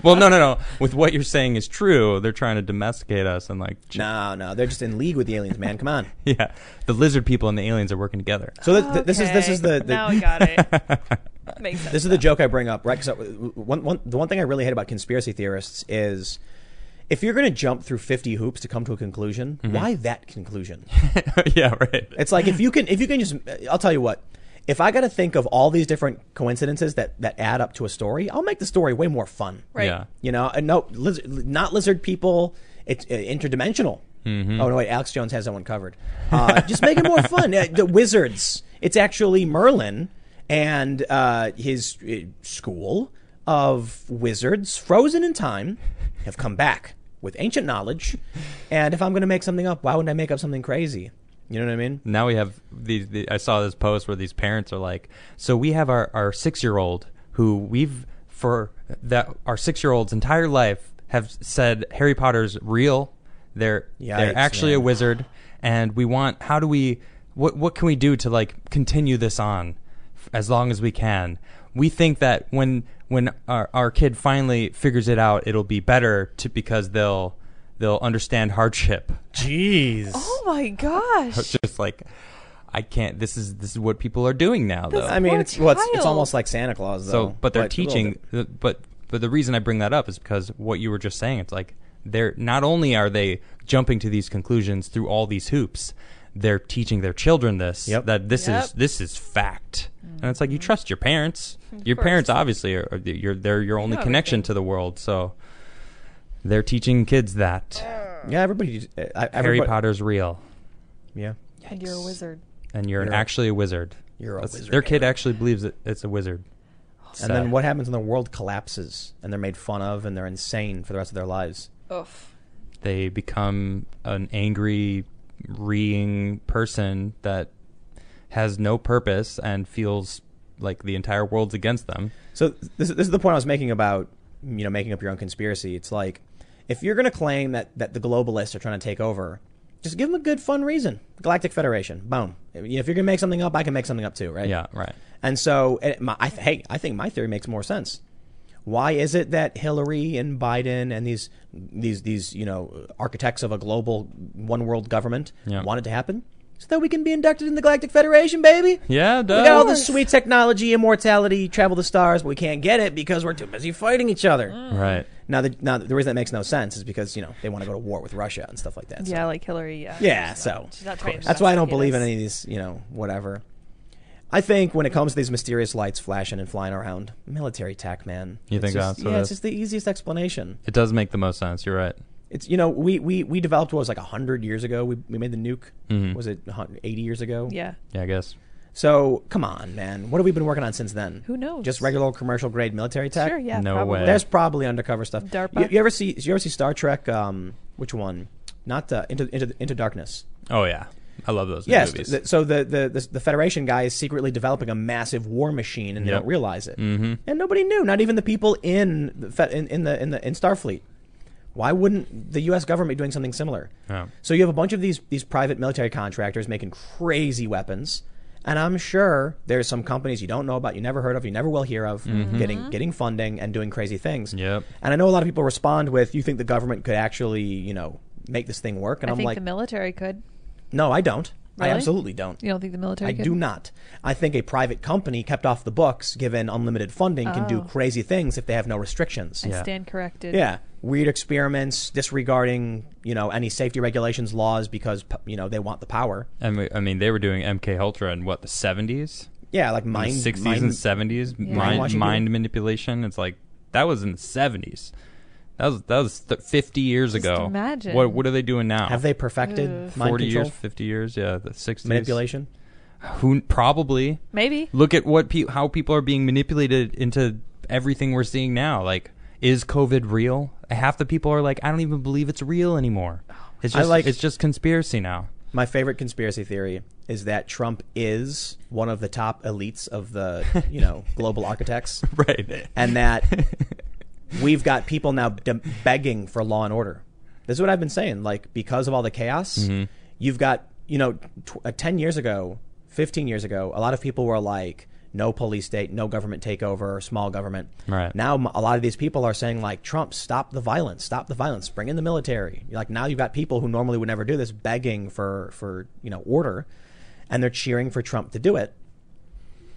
S2: well, no, no, no. With what you're saying is true. They're trying to domesticate us and like, j-
S1: no no they're just in league with the aliens man come on
S2: yeah, the lizard people and the aliens are working together.
S1: so th- th- this is this is
S3: Okay,
S1: the, the
S3: now Oh, I got it. Makes sense.
S1: this is the joke I bring up, right? Because one, one, the one thing I really hate about conspiracy theorists is if you're going to jump through 50 hoops to come to a conclusion,
S2: Mm-hmm.
S1: why that conclusion?
S2: yeah, right.
S1: It's like if you can, if you can just, I'll tell you what. If I got to think of all these different coincidences that that add up to a story, I'll make the story way more fun.
S3: Right.
S2: Yeah.
S1: You know, and no, lizard, not lizard people. It's uh, interdimensional.
S2: Mm-hmm.
S1: Oh no, wait, Alex Jones has that one covered. Uh, just make it more fun. Uh, the wizards. It's actually Merlin and uh, his uh, school of wizards, frozen in time, have come back with ancient knowledge. And if I'm going to make something up, why wouldn't I make up something crazy? You know what I mean?
S2: Now we have these. The, I saw this post where these parents are like, so we have our our six year old who we've for that our six year old's entire life have said Harry Potter's real. They're
S1: Yikes,
S2: they're actually a
S1: man.
S2: wizard, and we want. How do we? What what can we do to like continue this on f- as long as we can? We think that when when our our kid finally figures it out, it'll be better to because they'll they'll understand hardship
S1: Jeez.
S3: oh my gosh.
S2: it's just like I can't. This is this is what people are doing now, though.
S1: I mean,
S3: Poor
S1: it's, well, it's, it's
S3: child.
S1: almost like Santa Claus, though.
S2: so, but they're
S1: Like,
S2: teaching. But but the reason I bring that up is because what you were just saying. It's like they're not only are they jumping to these conclusions through all these hoops, they're teaching their children this
S1: Yep.
S2: that this
S3: Yep.
S2: is this is fact. And it's like you trust your parents. Your
S3: course.
S2: parents obviously are, are the- your they're your only
S3: know
S2: connection
S3: everything.
S2: to the world. So they're teaching kids that
S1: Yeah, everybody. uh, I, everybody
S2: Harry Potter's real.
S1: Yeah.
S3: And you're a wizard.
S2: and you're,
S1: You're a-
S2: actually a wizard.
S1: you're a
S2: That's-
S1: wizard.
S2: Their kid actually believes it, it's a wizard.
S1: And then what happens when the world collapses and they're made fun of and they're insane for the rest of their lives?
S3: Oof.
S2: They become an angry, reeing person that has no purpose and feels like the entire world's against them.
S1: So this, this is the point I was making about you know making up your own conspiracy. It's like if you're going to claim that that the globalists are trying to take over, just give them a good fun reason. Galactic Federation, boom. If you're going to make something up, I can make something up too, right?
S2: Yeah, right.
S1: And so, and my, I, th- hey, I think my theory makes more sense. Why is it that Hillary and Biden and these these these you know architects of a global one world government
S2: Yeah.
S1: wanted to happen? So that we can be inducted in the Galactic Federation, baby.
S2: Yeah, it
S1: We got all
S2: does.
S1: this sweet technology, immortality, travel to stars, but we can't get it because we're too busy fighting each other.
S2: Right.
S1: Now, the, now the reason that makes no sense is because you know they want to go to war with Russia and stuff like that. so-
S3: Yeah, like Hillary. Yeah.
S1: yeah, so
S3: She's not trying to
S1: that's why I don't
S3: investigate
S1: believe in
S3: us.
S1: any of these, you know, whatever. I think when it comes to these mysterious lights flashing and flying around, military tech, man.
S2: You
S1: It's just-
S2: think that's what
S1: yeah,
S2: it
S1: it's
S2: is?
S1: just the easiest explanation.
S2: It does make the most sense. You're right.
S1: It's you know we we, we developed what was like hundred years ago. We we made the nuke.
S2: Mm-hmm.
S1: Was it a hun- eighty years ago?
S3: Yeah.
S2: Yeah, I guess.
S1: So come on, man. What have we been working on since then?
S3: Who knows?
S1: Just regular old commercial grade military tech.
S3: Sure. Yeah.
S2: No
S3: probably.
S2: way.
S1: There's probably undercover stuff.
S3: DARPA.
S1: You, you ever see? You ever see Star Trek? Um, which one? Not uh, into into into darkness.
S2: Oh yeah, I love those new
S1: Yes.
S2: movies.
S1: th- so the, the the the Federation guy is secretly developing a massive war machine, and they
S2: Yep.
S1: don't realize it. Mm-hmm. And nobody knew, not even the people in the Fe- in, in the in the in Starfleet. Why wouldn't the U.S. government be doing something similar?
S2: Yeah.
S1: So you have a bunch of these these private military contractors making crazy weapons, and I'm sure there's some companies you don't know about, you never heard of, you never will hear of,
S3: Mm-hmm.
S1: getting getting funding and doing crazy things.
S2: Mm-hmm. Yep.
S1: And I know a lot of people respond with, "You think the government could actually, you know, make this thing work?" And
S3: I
S1: am
S3: think
S1: like,
S3: the military could.
S1: "No, I don't." I
S3: Really?
S1: absolutely don't.
S3: You don't think the military?
S1: I
S3: could?
S1: do not. I think a private company kept off the books, given unlimited funding, can do
S3: Oh.
S1: crazy things if they have no restrictions.
S3: I
S2: Yeah.
S3: stand corrected.
S1: Yeah, weird experiments, disregarding you know any safety regulations, laws because p- you know they want the power.
S2: And we, I mean, they were doing MK Ultra in what the seventies,
S1: Yeah, like mind,
S2: sixties,
S1: mind-
S2: and seventies. Mind,
S1: Brainwashing
S2: mind manipulation. It's like that was in the seventies. That was that was th- fifty years
S3: Just
S2: ago.
S3: imagine.
S2: What what are they doing now?
S1: Have they perfected
S3: Ugh.
S1: mind
S2: forty
S1: control
S2: years, fifty years? Yeah, the sixties
S1: manipulation?
S2: Who probably
S3: Maybe.
S2: look at what pe- how people are being manipulated into everything we're seeing now. Like, is COVID real? Half the people are like, I don't even believe it's real anymore. It's
S1: Oh, I
S2: just
S1: like-
S2: it's just conspiracy now.
S1: My favorite conspiracy theory is that Trump is one of the top elites of the you know global architects,
S2: Right.
S1: and that we've got people now de- begging for law and order. This is what I've been saying. Like because of all the chaos,
S2: Mm-hmm.
S1: you've got you know, tw- uh, ten years ago, fifteen years ago, a lot of people were like, "No police state, no government takeover, small government."
S2: Right.
S1: Now m- a lot of these people are saying like, "Trump, stop the violence, stop the violence, bring in the military." Like now you've got people who normally would never do this begging for for you know order, and they're cheering for Trump to do it.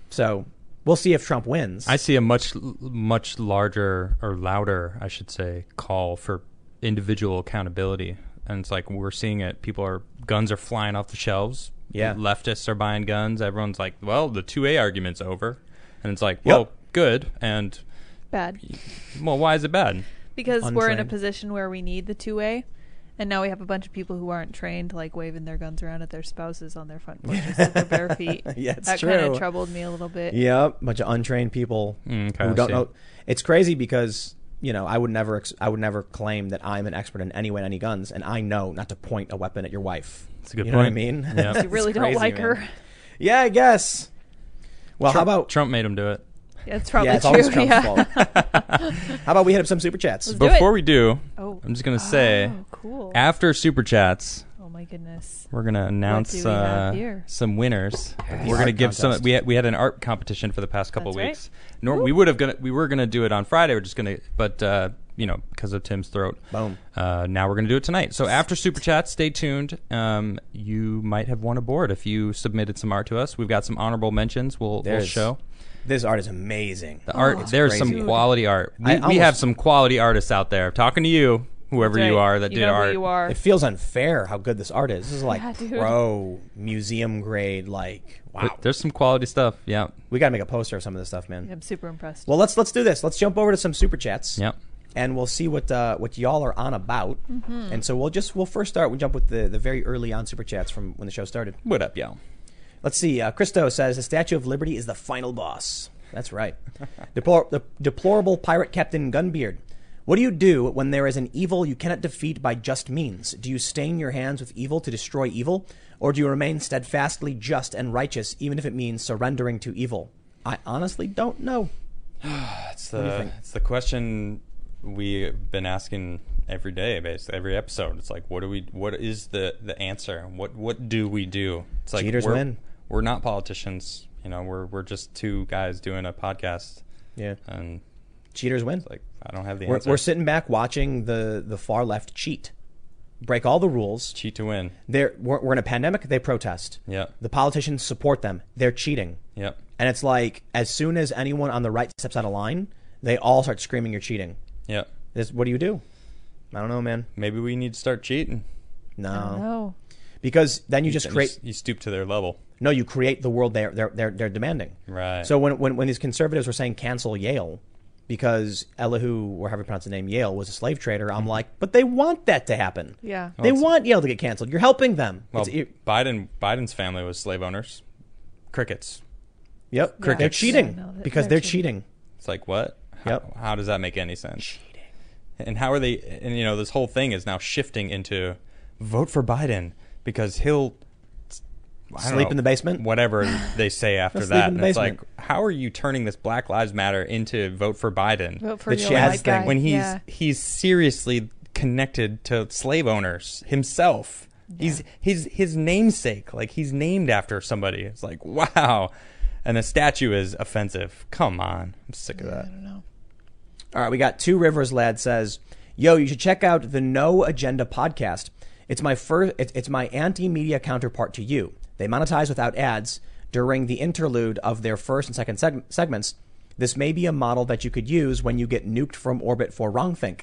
S1: So we'll see if Trump wins.
S2: I see a much much larger or louder, I should say, call for individual accountability. And it's like we're seeing it. People are guns are flying off the shelves.
S1: Yeah.
S2: Leftists are buying guns. Everyone's like, "Well, the 2A argument's over." And it's like, "Well, good." And
S3: Bad.
S2: well, why is it bad?
S3: Because we're in a
S1: Untrained.
S3: position where we need the two way. And now we have a bunch of people who aren't trained, like waving their guns around at their spouses on their front porches with their bare feet.
S1: Yeah, it's
S3: that kind
S1: true.
S3: of troubled me a little bit.
S1: Yep, bunch of untrained people
S2: Mm, okay,
S1: who
S2: I
S1: don't
S2: see.
S1: know. It's crazy because you know I would never ex- I would never claim that I'm an expert in any way on any guns, and I know not to point a weapon at your wife.
S2: It's a good
S1: you
S2: point.
S1: know what I mean?
S2: Yep.
S3: You really
S1: It's
S3: don't
S1: crazy,
S3: like
S1: man.
S3: her.
S1: Yeah, I guess. Well,
S2: Trump,
S1: how about
S2: Trump made him do it?
S3: Yeah, it's probably
S1: yeah? It's
S3: true.
S1: always Trump's
S3: yeah.
S1: fault. how about we hit up some super chats?
S3: Let's do it.
S2: Before we do,
S3: Oh.
S2: I'm just gonna say,
S3: Oh, cool.
S2: after super chats,
S3: oh my goodness.
S2: We're gonna announce
S3: do we have
S2: uh,
S3: here?
S2: some winners.
S1: The
S2: We're gonna
S1: art
S2: give some.
S1: contest.
S2: We had, we had an art competition for the past couple
S3: That's right.
S2: weeks. Nor we would have gonna we were gonna do it on Friday. We're just gonna, but uh, you know, because of Tim's throat.
S1: Boom.
S2: Uh, now we're gonna do it tonight. So after super chat, stay tuned. Um, you might have won a board if you submitted some art to us. We've got some honorable mentions. We'll, we'll
S1: There's-
S2: show
S1: This art is amazing.
S2: the art. there's
S1: crazy.
S2: some quality art. We,
S1: I
S2: we
S1: almost-
S2: have some quality artists out there. Talking to you, whoever
S3: That's
S2: you
S3: right.
S2: are that
S3: you
S2: did
S3: know
S2: art.
S3: Who you are.
S1: It feels unfair how good this art is. This is like
S3: Yeah, dude.
S1: pro museum grade. Like wow,
S2: But There's some quality stuff. Yeah.
S1: we gotta make a poster of some of this stuff, man.
S3: I'm super impressed.
S1: Well, let's let's do this. Let's jump over to some super chats.
S2: Yep.
S1: and we'll see what uh, what y'all are on about. And so we'll just we'll first start. We jump with the the very early on super chats from when the show started.
S2: What up, y'all?
S1: Let's see. Uh, Christo says the Statue of Liberty is the final boss. That's right. Deplor- the deplorable pirate captain Gunbeard. What do you do when there is an evil you cannot defeat by just means? Do you stain your hands with evil to destroy evil, or do you remain steadfastly just and righteous, even if it means surrendering to evil? I honestly don't know.
S2: It's
S1: do you
S2: the
S1: think?
S2: it's the question we've been asking every day, basically every episode. It's like, what do we? What is the the answer? What what do we do? It's like
S1: Cheaters
S2: we're,
S1: win.
S2: We're not politicians, you know. We're we're just two guys doing a podcast,
S1: Yeah,
S2: and
S1: cheaters win.
S2: it's like I don't have the
S1: We're,
S2: answer.
S1: we're sitting back watching the, the far left cheat, break all the rules.
S2: cheat to win.
S1: They're, we're, we're in a pandemic. They protest.
S2: Yep.
S1: The politicians support them. They're cheating.
S2: Yep.
S1: And it's like as soon as anyone on the right steps out of line, they all start screaming, "You're cheating!"
S2: Yep.
S1: This, what do you do? I don't know, man.
S2: Maybe we need to start cheating.
S1: No,
S3: No.
S1: because then you just
S2: Then
S1: create.
S2: s- you stoop to their level.
S1: No, you create the world they're they're they're, they're demanding.
S2: Right.
S1: So when, when when these conservatives were saying cancel Yale because Elihu or however you pronounce the name Yale was a slave trader, I'm like, but they want that to happen.
S3: Yeah.
S1: they
S2: Mm-hmm. it's-
S1: want Yale to get canceled. You're helping them.
S2: well,
S1: It's- e- it-
S2: Biden Biden's family was slave owners. Crickets.
S1: yep, they're
S2: Crickets.
S1: cheating
S3: Yeah, no, they're-
S1: because
S3: they're
S1: they're cheating.
S2: It's like what? How,
S1: Yep.
S2: how does that make any sense? Cheating. And how are they? And you know, this whole thing is now shifting into vote for Biden because he'll I don't
S1: Sleep in the basement?
S2: Whatever they say after
S1: He'll sleep
S2: that,
S1: in the
S2: and it's like,
S1: basement.
S2: how are you turning this Black Lives Matter into vote for Biden
S3: Vote for
S1: The
S3: your
S1: Chaz
S3: white
S1: thing.
S3: guy.
S2: when he's
S3: yeah.
S2: he's seriously connected to slave owners himself? He's his his namesake, like he's named after somebody. It's like wow, and a statue is offensive. Come on, I'm sick of that.
S3: I don't know.
S1: All right, we got Two Rivers Lad says, "Yo, you should check out the No Agenda podcast. It's my first. It's, it's my anti-media counterpart to you. They monetize without ads during the interlude of their first and second seg- segments. This may be a model that you could use when you get nuked from orbit for wrongthink.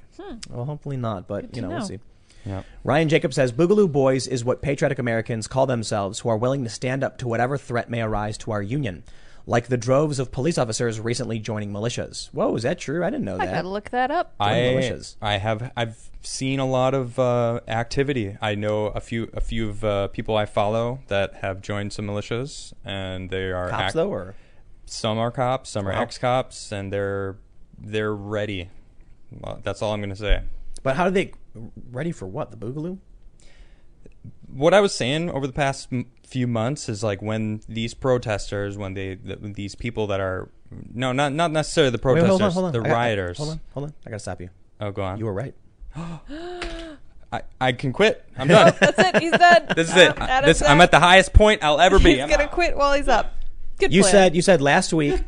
S1: Well, hopefully not, but
S3: Hmm. Good
S1: you
S3: to
S1: know, we'll
S3: know.
S1: see.
S2: Yeah.
S1: Ryan Jacob says Boogaloo Boys is what patriotic Americans call themselves who are willing to stand up to whatever threat may arise to our union, like the droves of police officers recently joining militias. Whoa, is that true? I didn't know
S3: I
S1: that.
S3: gotta look that up.
S1: Join
S2: I,
S1: militias.
S2: I have I've seen a lot of uh, activity. I know a few a few of uh, people I follow that have joined some militias, and they are
S1: Cops
S2: act-
S1: though, or
S2: Some are cops, some are
S1: Wow.
S2: ex cops, and they're they're ready. Well, that's all I'm going to say.
S1: but how do they ready for what the Boogaloo?
S2: what I was saying over the past m- few months is like when these protesters, when they th- these people that are no, not not necessarily the
S1: Wait,
S2: protesters,
S1: hold on, hold on.
S2: the
S1: I got- I-
S2: rioters.
S1: hold on, hold on. I gotta stop you.
S2: Oh, go on.
S1: You were right.
S2: I, I can quit. I'm done.
S3: That's it. He's dead.
S2: this is it.
S3: Adam- Adam's
S2: This, I'm
S3: out.
S2: at the highest point I'll ever be.
S3: He's
S2: I'm
S3: gonna
S2: out.
S3: quit while he's up. Good
S1: You
S3: plan.
S1: said you said last week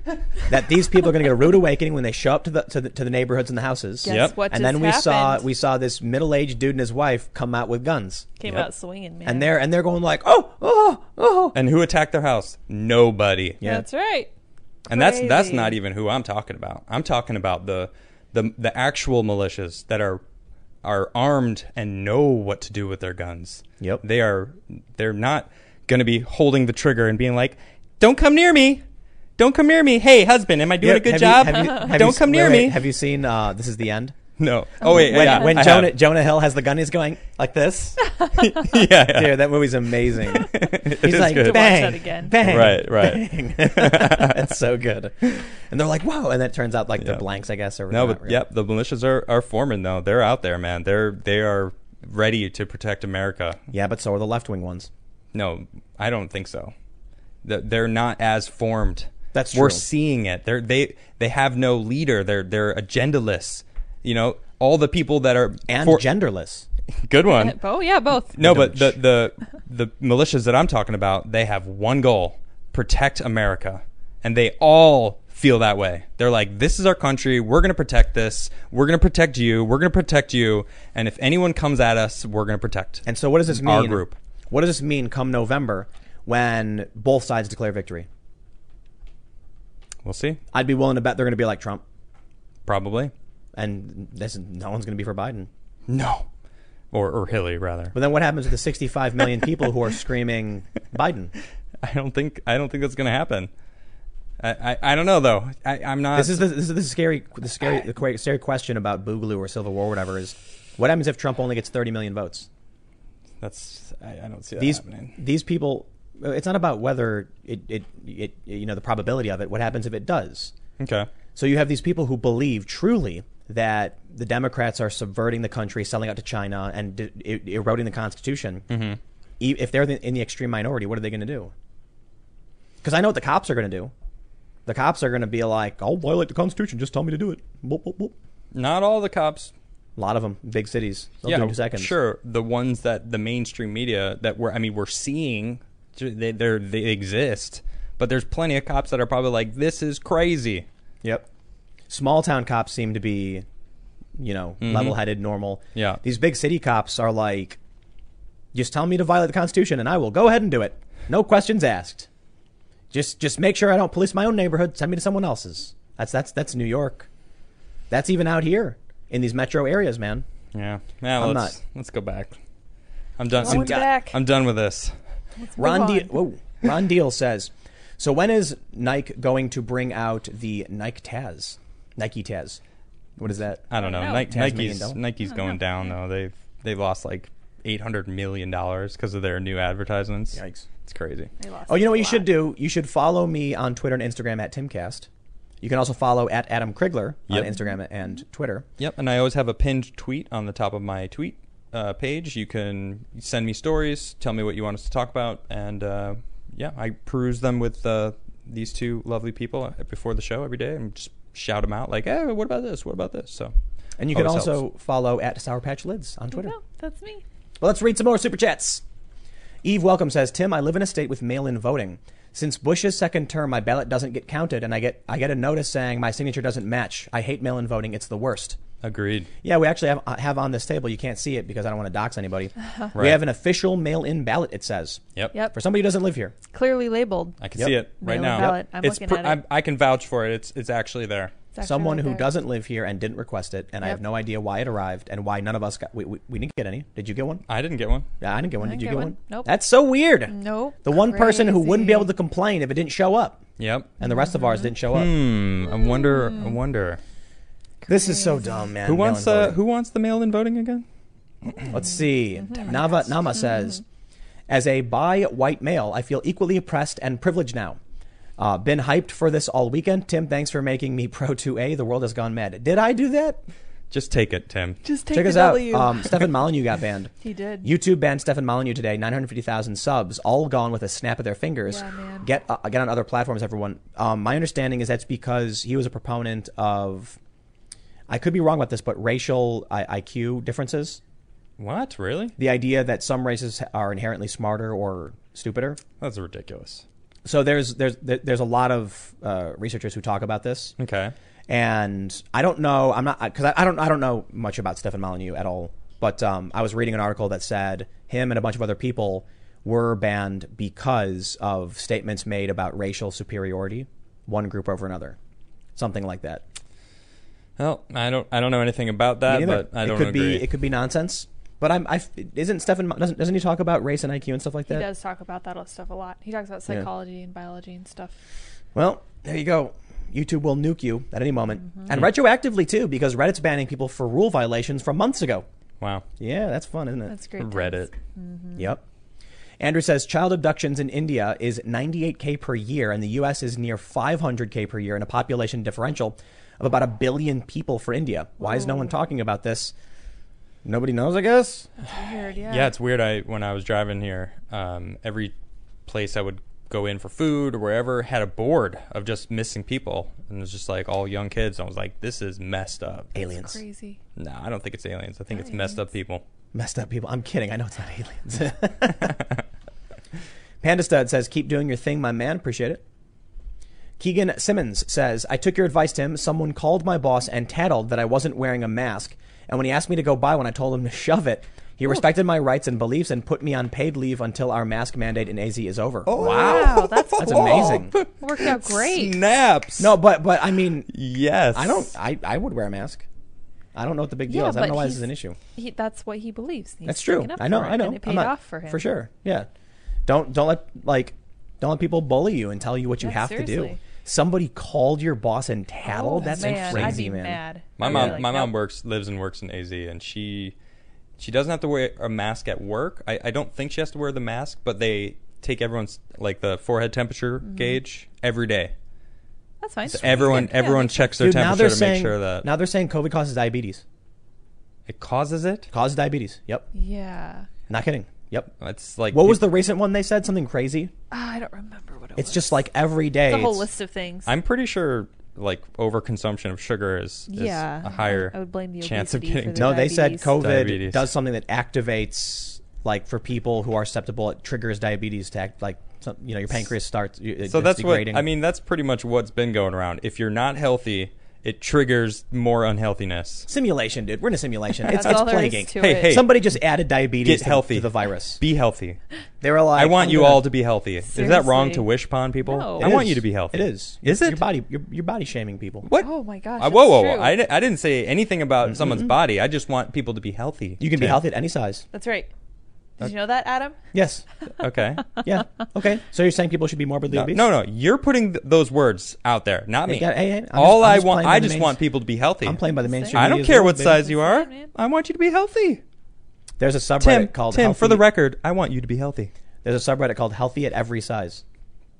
S1: that these people are going to get a rude awakening when they show up to the to the, to the neighborhoods and the houses.
S3: Guess
S2: Yep.
S3: what
S1: And
S3: just
S1: then we saw
S3: happened?
S1: we saw this middle aged dude and his wife come out with guns,
S3: came
S2: Yep.
S3: out swinging, man.
S1: and they're and they're going like, oh, oh, oh.
S2: And who attacked their house? Nobody.
S1: Yeah.
S3: That's right.
S2: And that's that's
S3: Crazy.
S2: not even who I'm talking about. I'm talking about the the the actual militias that are are armed and know what to do with their guns.
S1: Yep.
S2: They are they're not going to be holding the trigger and being like, "Don't come near me. Don't come near me. Hey, husband, am I doing
S1: Yeah,
S2: a good
S1: have you-
S2: job?
S1: have you- have you
S2: Don't
S1: s-
S2: come
S1: wait,
S2: near
S1: wait,
S2: me."
S1: Have you seen uh, This Is the End?
S2: no. Oh wait,
S1: When,
S2: yeah.
S1: when
S2: I
S1: Jonah
S2: have.
S1: Jonah Hill has the gun, he's going like this.
S2: yeah, yeah.
S1: Dude, that movie's amazing.
S2: It
S1: He's
S2: is
S1: like,
S2: good.
S3: To watch
S1: bang,
S3: that again.
S1: bang,
S2: Right, right.
S1: bang." That's so good. And they're like, whoa. And then it turns out like the
S2: Yeah.
S1: blanks, I guess, are
S2: No,
S1: not
S2: but
S1: real.
S2: yep, the militias are are forming though. They're out there, man. They're they are ready to protect America.
S1: Yeah, but so are the left wing ones.
S2: No, I don't think so. Th- They're not as formed.
S1: That's
S2: We're
S1: true.
S2: seeing it. They're, they they have no leader. They're they're agendaless. You know, all the people that are
S1: And
S2: for-
S1: genderless.
S2: Good one.
S3: Oh yeah, both.
S2: No, but the
S1: Don't.
S2: the the militias that I'm talking about, they have one goal: protect America, and they all feel that way. They're like, "This is our country. We're going to protect this. We're going to protect you. We're going to protect you. And if anyone comes at us, we're going to protect."
S1: And so what does this mean?
S2: Our group.
S1: What does this mean come November when both sides declare victory?
S2: we'll see.
S1: I'd be willing to bet they're going to be like Trump.
S2: Probably
S1: And this, no one's going to be for Biden.
S2: no, or or Hillary rather.
S1: But then what happens to the 65 million people who are screaming Biden?
S2: I don't think I don't think that's going to happen. I, I, I don't know though. I, I'm not.
S1: This is the, this is the scary the scary the qu- scary question about Boogaloo or Civil War or whatever is what happens if Trump only gets 30 million votes?
S2: that's I, I don't see that
S1: These
S2: happening.
S1: these people uh, it's not about whether it, it it you know the probability of it what happens if it does.
S2: Okay.
S1: So you have these people who believe truly that the Democrats are subverting the country, selling out to China, and d- e- eroding the Constitution. Mm-hmm. If they're the- in the extreme minority, what are they going to do? Because I know what the cops are going to do. The cops are going to be like, "I'll violate the Constitution. Just tell me to do it." Boop, boop, boop.
S2: Not all the cops
S1: A lot of them, big cities. They'll do it in two seconds.
S2: Sure, the ones that the mainstream media that we're I mean we're seeing they they're, they exist, but there's plenty of cops that are probably like this is crazy.
S1: Yep. Small town cops seem to be, you know, level headed, normal.
S2: Mm-hmm. Yeah.
S1: These big city cops are like, just tell me to violate the Constitution and I will go ahead and do it. No questions asked. Just just make sure I don't police my own neighborhood. Send me to someone else's. That's that's that's New York. That's even out here in these metro areas, man.
S2: Yeah. Now
S1: I'm
S2: let's
S1: not-
S2: let's go back. I'm done.
S3: Going
S2: I'm,
S3: back.
S2: I'm done with this.
S3: move
S1: Ron
S3: on.
S1: Deal, whoa, Ron Deal says, so when is Nike going to bring out the Nike Taz? Nike Taz. What is that?
S2: I don't know.
S3: No.
S2: Nike,
S1: Tasmanian
S2: Nike's
S1: devil?
S2: Nike's going down though. They've they lost like 800 million dollars because of their new advertisements.
S1: Yikes.
S2: It's crazy.
S3: They lost
S1: Oh, you know what
S3: a
S1: you
S3: lot.
S1: should do? You should follow me on Twitter and Instagram at Timcast. You can also follow at Adam Krigler
S2: Yep.
S1: on Instagram and Twitter.
S2: Yep, and I always have a pinned tweet on the top of my tweet uh, page. You can send me stories, tell me what you want us to talk about, and uh, yeah, I peruse them with uh, these two lovely people uh, before the show every day, and just shout them out like, "Hey, what about this? What about this?" So,
S1: And you can
S2: always
S1: also
S2: helps.
S1: follow at Sour Patch Lids on Twitter.
S3: No, that's me.
S1: Well, let's read some more super chats. Eve Welcome says, "Tim, I live in a state with mail-in voting. Since Bush's second term, my ballot doesn't get counted, and I get I get a notice saying my signature doesn't match. I hate mail-in voting; it's the worst.
S2: Agreed.
S1: Yeah, we actually have, uh, have on this table. You can't see it because I don't want to dox anybody. We have an official mail-in ballot. It says
S2: Yep.
S3: Yep.
S1: for somebody who doesn't live here.
S3: Clearly labeled.
S2: I can
S1: Yep.
S2: see it right
S3: Mail-in
S2: now.
S3: ballot. I'm
S2: it's
S3: looking
S2: pr-
S3: at it.
S2: I'm- I can vouch for it. It's it's actually there.
S3: It's actually
S1: Someone
S3: right
S1: who
S3: there.
S1: doesn't live here and didn't request it, and I have
S3: Yep.
S1: no idea why it arrived and why none of us got. We, we, we didn't get any. Did you get one?
S2: I didn't get one.
S1: Yeah, I didn't get one.
S3: I
S1: Did
S3: didn't
S1: you
S3: get
S1: get
S3: one.
S1: one?
S3: Nope.
S1: That's so weird.
S3: Nope.
S1: The one person who wouldn't be able to
S3: Crazy.
S1: complain if it didn't show up,
S2: Yep.
S1: and the rest of ours didn't show up.
S2: Hmm.
S3: Mm.
S2: I wonder. I wonder.
S1: This is so dumb, man.
S2: Who wants
S1: Mail-in
S2: uh,
S1: voting.
S2: Who wants the mail-in voting again?
S1: Let's see.
S3: Mm-hmm.
S1: Nava Nama says, as a bi white male, I feel equally oppressed and privileged now. Uh, been hyped for this all weekend. Tim, thanks for making me pro 2A. The world has gone mad. Did I do that?
S2: Just take it, Tim.
S3: Just take
S1: Check
S3: the
S1: us out.
S3: W.
S1: Um, Stefan Molyneux got banned.
S3: he did.
S1: YouTube banned Stefan Molyneux today. 950,000 subs, all gone with a snap of their fingers.
S3: Yeah, man.
S1: Get uh, get on other platforms, everyone. Um, my understanding is that's because he was a proponent of, I could be wrong about this, but racial I- IQ differences.
S2: What? Really?
S1: The idea that some races are inherently smarter or stupider.
S2: That's ridiculous.
S1: So there's there's there's a lot of uh, researchers who talk about this.
S2: Okay.
S1: and I don't know. I'm not because I, I don't I don't know much about Stefan Molyneux at all. But um, I was reading an article that said him and a bunch of other people were banned because of statements made about racial superiority, one group over another, something like that.
S2: Well, I don't. I don't know anything about that,
S1: Me neither.
S2: but I don't
S1: it could
S2: agree.
S1: be it could be nonsense. But I'm I isn't Stefan Mo- doesn't doesn't he talk about race and IQ and stuff like
S3: He
S1: that?
S3: does talk about that stuff a lot. He talks about
S1: Yeah.
S3: psychology and biology and stuff.
S1: Well, there you go. YouTube will nuke you at any moment,
S3: Mm-hmm.
S1: and retroactively too, because Reddit's banning people for rule violations from months ago.
S2: wow.
S1: Yeah, that's fun, isn't it?
S3: That's great. times.
S2: Reddit.
S1: Yep. Andrew says child abductions in India is 98k per year, and the U.S. is near 500k per year, and a population differential of about a billion people for India. Why is no one talking about this? Nobody knows, I guess.
S3: Weird, yeah.
S2: Yeah, it's weird. I when I was driving here, um, every place I would go in for food or wherever had a board of just missing people, and it was just like all young kids. And I was like, this is messed up.
S1: Aliens,
S3: crazy.
S2: No, I don't think it's aliens. I think it's messed up people.
S1: messed up people. I'm kidding. I know it's not aliens. Panda Stud says, "Keep doing your thing, my man. Appreciate it." Keegan Simmons says, I took your advice, Tim. Someone called my boss and tattled that I wasn't wearing a mask. And when he asked me to go buy one, I told him to shove it. He respected my rights and beliefs and put me on paid leave until our mask mandate in AZ is over.
S3: Oh, Wow, that's
S1: That's amazing.
S3: worked out great.
S2: Snaps.
S1: no, but but I mean,
S2: Yes.
S1: I don't. I, I would wear a mask. I don't know what the big deal
S3: Yeah,
S1: is. I don't know
S3: but
S1: why this
S3: he's-
S1: is an issue.
S3: He, that's what he believes. He's
S1: That's true.
S3: sticking up
S1: I know.
S3: for it,
S1: I know.
S3: And it paid
S1: I'm not-
S3: off for him.
S1: For sure. Yeah. Don't don't let like don't let people bully you and tell you what you
S3: Yeah,
S1: have to do.
S3: seriously.
S1: Somebody called your boss and tattled. That's
S3: Oh, man,
S1: crazy,
S3: I'd be
S1: man.
S3: mad.
S2: My
S3: I'd be
S2: mom,
S3: like,
S2: my mom
S3: nope.
S2: works, lives and works in AZ, and she she doesn't have to wear a mask at work. I, I don't think she has to wear the mask, but they take everyone's like the forehead temperature
S3: Mm-hmm.
S2: gauge every day.
S3: That's fine.
S2: So everyone everyone checks their
S1: Dude, now
S2: temperature
S1: they're
S2: to
S1: saying
S2: make sure that
S1: now they're saying COVID causes diabetes.
S2: it causes it.
S1: Causes diabetes. Yep.
S3: Yeah.
S1: Not kidding. Yep.
S2: It's like
S1: What was
S2: peop-
S1: the recent one they said? Something crazy.
S3: Ah, I don't remember what it was.
S1: It's just like every day.
S3: the whole
S1: it's-
S3: list of things.
S2: I'm pretty sure like overconsumption of sugar is, is
S3: yeah.
S2: a higher
S3: I would blame the
S2: chance of
S3: obesity
S2: getting
S3: for
S1: No,
S3: the
S1: they said
S3: diabetes.
S1: COVID
S2: Diabetes.
S1: does something that activates, like for people who are susceptible, it triggers diabetes to act like some, you know your pancreas starts. you-
S2: So
S1: it's
S2: that's
S1: degrading.
S2: what I mean. That's pretty much what's been going around. If you're not healthy, it triggers more unhealthiness.
S1: Simulation, dude. We're in a simulation. It's,
S3: That's
S1: it's
S3: all there
S1: plaguing.
S3: is to
S2: Hey,
S3: it.
S2: hey.
S1: Somebody just added diabetes
S2: Get
S1: to,
S2: healthy.
S1: to the virus.
S2: Be healthy.
S1: They were like,
S2: I want
S1: I'm
S2: you
S1: gonna-
S2: all to be healthy. Is that wrong
S3: Seriously.
S2: to wish upon people?
S3: No.
S2: I
S3: It
S2: want
S1: is.
S2: you to be healthy.
S1: It is.
S2: Is
S1: Your-
S2: it?
S1: your body? You're, you're body shaming people.
S2: What?
S3: Oh my gosh.
S2: I, whoa,
S3: that's
S2: whoa, whoa!
S3: true.
S2: I, di- I didn't say anything about someone's body. I just want people to be healthy.
S1: You can be
S2: Tim.
S1: healthy at any size.
S3: That's right. Did you know that, Adam?
S1: Yes.
S2: Okay.
S1: Yeah. Okay. So you're saying people should be morbidly
S2: No,
S1: obese?
S2: no, no. You're putting th- those words out there, not me.
S1: Hey, hey, hey, I'm just-
S2: All
S1: I'm
S2: I
S1: just
S2: want,
S1: playing by
S2: I
S1: the
S2: just
S1: main-
S2: want people to be healthy.
S1: I'm playing by the mainstream.
S2: I don't
S1: media's
S2: care
S1: rules,
S2: what
S1: baby.
S2: size you are.
S3: man.
S2: I want you to be healthy.
S1: There's a subreddit
S2: Tim,
S1: called
S2: Tim,
S1: healthy,
S2: for the record, I want you to be healthy.
S1: There's a subreddit called Healthy at Every Size.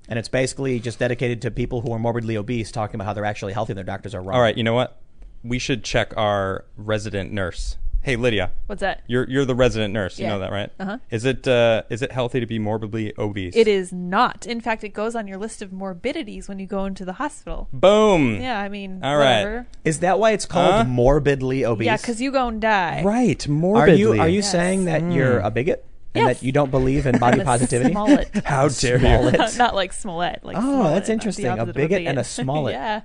S1: And it's basically just dedicated to people who are morbidly obese talking about how they're actually healthy and their doctors are wrong.
S2: All right, you know what? We should check our resident nurse. Hey, Lydia,
S3: What's that?
S2: you're you're the resident nurse. You
S3: Yeah.
S2: know that, right?
S3: Uh-huh.
S2: Is it uh, is it healthy to be morbidly obese?
S3: It is not. In fact, it goes on your list of morbidities when you go into the hospital.
S2: Boom.
S3: Yeah, I mean,
S2: Mm. All right.
S3: whatever.
S1: Is that why it's called
S2: Huh?
S1: morbidly obese?
S3: Yeah, because you gonna die.
S2: Right.
S1: are
S2: Morbidly. Hmm.
S1: you are you
S3: Yes.
S1: saying that you're a bigot? and
S3: Yes.
S1: that you don't believe in body
S3: A
S1: positivity.
S3: Smollett.
S2: How dare you?
S1: Smollett.
S3: Not like Smollett. Like
S1: Oh,
S3: Smollett,
S1: that's
S3: the
S1: interesting. A
S3: opposite of
S1: bigot and a Smollett.
S3: yeah.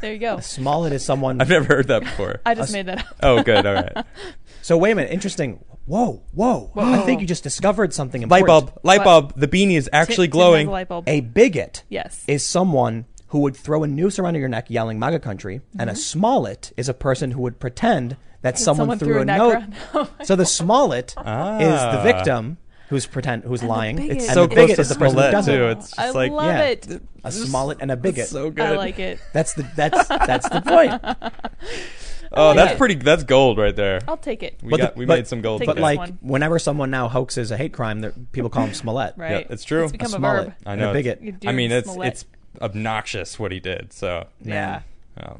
S3: there you go.
S1: A Smollett is someone.
S2: I've never heard that before.
S3: I just made that up.
S2: oh, good. All right.
S1: So wait a minute. Interesting. Whoa, whoa. I think you just discovered something
S2: Light
S1: important.
S2: bulb. Light
S3: What?
S2: bulb. The beanie is actually
S3: Tim- Tim has
S2: glowing.
S3: a light bulb.
S1: A bigot
S3: Yes.
S1: is someone who would throw a noose around your neck yelling MAGA country, and a Smollett is a person who would pretend that someone,
S3: Mm-hmm. someone
S1: threw,
S3: threw
S1: a
S3: a neck
S1: note.
S3: around. Oh my
S1: so the Smollett is the
S2: Ah.
S1: victim who's pretend who's lying.
S3: bigot.
S1: and
S3: It's
S2: so
S1: the
S2: close
S1: bigot
S2: to
S1: is the person who
S2: Smollett,
S1: doesn't.
S2: too. It's just
S3: I
S2: like
S3: love
S1: yeah.
S3: it.
S1: A Smollett and a bigot.
S2: so good.
S3: I like it.
S1: That's the that's that's the point.
S2: Oh, that's
S3: it.
S2: pretty. That's gold right there.
S3: I'll take it.
S2: We
S1: But
S2: got.
S1: the-
S2: we
S1: but-
S2: made some gold.
S3: Take
S1: But
S2: today.
S1: like
S3: this one.
S1: whenever someone now hoaxes a hate crime, they're- people call him Smollett.
S3: Right.
S2: it's true.
S3: It's
S2: A
S3: become a,
S1: Smollett
S3: verb.
S2: I
S1: and
S2: know.
S1: a bigot.
S3: You do
S2: I mean, it's
S3: Smollett.
S2: it's obnoxious what he did. So
S1: Yeah.
S2: oh,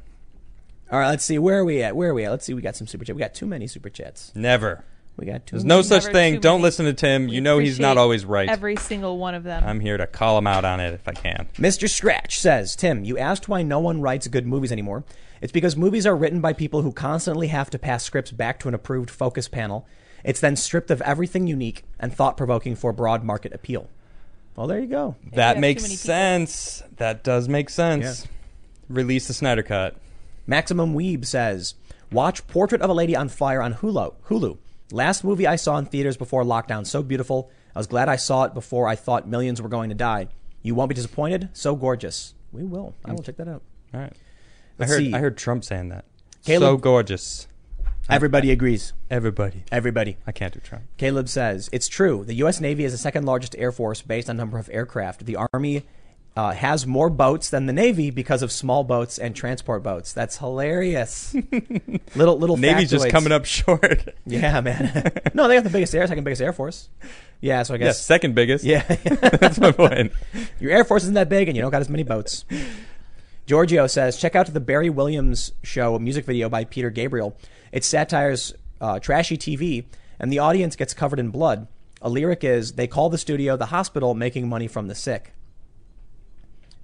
S1: All right, let's see. Where are we at? Where are we at? Let's see. We got some super chats. We got too many super chats.
S2: never.
S1: We got too
S2: There's
S1: many.
S2: no such
S3: Never
S2: thing.
S3: too
S2: Don't
S3: many.
S2: listen to Tim. You know he's not
S3: Appreciate
S2: always right.
S3: Every single one of them.
S2: I'm here to call him out on it if I can.
S1: Mr. Scratch says, Tim, you asked why no one writes good movies anymore. It's because movies are written by people who constantly have to pass scripts back to an approved focus panel. It's then stripped of everything unique and thought provoking for broad market appeal. Well, there you go.
S3: have
S2: that
S3: too
S2: makes
S3: many people.
S2: sense. That does make sense. Release the Snyder Cut.
S1: Maximum Weeb says, "Watch Portrait of a Lady on Fire on Hulu. Hulu. Last movie I saw in theaters before lockdown. So beautiful. I was glad I saw it before I thought millions were going to die. You won't be disappointed. So gorgeous. We will. I will check that out.
S2: All right.
S1: Let's
S2: I heard.
S1: see.
S2: I heard Trump saying that.
S1: Caleb-
S2: So gorgeous.
S1: Everybody agrees.
S2: Everybody.
S1: Everybody.
S2: I can't do Trump.
S1: Caleb says, It's true. The U.S. Navy is the second largest air force based on number of aircraft. The Army uh, has more boats than the Navy because of small boats and transport boats. That's hilarious. little little
S2: Navy's just
S1: factoids.
S2: coming up short.
S1: Yeah, man. no, they got the biggest air, second biggest air force. Yeah, so I
S2: yes,
S1: guess.
S2: second biggest.
S1: Yeah.
S2: That's my point.
S1: Your air force isn't that big and you don't got as many boats. Giorgio says, check out the Barry Williams show music video by Peter Gabriel. It's satire's uh, trashy TV, and the audience gets covered in blood. A lyric is, they call the studio the hospital making money from the sick.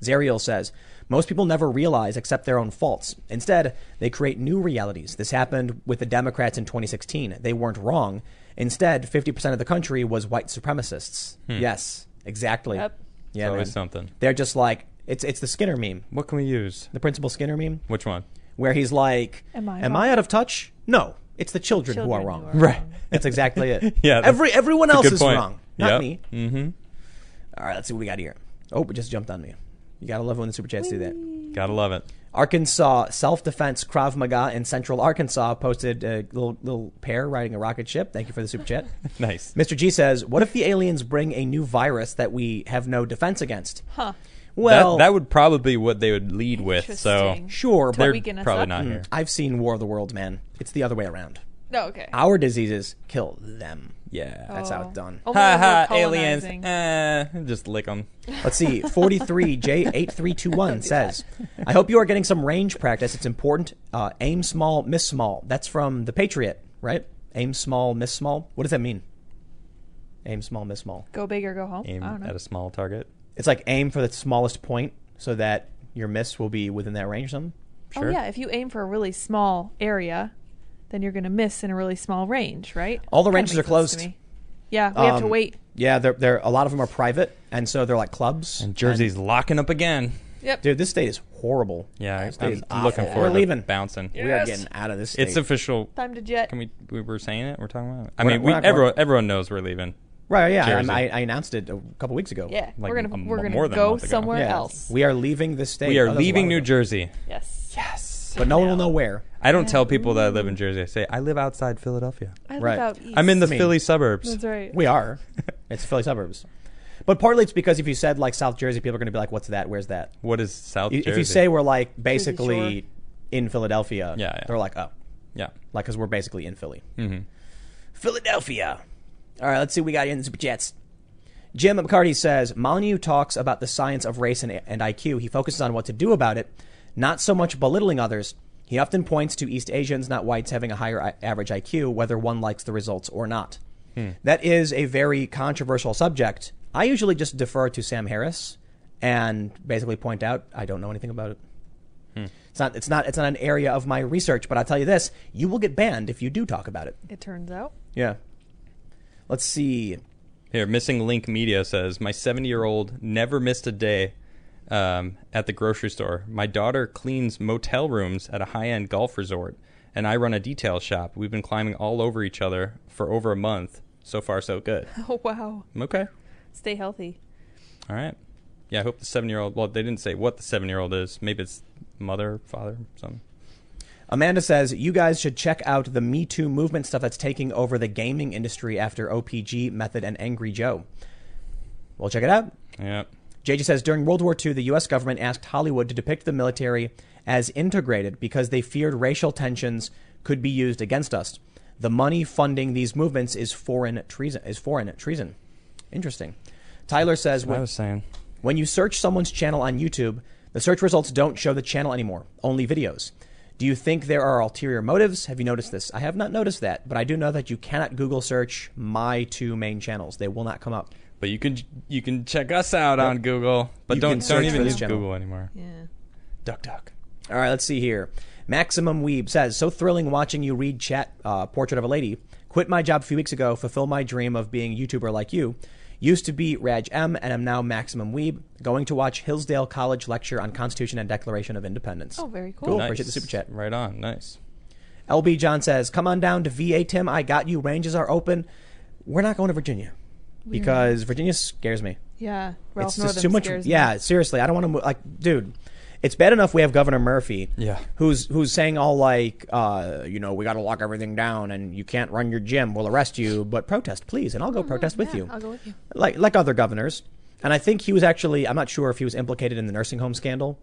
S1: Zariel says, most people never realize except their own faults. Instead, they create new realities. This happened with the Democrats in 2016. They weren't wrong. Instead, 50% of the country was white supremacists. Yes, exactly.
S3: Yep.
S1: Yeah,
S2: Always
S1: man.
S2: something.
S1: They're just like, it's, it's the Skinner meme,
S2: What can we use?
S1: the Principal Skinner meme,
S2: Which one?
S1: where he's like,
S3: Am I
S1: Am
S3: wrong?"
S1: I out of touch? No, it's the children, who
S3: Children
S1: are
S3: who
S1: wrong.
S3: are
S2: Right.
S1: That's exactly it.
S2: Yeah, that's-
S1: Every, everyone
S2: That's a
S1: else
S2: good
S1: is
S2: point.
S1: wrong, not
S2: Yep. Mm-hmm.
S1: me. All right, let's see what we got here. Oh, it just jumped on me. You gotta love when the super chats do that.
S2: Gotta love it.
S1: Arkansas Self Defense Krav Maga in Central Arkansas posted a little little pair riding a rocket ship. Thank you for the super chat.
S2: Nice.
S1: Mr. G says, "What if the aliens bring a new virus that we have no defense against?"
S3: Huh.
S1: Well,
S2: that, that would probably what they would lead with. So
S3: Interesting.
S1: sure, but
S2: they're
S3: Tweaking us
S2: probably
S3: up.
S2: not here.
S1: I've seen War of the Worlds, man. It's the other way around.
S3: No, okay.
S1: Our diseases kill them.
S2: Yeah.
S1: That's how it's done.
S3: Oh,
S2: Ha ha!
S3: we're
S2: Aliens.
S3: colonizing.
S2: Eh, just lick them.
S1: Let's see. 43J8321 says, I hope you are getting some range practice. It's important. Uh, aim small, miss small. That's from The Patriot, right? Aim small, miss small. What does that mean? Aim small, miss small.
S3: Go big or go home.
S2: Aim
S3: I don't know. Oh,
S2: at a small target.
S1: It's like aim for the smallest point so that your miss will be within that range or something.
S2: Sure.
S3: Oh yeah, if you aim for a really small area, then you're going to miss in a really small range, right?
S1: All the
S3: Kinda
S1: ranges
S3: makes
S1: are
S3: sense
S1: closed.
S3: to me. Yeah, we have to
S1: Um,
S3: wait.
S1: Yeah, they're, they're, a lot of them are private, and so they're like clubs.
S2: And Jersey's locking up again.
S3: Yep.
S1: Dude, this state is horrible.
S2: Yeah, I-
S1: state
S2: I'm
S1: is awful.
S2: looking forward
S1: We're
S2: to
S1: leaving.
S2: bouncing.
S1: We are getting out of this state.
S2: It's official.
S3: Time to jet.
S2: Can we? We were saying it. We're talking about. It. I
S1: We're-
S2: mean,
S1: we're
S2: we,
S1: not going-
S2: everyone everyone knows we're leaving.
S1: right, yeah.
S2: Jersey.
S1: I, I, I announced it a couple weeks ago.
S3: yeah,
S2: like
S3: we're
S2: a m-
S3: gonna we're
S2: more
S3: gonna
S2: than a
S3: go
S2: month ago.
S3: somewhere
S1: Yeah.
S3: else.
S1: We are leaving this state.
S2: We
S1: Oh,
S2: are
S1: that was a
S2: leaving
S1: while
S2: New
S1: ago.
S2: Jersey.
S3: yes.
S2: Yes.
S1: But no one will know where.
S2: I don't tell people that I live in Jersey. I say I live outside Philadelphia.
S3: Mm. I live
S1: Right.
S3: out east.
S2: I'm in the
S1: mean-
S2: Philly suburbs.
S3: That's right.
S1: We are. It's Philly suburbs. But partly it's because if you said like South Jersey, people are going to be like, what's that? Where's that?
S2: What is South
S1: I-
S2: Jersey?
S1: If you say we're like
S3: Jersey
S1: basically
S3: Shore.
S1: in Philadelphia,
S2: Yeah, yeah.
S1: they're like, oh,
S2: yeah,
S1: like because we're basically in Philly.
S2: Mhm.
S1: Philadelphia. All right, let's see what we got in the Super Jets. Jim McCarty says Molyneux talks about the science of race and, and IQ. He focuses on what to do about it, not so much belittling others. He often points to East Asians, not whites, having a higher I- average IQ, whether one likes the results or not. That is a very controversial subject. I usually just defer to Sam Harris and basically point out I don't know anything about it. It's not. It's not. It's not an area of my research. But I'll tell you this: you will get banned if you do talk about it.
S3: It turns out.
S1: Yeah. Let's see.
S2: Here, Missing Link Media says, My 70 year old never missed a day um, at the grocery store. My daughter cleans motel rooms at a high end golf resort, and I run a detail shop. We've been climbing all over each other for over a month. So far, so good.
S3: Oh wow.
S2: I'm okay.
S3: Stay healthy.
S2: All right. Yeah, I hope the seven year old, well, they didn't say what the seven year old is. Maybe it's mother, father, something.
S1: Amanda says, You guys should check out the Me Too movement stuff that's taking over the gaming industry after OPG, Method, and Angry Joe. Well, check it out.
S2: Yeah.
S1: JJ says During World War II, the U.S. government asked Hollywood to depict the military as integrated because they feared racial tensions could be used against us. The money funding these movements is foreign treason. Is foreign treason. Interesting. Tyler says
S2: I
S1: when,
S2: was saying.
S1: when you search someone's channel on YouTube, the search results don't show the channel anymore, only videos. Do you think there are ulterior motives? Have you noticed this? I have not noticed that, but I do know that you cannot Google search my two main channels. They will not come up.
S2: But you can you can check us out on Google, but
S1: You can
S2: don't
S1: search
S2: don't
S1: for
S2: even
S1: this
S2: use
S1: channel.
S2: Google anymore.
S3: Yeah.
S2: Duck, duck.
S1: All right, let's see here. Maximum Weeb says, "So thrilling watching you read chat uh, Portrait of a Lady. Quit my job a few weeks ago. Fulfill my dream of being a YouTuber like you. Used to be Raj M, and am now Maximum Weeb. Going to watch Hillsdale College lecture on Constitution and Declaration of Independence.
S3: Oh, very cool.
S1: Cool.
S2: Nice.
S1: Appreciate the super chat.
S2: Right on. Nice.
S1: LB John says, "Come on down to VA, Tim. I got you. Ranges are open. We're not going to Virginia because Virginia scares me.
S3: Yeah. Ralph
S1: it's
S3: Northam
S1: just too much.
S3: scares me.
S1: Yeah, seriously, I don't want to move. Like, dude, it's bad enough we have Governor Murphy.
S2: Yeah.
S1: who's who's saying all like, uh, you know, we got to lock everything down and you can't run your gym. We'll arrest you, but protest, please, and I'll go protest with
S3: Oh, Mm-hmm. Yeah,
S1: you,
S3: I'll go with you.
S1: like like other governors. And I think he was actually. I'm not sure if he was implicated in the nursing home scandal.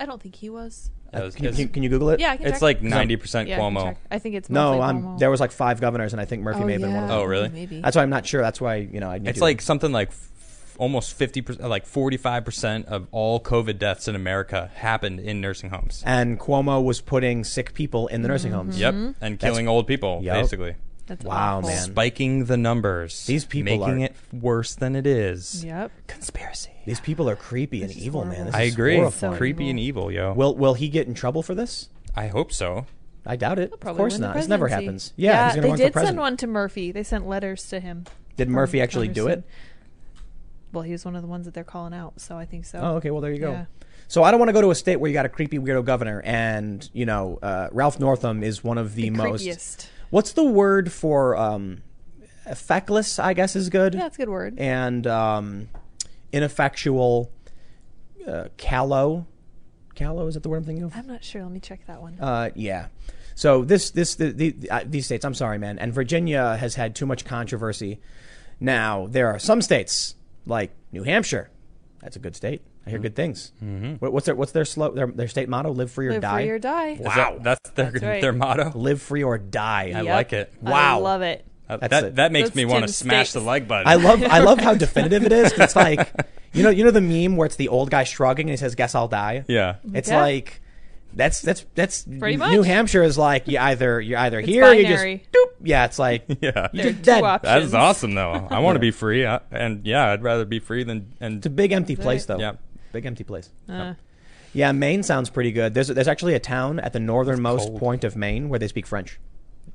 S3: I don't think he was.
S2: That was-
S1: Can you,
S2: it's,
S1: can, you- can you Google it?
S3: Yeah, I can
S2: it's
S3: check.
S2: like ninety percent
S3: yeah, I can
S2: Cuomo.
S3: check. I think it's
S1: No,
S3: mostly
S1: I'm,
S3: Cuomo.
S1: there was like five governors, and I think Murphy
S3: Oh,
S1: may have been one of
S3: yeah.
S1: them.
S2: Oh, really?
S3: Maybe.
S1: That's why I'm not sure. That's why you know I need.
S2: It's
S1: to-
S2: like something like f- almost fifty percent, like forty-five percent of all COVID deaths in America happened in nursing homes.
S1: and Cuomo was putting sick people in the nursing
S3: Mm-hmm.
S1: homes.
S2: Yep, and killing old people
S1: Yep.
S2: basically,
S3: That's
S1: Wow,
S3: awful.
S1: Oh, man.
S2: spiking the numbers.
S1: These people
S2: making
S1: are-
S2: it worse than it is.
S3: Yep.
S2: Conspiracy.
S1: These people are creepy and evil, man. This
S2: I
S1: is
S2: agree.
S1: horrifying.
S3: So
S2: Creepy
S3: evil.
S2: and evil, yo.
S1: Will Will he get in trouble for this?
S2: I hope so.
S1: I doubt it. Of
S3: Probably
S1: course
S3: win the
S1: not. This never
S3: presidency.
S1: happens. Yeah, he's
S3: they
S1: going to run
S3: did
S1: for president.
S3: send one to Murphy. They sent letters to him.
S1: did
S3: from
S1: Murphy actually do it?
S3: Congressman. Well, he was one of the ones that they're calling out, so I think so.
S1: Oh, okay. Well, there you go.
S3: Yeah.
S1: So I don't want to go to a state where you got a creepy weirdo governor, and you know uh, Ralph Northam is one of the,
S3: The
S1: most.
S3: creepiest.
S1: What's the word for um, feckless? I guess is good.
S3: Yeah, that's a good word.
S1: and um, ineffectual, uh, callow. Callow is that the word I'm thinking of?
S3: I'm not sure. Let me check that one.
S1: Uh, yeah. So this this the, the uh, these states. I'm sorry, man. And Virginia has had too much controversy. Now there are some states like New Hampshire. That's a good state. I hear good things. What, what's their what's their slow their, their state motto? Live free or
S3: Live
S1: die.
S3: free or die.
S2: Is that- that's their
S3: That's right.
S2: their motto.
S1: Live free or die. I
S2: I
S1: love
S3: Yep.
S2: like it.
S1: Wow.
S3: I love it.
S2: Uh,
S1: That's
S2: that
S1: it.
S2: that makes
S3: Those
S2: me want to
S3: tin
S2: smash the
S3: sticks.
S2: like button.
S1: I love I love how definitive it is. 'cause It's like you know you know the meme where it's the old guy shrugging and he says, "Guess I'll die."
S2: Yeah.
S1: It's
S3: Yeah.
S1: like that's that's that's
S3: Pretty
S1: New
S3: much.
S1: Hampshire is like you either you're either
S3: It's
S1: here or you just
S3: binary.
S1: doop. yeah it's like
S2: Yeah.
S1: you're
S3: There are
S1: just
S3: two
S1: dead.
S3: options.
S2: That is awesome though. I want to be free, I, and yeah, I'd rather be free than and
S1: It's a big empty place, though.
S2: Yeah.
S1: Big empty place.
S3: Uh,
S1: Yeah, Maine sounds pretty good. There's there's actually a town at the northernmost
S2: cold.
S1: point of Maine where they speak French.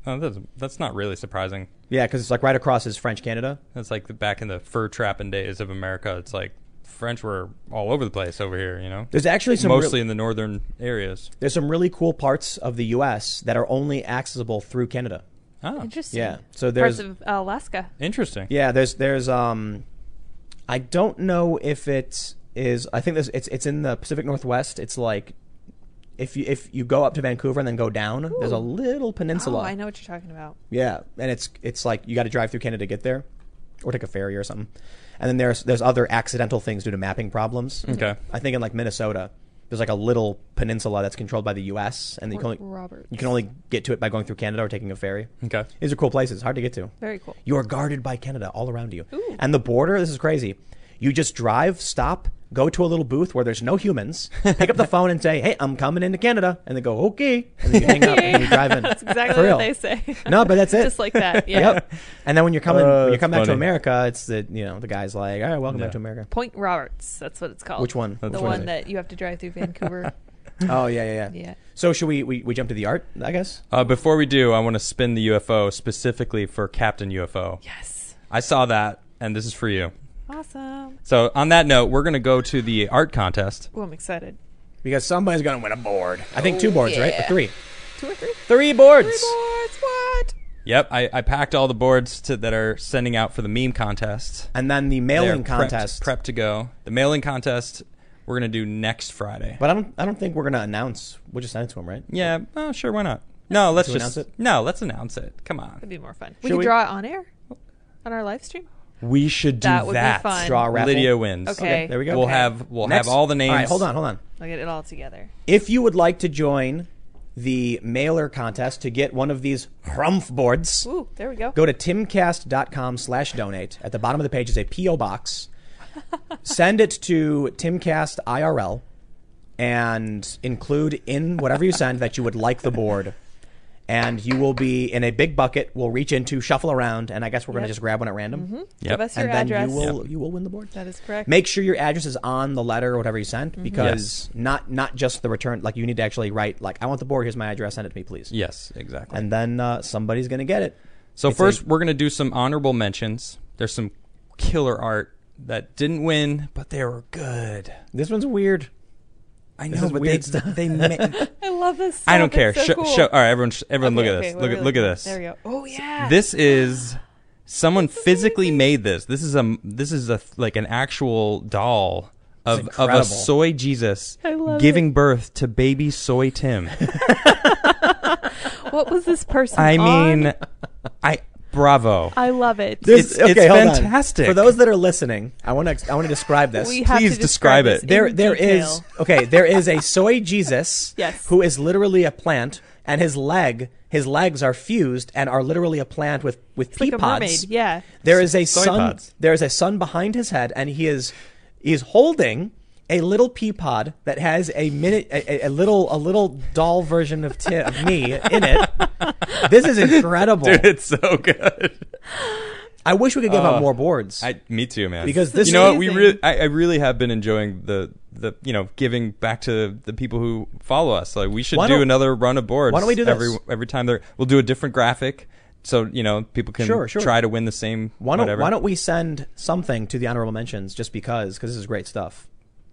S2: oh, that's, that's not really surprising.
S1: Yeah, because it's like right across is French Canada.
S2: That's like the, back in the fur trapping days of America. It's like French were all over the place over here, you know.
S1: There's actually some
S2: Mostly
S1: real-
S2: in the northern areas.
S1: there's some really cool parts of the U.S. that are only accessible through Canada.
S2: Ah,
S3: Interesting.
S1: Yeah, so there's
S3: parts of Alaska.
S2: interesting.
S1: yeah there's there's um, I don't know if it is. I think there's it's it's in the Pacific Northwest. It's like if you if you go up to Vancouver and then go down, there's a
S3: Ooh.
S1: little peninsula.
S3: Oh, I know what you're talking about.
S1: Yeah, and it's it's like you got to drive through Canada to get there, or take a ferry or something. And then there's there's other accidental things due to mapping problems.
S2: Okay.
S1: I think in like Minnesota, there's like a little peninsula that's controlled by the U.S. and you can
S3: Fort
S1: only
S3: Roberts.
S1: you can only get to it by going through Canada or taking a ferry.
S2: Okay.
S1: These are cool places, hard to get to.
S3: Very cool.
S1: You are guarded by Canada all around you,
S3: Ooh.
S1: and the border. This is crazy. You just drive, stop, go to a little booth where there's no humans, pick up the phone and say, "Hey, I'm coming into Canada," and they go, "Okay," and then you hang up and you drive in.
S3: That's exactly
S1: For
S3: what
S1: real.
S3: they say.
S1: No, but that's it.
S3: Just like that. Yeah.
S1: Yep. And then when you're coming,
S2: Uh,
S1: when you come
S2: that's
S1: back to
S2: funny.
S1: America, it's the you know the guy's like, all right, welcome back
S2: Yeah.
S1: to America.
S3: Point Roberts. That's what it's called.
S1: Which one?
S2: That's
S3: The
S2: what
S3: one
S2: it-
S3: that you have to drive through Vancouver.
S1: Oh yeah, yeah, yeah.
S3: Yeah.
S1: So should we, we we jump to the art? I guess.
S2: Uh, before we do, I want to spin the UFO specifically for Captain UFO.
S3: yes.
S2: I saw that, and this is for you.
S3: Awesome.
S2: So on that note, we're gonna go to the art contest.
S3: Well, I'm excited.
S1: Because somebody's going to win a board. I think two boards, right? Or
S3: yeah.
S1: three.
S3: Two or three?
S1: Three boards.
S3: Three boards. What?
S2: Yep, I, I packed all the boards to, that are sending out for the meme contest.
S1: And then the
S2: They're
S1: mailing
S2: prepped-
S1: contest.
S2: prepped to go. The mailing contest we're gonna do next Friday.
S1: But I don't. I don't think we're going to announce. We'll just send it to them, right?
S2: yeah, oh, sure, why not? No, let's
S1: To
S2: just
S1: announce it?
S2: no, let's announce it. Come on,
S3: That'd be more fun. We
S1: Should
S3: could
S1: we-
S3: draw it on air, on our live stream.
S2: we should do
S3: That would be fun.
S1: Draw a raffle.
S2: Lydia wins.
S3: Okay.
S1: Okay. There we go.
S2: We'll
S3: Okay.
S2: have we'll
S1: Next-
S2: have all the names.
S1: All right. Hold on. Hold on.
S3: I'll get it all together.
S1: If you would like to join the mailer contest to get one of these Hrumph boards,
S3: Ooh, there we go.
S1: go to timcast.com slash donate. At the bottom of the page is a P.O. box. Send it to Timcast IRL and include in whatever you send that you would like the board. And you will be in a big bucket. We'll reach into, shuffle around, and I guess we're going to
S3: Yep.
S1: just grab one at random.
S2: Yep.
S3: Give us your
S1: And then
S3: address.
S1: you will you will win the board.
S3: That is correct. Mm-hmm.
S1: Make sure your address is on the letter or whatever you sent, because not not just the return. Like you need to actually write like I want the board. Here's my address. Send it to me, please.
S2: Yes, exactly.
S1: And then uh, somebody's gonna get it.
S2: So
S1: It's
S2: first,
S1: a-
S2: we're gonna do some honorable mentions. There's some killer art that didn't win, but they were good.
S1: This one's weird.
S2: I
S1: This
S2: know,
S1: is
S2: but
S1: weird
S2: they
S1: stuff.
S2: they ma-
S3: I love this.
S2: I don't
S3: stuff.
S2: care.
S3: It's so
S2: show,
S3: cool.
S2: show, all right, everyone, sh- everyone, look
S3: Okay,
S2: at this.
S3: okay, we're
S2: look,
S3: really
S2: look at this.
S3: close. There we go. Oh yeah.
S2: This is someone physically made this. This is a this is a like an actual doll of of
S1: incredible.
S2: a soy Jesus
S3: I love
S2: giving birth to baby soy Tim.
S3: What was this person?
S2: I
S3: on?
S2: mean, I bravo.
S3: I love it.
S2: This- It's- it's
S1: hold on.
S2: fantastic.
S1: For those that are listening, I want to I want to describe this.
S3: we have
S2: please
S3: to
S2: describe
S3: this
S2: it.
S3: in
S1: there there is
S3: detail.
S1: okay there is a soy Jesus
S3: Yes.
S1: who is literally a plant, and his leg his legs are fused and are literally a plant with with
S3: It's
S1: pea
S3: like a
S1: pods.
S3: mermaid. Yeah.
S1: There is a
S2: Soy
S1: sun.
S2: pods.
S1: There is a sun behind his head, and he is he is holding a little pea pod that has a minute, a, a- a little, a little doll version of, Ti- of me in it. This is incredible.
S2: Dude, it's so good.
S1: I wish we could give out more boards.
S2: I, me too, man.
S1: Because this
S2: you know what we
S3: Amazing.
S2: really, I, I really have been enjoying the the you know giving back to the people who follow us. Like we should
S1: Why
S2: do
S1: don't-
S2: another run of boards.
S1: why don't we do this?
S2: every every time there? We'll do a different graphic, so you know people can
S1: Sure, sure.
S2: try to win the same.
S1: why don't
S2: whatever.
S1: Why don't we send something to the honorable mentions just because? Because this is great stuff.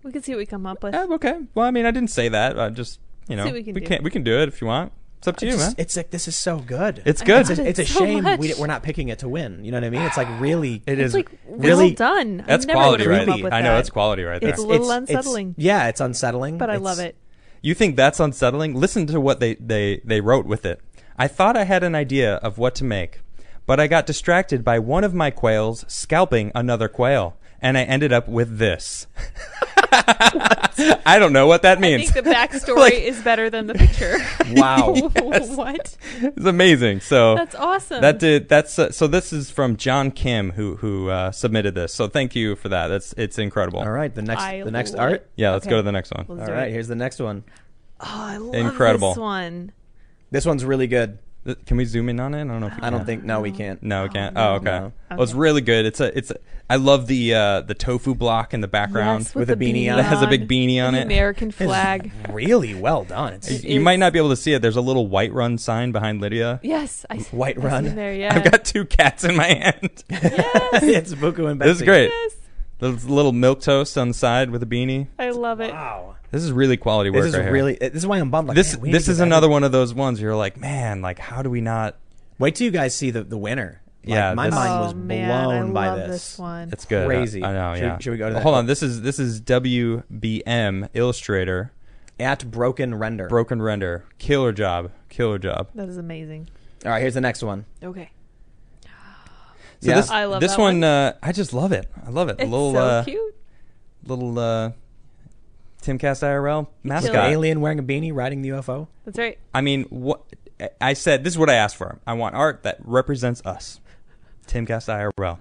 S3: We can see what we come up with.
S2: Yeah, okay. Well, I mean, I didn't say that. I just you know
S3: See what we can do.
S2: not we can do it if you want. It's up to you,
S1: it's,
S2: man.
S1: just- it's like this is so good.
S2: It's
S3: I
S2: good.
S3: love it.
S1: it's a
S3: so
S1: shame
S3: much.
S1: we, we're not picking it to win. You know what I mean? It's like really
S2: It
S3: It's
S2: is
S3: like
S1: really-
S3: well done. I
S2: that's
S3: never
S2: quality,
S3: would've
S2: right?
S3: come up with
S2: I know
S3: that,
S2: that's quality right there.
S3: It's a little unsettling.
S1: yeah, it's unsettling.
S3: But I
S1: It's-
S3: love it.
S2: You think that's unsettling? Listen to what they, they, they wrote with it. I thought I had an idea of what to make, but I got distracted by one of my quails scalping another quail, and I ended up with this. I don't know what that
S3: I
S2: means.
S3: think the backstory
S2: Like-
S3: is better than the picture.
S1: Wow.
S3: what?
S2: it's amazing. So
S3: That's awesome.
S2: That did that's uh, so. This is from John Kim who who uh, submitted this. So thank you for that. That's it's incredible.
S1: All right, the next
S3: I
S1: the next
S3: love
S1: art.
S3: it.
S2: Yeah, let's
S3: Okay.
S2: go to the next one.
S3: Let's
S1: All
S3: do
S1: right,
S3: it.
S1: here's the next one.
S3: Oh, I love
S2: Incredible.
S3: this one.
S1: This one's really good.
S2: Th- Can we zoom in on it? I don't know. If we
S1: I don't
S2: can.
S1: think. No, we
S3: Mm-hmm.
S1: can't.
S2: No, it can't.
S3: no.
S2: Oh, okay.
S1: No.
S2: Well, it's really good. It's a, it's. A, I love the uh, the tofu block in the background.
S3: Yes,
S1: with
S3: with,
S1: a
S3: the
S1: beanie on.
S2: That has a big beanie on
S3: the
S2: it.
S3: American flag.
S1: Really well done. It's
S2: you
S3: is-
S2: might not be able to see it. There's a little white run sign behind Lydia.
S3: yes, I see-
S1: White
S3: I see
S1: run.
S3: them There, yeah.
S2: I've got two cats in my hand.
S1: it's Buku and Betsy.
S2: this is great.
S3: yes.
S2: There's a little milk toast on the side with a beanie.
S3: I love it.
S1: Wow.
S2: This is really quality work.
S1: This is
S2: right here.
S1: really. This is why I'm bummed. Like,
S2: This
S1: man, we need
S2: this
S1: to
S2: is
S1: get that.
S2: another one of those ones where you're like, man, like how do we not?
S1: Wait till you guys see the the winner. Like,
S2: Yeah,
S1: my
S2: this-
S1: mind
S3: oh,
S1: was blown
S3: man, I love
S1: by
S3: this.
S1: this.
S3: one.
S2: It's good.
S1: Crazy.
S2: I, I know.
S1: Should-
S2: yeah.
S1: should we go to that?
S2: Hold on. This is this is WBM Illustrator
S1: At Broken Render.
S2: Broken Render Killer Job Killer Job.
S3: that is amazing.
S1: All right, here's the next one.
S3: Okay.
S2: So
S1: Yeah.
S2: this,
S3: I love
S2: this
S3: that
S2: one.
S3: one.
S2: Uh, I just love it. I love it.
S3: It's
S2: little
S3: so
S2: uh,
S3: cute.
S2: little uh, Timcast IRL mascot.
S1: An alien wearing a beanie riding the UFO.
S3: That's right.
S2: I mean, what I said. This is what I asked for. I want art that represents us. Timcast IRL.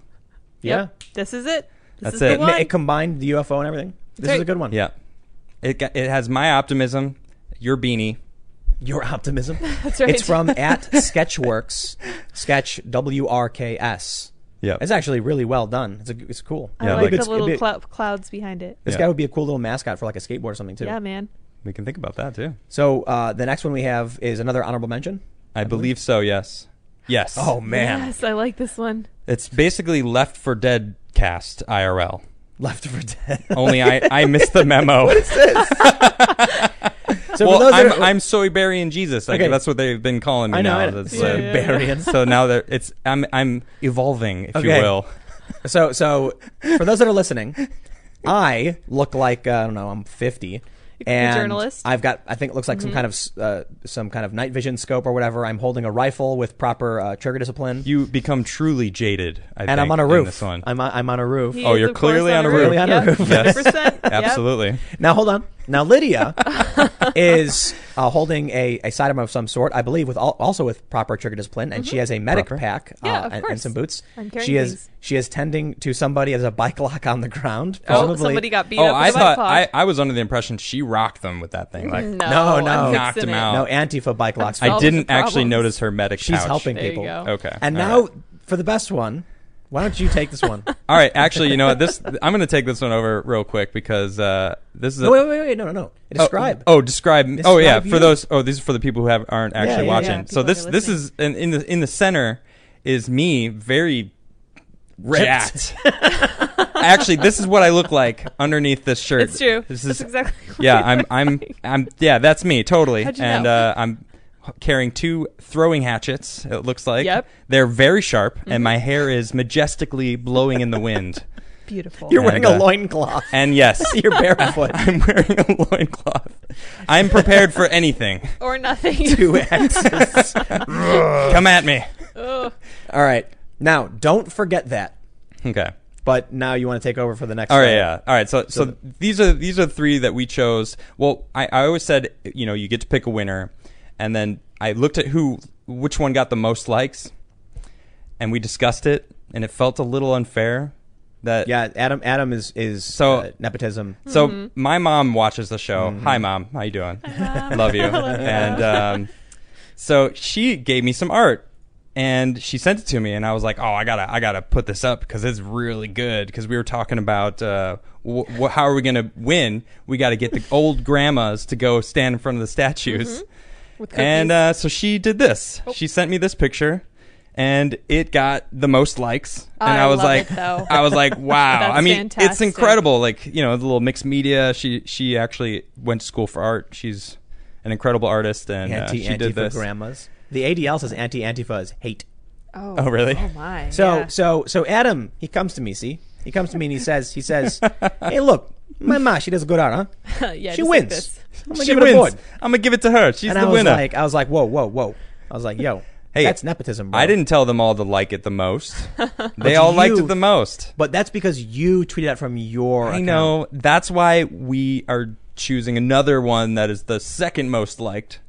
S3: Yep. This is it. This
S2: That's
S3: is
S2: it.
S3: the
S1: It, ma-
S3: one.
S1: it combined the UFO and everything. This is
S3: Great.
S1: a good one.
S2: Yeah. It got, it has my optimism, your beanie.
S1: Your optimism. That's
S3: right.
S1: It's from at Sketchworks. Sketch W R K S.
S2: Yeah.
S1: It's actually really well done. It's a, it's cool.
S3: I
S2: Yeah,
S3: like
S2: like-
S3: the
S1: It's-
S3: little
S1: it'd be-
S3: clou- clouds behind it.
S1: This
S2: Yeah.
S1: guy would be a cool little mascot for like a skateboard or something too.
S3: Yeah, man.
S2: We can think about that too.
S1: So uh, the next one we have is another honorable mention.
S2: I believe so. Yes. Yes.
S1: Oh man,
S3: Yes, I like this one.
S2: It's basically Left for Dead cast IRL.
S1: Left for Dead.
S2: Only I, I missed the memo.
S1: so for
S2: well,
S1: those that
S2: I'm,
S1: are-
S2: I'm soy berrying Jesus. Like,
S1: Okay.
S2: That's what they've been calling me
S1: I know, I
S2: now.
S1: know.
S2: That's, uh,
S1: Soy berrying.
S2: So now that it's I'm I'm evolving, if
S1: Okay.
S2: you will.
S1: So, so for those that are listening, I look like uh, I don't know. I'm 50,
S3: a
S1: and
S3: journalist. Mm-hmm.
S1: I've got. I think it looks like some kind of s- uh, some kind of night vision scope or whatever. I'm holding a rifle with proper uh, trigger discipline,
S2: You become truly jaded. I
S1: and I'm
S2: think,
S1: on a
S2: in
S1: roof.
S2: this one.
S1: I'm on, I'm on a roof.
S3: He
S2: Oh,
S3: is,
S2: you're
S3: of course,
S2: clearly on a roof.
S1: Clearly on a
S3: Yep,
S1: roof.
S3: 100%. Yep.
S2: Absolutely.
S1: Now hold on. Now Lydia
S3: Oh,
S1: is uh, holding a, a sidearm of some sort, I believe, with al- also with proper trigger discipline, and she has a medic
S2: Proper.
S1: pack uh,
S3: Mm-hmm. Yeah, of
S1: and, and
S3: course.
S1: some boots.
S3: I'm carrying
S1: she is
S3: these.
S1: she is tending to somebody. There's a bike lock on the ground.
S3: Oh,
S1: presumably-
S3: somebody got beat
S2: oh,
S3: up.
S2: I
S3: with a
S2: thought
S3: bike lock.
S2: I, I was under the impression she rocked them with that thing. Like
S1: No,
S3: no,
S1: no.
S3: I'm
S2: Knocked
S3: fixing
S2: him
S3: it.
S2: out.
S1: no anti-fa bike locks.
S3: sorry.
S2: I
S3: Solves
S2: didn't
S3: the
S2: actually
S3: problems.
S2: notice her medic
S1: She's
S2: pouch.
S1: helping
S3: There you
S1: people.
S3: go.
S2: Okay.
S1: And
S2: All
S1: now
S2: right.
S1: for the best one, why don't you take this one?
S2: All right, actually, you know what? This I'm going to take this one over real quick because uh, this is a,
S1: no, wait, wait, wait, no, no, no. Describe.
S2: Oh, oh, describe. Oh,
S1: Describe
S2: yeah. For
S1: you.
S2: those. Oh, these are for the people who have, aren't actually
S1: yeah,
S2: watching.
S1: yeah.
S2: So
S3: People
S2: this
S3: that are
S2: this
S3: listening.
S2: is and in the in the center is me very oh, jacked. actually, this is what I look like underneath this shirt.
S3: It's true.
S2: This
S3: That's
S2: is
S3: exactly. what
S2: yeah.
S3: you
S2: I'm
S3: look
S2: I'm
S3: like.
S2: I'm yeah. That's me totally.
S3: How'd you
S2: and
S3: know?
S2: uh, I'm carrying two throwing hatchets. It looks like.
S3: Yep. Mm-hmm.
S2: They're very sharp, and my hair is majestically blowing in the wind.
S3: beautiful.
S1: You're wearing
S2: and,
S1: a
S2: uh,
S1: loincloth.
S2: And yes,
S1: You're barefoot.
S2: I'm wearing a loincloth. I'm prepared for anything.
S3: or nothing.
S1: Two X's.
S2: Come at me.
S3: Ugh.
S1: All right. Now, don't forget that.
S2: Okay.
S1: But now you want to take over for the next.
S2: All right.
S1: one.
S2: Yeah. All right. So, so, these are these are three that we chose. Well, I, I always said you know you get to pick a winner, and then I looked at who which one got the most likes, and we discussed it, and it felt a little unfair that
S1: Yeah, Adam. Adam is is
S2: So-
S1: uh, nepotism.
S2: So my mom watches the show. Hi, mom. How you doing? Love you. and um, so she gave me some art, and she sent it to me, and I was like, "Oh, I gotta, I gotta put this up because it's really good." Because we were talking about uh, wh- wh- how are we gonna win? We got to get the old grandmas to go stand in front of the statues.
S3: With cookies. Oh.
S2: And uh, so she did this. She sent me this picture, and it got the most likes. And
S3: I
S2: I, was
S3: love
S2: like,
S3: it, though.
S2: I was like, wow.
S3: That's
S2: I mean, it's
S3: fantastic.
S2: incredible. Like you know, the little mixed media. She she actually went to school for art. She's an incredible artist, and uh,
S1: Anti
S2: she did
S1: Antifa
S2: this.
S1: grandmas. The ADL says anti Antifa is hate.
S3: oh,
S2: Oh, really?
S3: Oh my.
S1: So
S3: yeah.
S1: so so Adam, he comes to me. See, he comes to me and he says he says, "Hey, look, my ma, she does good art, huh?
S3: yeah,
S1: she
S3: just like
S1: wins.
S3: this.
S1: I'm gonna
S2: She
S1: give it a
S2: wins.
S1: board."
S2: I'm gonna give it to her. She's
S1: And
S2: the
S1: I was
S2: winner.
S1: like, I was like, whoa, whoa, whoa. I was like, yo,
S2: Hey,
S1: that's nepotism. Bro.
S2: I didn't tell them all to like it the most. they all liked
S1: you-
S2: it the most.
S1: but that's because you tweeted out from your.
S2: I
S1: account.
S2: know. That's why we are choosing another one that is the second most liked,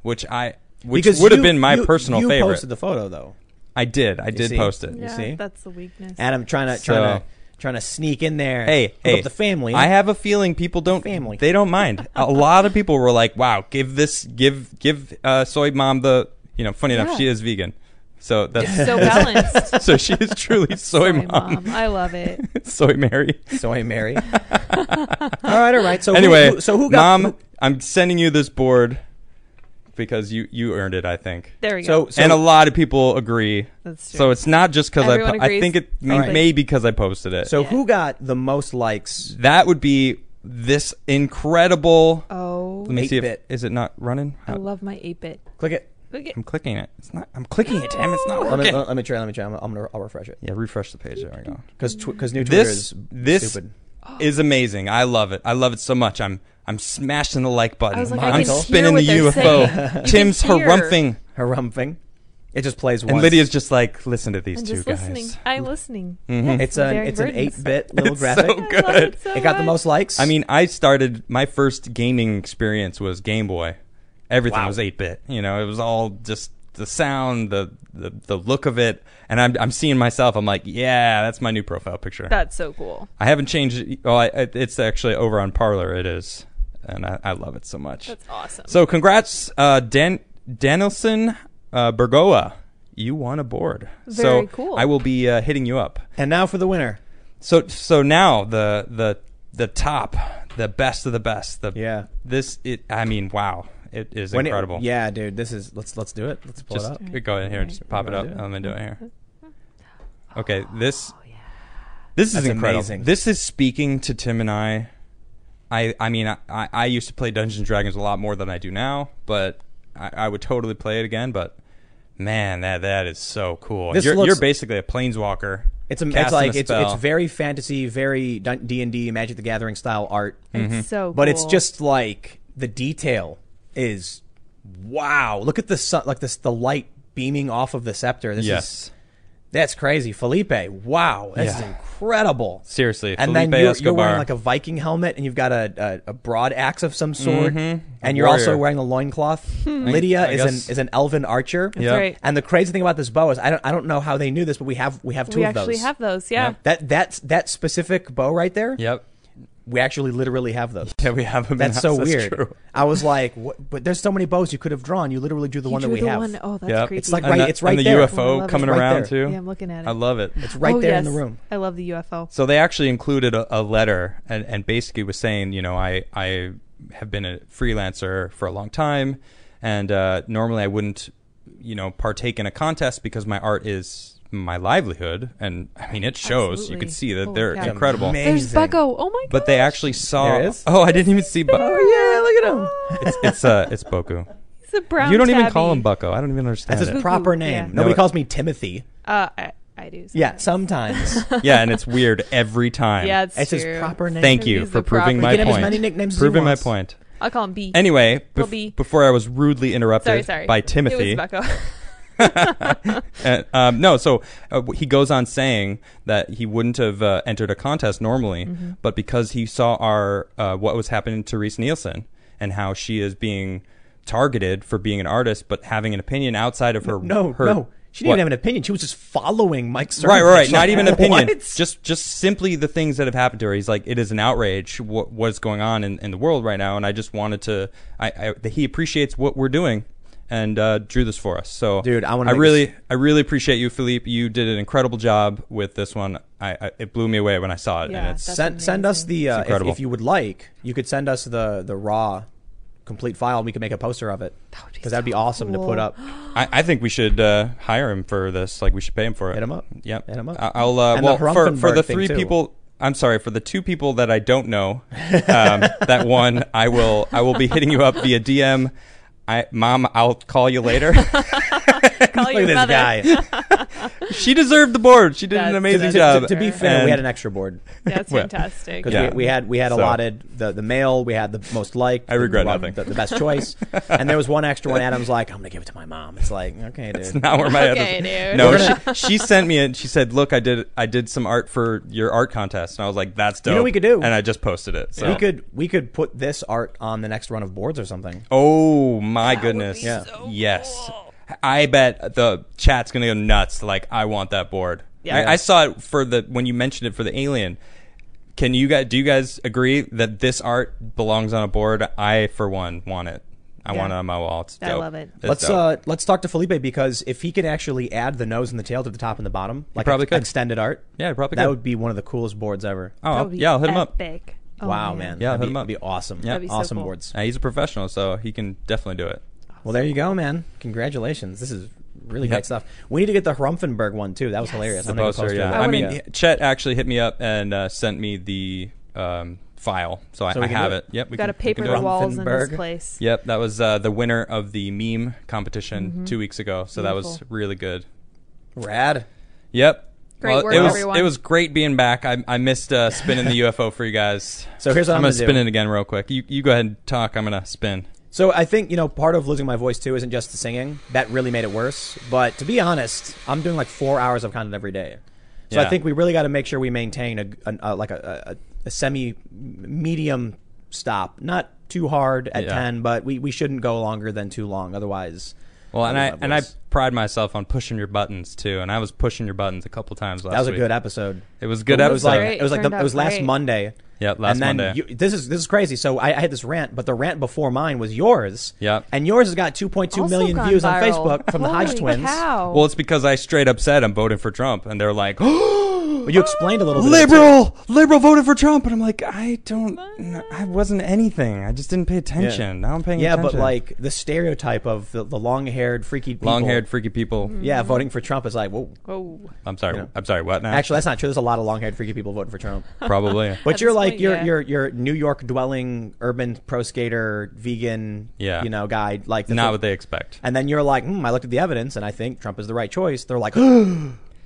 S2: which I which
S1: because
S2: would have
S1: you-
S2: been my
S1: you-
S2: personal
S1: you
S2: favorite.
S1: posted the photo though.
S2: I did. I did
S1: see?
S2: post it.
S1: You
S3: yeah,
S1: see?
S3: that's the weakness.
S1: Adam trying to trying to trying to sneak in there.
S2: Hey,
S1: hook
S2: hey,
S1: up the family.
S2: I have a feeling people don't.
S1: Family.
S2: They don't mind. a lot of people were like, "Wow, give this, give, give uh, soy mom the." You know, funny
S3: Yeah.
S2: enough, she is vegan, so that's
S3: so balanced.
S2: so she is truly soy,
S3: Sorry,
S2: mom,
S3: mom. I love it.
S2: soy Mary.
S1: soy Mary. all right, all right. So who-
S2: Anyway,
S1: who, so who got
S2: mom?
S1: who-
S2: I'm sending you this board because you you earned it. I think.
S3: There we
S1: So,
S3: go.
S1: so
S2: and a lot of people agree.
S3: That's true.
S2: So it's not just because I.
S3: Everyone
S2: Po- I
S3: agrees.
S2: think it
S3: All right.
S2: may because I posted it.
S1: so
S3: Yeah.
S1: who got the most likes?
S2: that would be this incredible.
S3: oh,
S2: Let me see if
S1: 8-bit.
S2: is it not running.
S3: I love my eight bit.
S1: Click it.
S3: Look at
S2: I'm clicking it. It's not. I'm clicking it. Damn, it's not
S1: Let me,
S2: working.
S1: let, let me try. Let me try. I'm, I'm gonna. I'll refresh it
S2: Yeah, refresh the page. There we go.
S1: because because new Twitter
S2: This
S1: is
S2: this
S1: stupid.
S2: is amazing. I love it. I love it so much. I'm I'm smashing the like button.
S3: I was like,
S1: I
S2: am
S1: can hear
S2: spinning the
S3: what they're saying. You
S2: UFO.
S3: can
S2: Tim's
S3: hear.
S2: harumphing,
S1: Harumphing. It just plays once.
S2: and Lydia's just like, listen to these
S3: I'm
S2: two
S3: just
S2: guys.
S3: listening. I'm listening.
S1: It's an
S3: Very
S1: it's an
S3: burdensome.
S1: eight bit little
S2: It's
S1: graphic.
S2: so
S3: I love
S2: good.
S3: it, so
S1: It got the
S3: much.
S1: most likes.
S2: I mean, I started my first gaming experience was Game Boy. Everything was 8-bit. You know, it was all just the sound, the the, the look of it, and I'm I'm seeing myself. I'm like, yeah, that's my new profile picture.
S3: That's so cool.
S2: I haven't changed. it- Well, I, it- it's actually over on Parlor. It is, and I, I love it so much.
S3: That's awesome.
S2: So, congrats, uh, Dan Danielson uh, Bergoa. You won a board.
S3: Very
S2: so
S3: cool.
S2: I will be uh, hitting you up.
S1: and now for the winner.
S2: So so now the the the top, the best of the best. The
S1: Yeah.
S2: This it. I mean, wow. It is
S1: When it-
S2: incredible.
S1: yeah, dude. This is let's let's do it. Let's pull
S2: just
S1: it up.
S2: go in here and just pop it up.
S1: Do it.
S2: I'm gonna do it here. Okay,
S3: Oh,
S2: this this is
S1: That's
S2: incredible.
S1: amazing.
S2: This is speaking to Tim and I. I I mean I, I I used to play Dungeons and Dragons a lot more than I do now, but I, I would totally play it again. But man, that that is so cool.
S1: This
S2: you're,
S1: looks-
S2: you're basically a planeswalker.
S1: It's a, it's
S2: casting
S1: like it's
S2: spell.
S1: it's very fantasy, very D and D, Magic the Gathering style art.
S2: Mm-hmm.
S3: It's so
S1: But it's
S3: cool.
S1: just like the detail is wow. Look at the sun, like this the light beaming off of the scepter. This is
S2: yes.
S1: that's crazy, Felipe. Wow, that's
S2: Yeah.
S1: incredible.
S2: Seriously,
S1: And
S2: Felipe
S1: then you're,
S2: Escobar.
S1: you're wearing like a Viking helmet, and you've got a, a, a broad axe of some sort, and you're also
S2: Mm-hmm. warrior. Hmm.
S1: wearing a loincloth. Lydia
S2: I
S1: is
S2: guess-
S1: an is an elven archer.
S2: Yeah.
S3: right.
S1: And the crazy thing about this bow is I don't I don't know how they knew this, but we have we have two
S3: we
S1: of
S3: actually
S1: those.
S3: have those. Yeah.
S2: Yeah.
S1: That that's that specific bow right there.
S2: Yep.
S1: We actually literally have those.
S2: Yeah, we have him. in
S1: That's
S2: house,
S1: so weird.
S2: true.
S1: I was like, what? but there's so many bows you could have drawn. You literally drew the
S3: You
S1: one that
S3: drew
S1: we
S3: the
S1: have.
S3: one- oh, that's
S2: Yep.
S3: creepy.
S1: It's like
S2: And
S1: right-
S2: the-
S1: it's right
S2: and the
S1: there.
S3: Oh, I
S2: UFO
S3: love it.
S2: coming
S3: It's
S1: right
S2: around
S1: there.
S2: too.
S3: Yeah, I'm looking at it.
S2: I love it. It's
S1: It's right
S3: Oh,
S1: there in the
S3: yes.
S1: room.
S3: I love the UFO.
S2: So they actually included a, a letter and, and basically was saying, you know, I, I have been a freelancer for a long time, and uh, normally I wouldn't, you know, partake in a contest because my art is my livelihood, and I mean it shows. You
S3: Absolutely.
S2: can see that
S3: Holy
S2: they're
S3: cow.
S2: incredible.
S1: Amazing.
S3: There's Bucko. Oh my god.
S2: But they actually saw.
S1: There is?
S2: Oh, I didn't even see Bucko.
S1: Oh yeah, look at him.
S2: It's it's uh it's Boku.
S3: He's a brown.
S2: You don't even
S3: tabby.
S2: call him Bucko. I don't even understand
S1: That's
S2: it.
S1: his
S3: Cuckoo,
S1: proper
S3: yeah.
S1: name.
S3: No,
S1: Nobody
S2: it-
S1: calls me Timothy.
S3: Uh, I, I do.
S1: Yeah,
S3: sometimes.
S1: sometimes.
S2: yeah, and it's weird every time.
S3: Yeah, it's,
S1: That's his
S3: true.
S1: proper name.
S2: Thank you
S3: He's
S2: for
S3: the
S2: proving
S3: proper-
S2: my
S3: He can
S2: point.
S3: have as
S1: many nicknames as he
S2: proving
S1: wants.
S2: my point.
S3: I'll call him B.
S2: Anyway,
S3: He'll
S2: bef-
S3: be-
S2: before I was rudely interrupted
S3: Sorry, sorry.
S2: by Timothy.
S3: It was Bucko.
S2: and, um, no, so uh, w- he goes on saying that he wouldn't have uh, entered a contest normally,
S3: Mm-hmm.
S2: but because he saw our uh, what was happening to Reese Nielsen and how she is being targeted for being an artist, but having an opinion outside of her.
S1: No,
S2: her,
S1: no. She didn't
S2: What?
S1: even have an opinion. She was just following Mike Cernovich.
S2: Right, right, right. Not
S1: Like,
S2: even an opinion.
S1: what?
S2: Just, just simply the things that have happened to her. He's like, it is an outrage. What, what's going on in, in the world right now? And I just wanted to. I, I that he appreciates what we're doing, and uh, drew this for us. So,
S1: Dude, I wanna
S2: I
S1: make
S2: really,
S1: this-
S2: I really appreciate you, Philippe. You did an incredible job with this one. I, I it blew me away when I saw it.
S3: Yeah,
S2: and it's
S3: that's-
S1: send send us
S3: amazing.
S1: the uh, if,
S2: incredible.
S1: if you would like, you could send us the the raw complete file and we could make a poster of it
S3: would be
S1: because that'd be
S3: so
S1: awesome to
S3: cool.
S1: put up.
S2: I, I think we should uh, hire him for this. Like we should pay him for it.
S1: Hit him up.
S2: Yep.
S1: Hit him up.
S2: I- I'll uh,
S1: And the
S2: well for for the
S1: Harumphenberg thing,
S2: three
S1: too.
S2: people. I'm sorry for the two people that I don't know. Um, that one, I will I will be hitting you up via DM. I, Mom, I'll call you later.
S3: call
S1: Look
S3: your
S1: at this
S3: mother.
S1: guy.
S2: she deserved the board. She did an
S3: That's-
S2: amazing
S3: that's-
S1: to,
S2: job.
S1: to- to be fair,
S2: And-
S1: we had an extra board
S3: That's
S2: Well,
S3: fantastic.
S1: because
S2: Yeah.
S1: we, we had we had
S2: So-
S1: allotted the, the male, we had the most liked.
S2: I regret
S1: the,
S2: nothing.
S1: The, the best choice, and there was one extra one. Adam's like, I'm gonna give it to my mom. It's like, okay, dude.
S2: not where my head
S3: Okay,
S2: is.
S3: dude.
S2: No,
S3: We're
S2: she, she sent me and she said, "Look, I did I did some art for your art contest," and I was like, "That's dope."
S1: know what we could do?
S2: and I just posted it. So
S1: We could we could put this art on the next run of boards or something.
S2: Oh my goodness!
S1: be Yeah. so
S2: yes, I bet the chat's gonna go nuts. Like, I want that board.
S3: Yeah.
S2: I, I saw it for the when you mentioned it for the alien. Can you guys do you guys agree that this art belongs on a board? I for one want it. I
S3: Yeah.
S2: want it on my wall. It's
S3: I
S2: dope.
S3: love it.
S2: It's
S1: let's
S2: dope.
S1: uh let's talk to Felipe because if he could actually add the nose and the tail to the top and the bottom, like
S2: probably
S1: ex-
S2: could.
S1: extended art,
S2: Yeah, he probably
S1: that
S2: could.
S1: would be one of the coolest boards ever.
S2: oh
S3: That would be
S2: yeah, I'll hit him up.
S3: epic. Oh,
S1: wow, man!
S2: Yeah,
S1: that'd
S2: hit
S1: be,
S2: him up.
S1: that'd be awesome.
S2: That'd
S3: be so
S1: awesome
S3: cool.
S1: boards.
S2: Yeah, he's a professional, so he can definitely do it.
S1: Well, there you go, man. Congratulations. This is really
S2: Yeah.
S1: great stuff. We need to get the Hrumpfenberg one too. That was hilarious. I'm
S2: The
S1: gonna
S2: poster,
S1: post it.
S2: yeah.
S3: I
S2: I, mean,
S1: yeah.
S2: Chet actually hit me up and uh, sent me the um, file, so I,
S1: So we
S2: I
S1: can do
S2: have
S1: it.
S2: it. Yep, we
S3: Got to
S2: can- we can
S3: paper
S2: do
S3: the
S2: it.
S3: walls in this
S1: Rumpfenberg.
S3: place.
S2: Yep, that was uh, the winner of the meme competition two weeks ago. So that was
S3: Mm-hmm. Beautiful.
S2: really good.
S1: rad.
S2: Yep.
S3: Great work,
S2: it was,
S3: everyone.
S2: It was great being back. I, I missed uh, spinning the UFO for you guys.
S1: So here's what I'm
S2: I'm gonna
S1: gonna do.
S2: spin it again real quick. You you go ahead and talk. I'm gonna spin.
S1: So I think you know part of losing my voice too isn't just the singing. That really made it worse. But to be honest, I'm doing like four hours of content every day. So I
S2: Yeah.
S1: think we really got to make sure we maintain a, an- uh like a, a, a semi medium stop, not too hard at
S2: Yeah.
S1: ten, but we, we shouldn't go longer than too long. Otherwise,
S2: Well, and
S1: lose
S2: I
S1: my
S2: and I
S1: voice.
S2: pride myself on pushing your buttons too. And I was pushing your buttons a couple times last.
S1: that was a
S2: week.
S1: good episode.
S2: It was a good
S1: It was
S2: episode.
S1: like
S3: Great.
S1: it was like the,
S3: Turned
S1: it was
S3: out
S1: last
S3: great.
S1: Monday.
S2: Yep, last
S1: and then
S2: Monday.
S1: You, this is this is crazy. So I, I had this rant, but the rant before mine was yours.
S2: Yep.
S1: And yours has got 2.2
S3: Also
S1: million
S3: gone
S1: views on
S3: viral.
S1: Facebook from the Hodge
S3: Holy
S1: twins.
S3: Cow.
S2: Well, it's because I straight up said I'm voting for Trump, and they're like,
S1: But you explained a little bit. of it, Oh, too.
S2: liberal, liberal voted for Trump, and I'm like, I don't, kn- I wasn't anything. I just didn't pay attention. Now I'm paying
S1: Yeah, but
S2: attention.
S1: like the stereotype of the, the long-haired freaky people,
S2: long-haired freaky people.
S3: Mm-hmm.
S1: Yeah, voting for Trump is like, whoa.
S3: Oh,
S2: I'm sorry. I'm sorry. What now?
S1: Actually, that's not true. There's a lot of long-haired freaky people voting for Trump.
S2: probably.
S1: But you're
S3: this
S1: like
S3: point,
S1: you're
S3: yeah.
S1: you're you're New York dwelling urban pro skater vegan
S2: Yeah.
S1: you know guy like the
S2: not
S1: thing-
S2: what they expect.
S1: and then you're like hmm, I looked at the evidence and I think Trump is the right choice they're like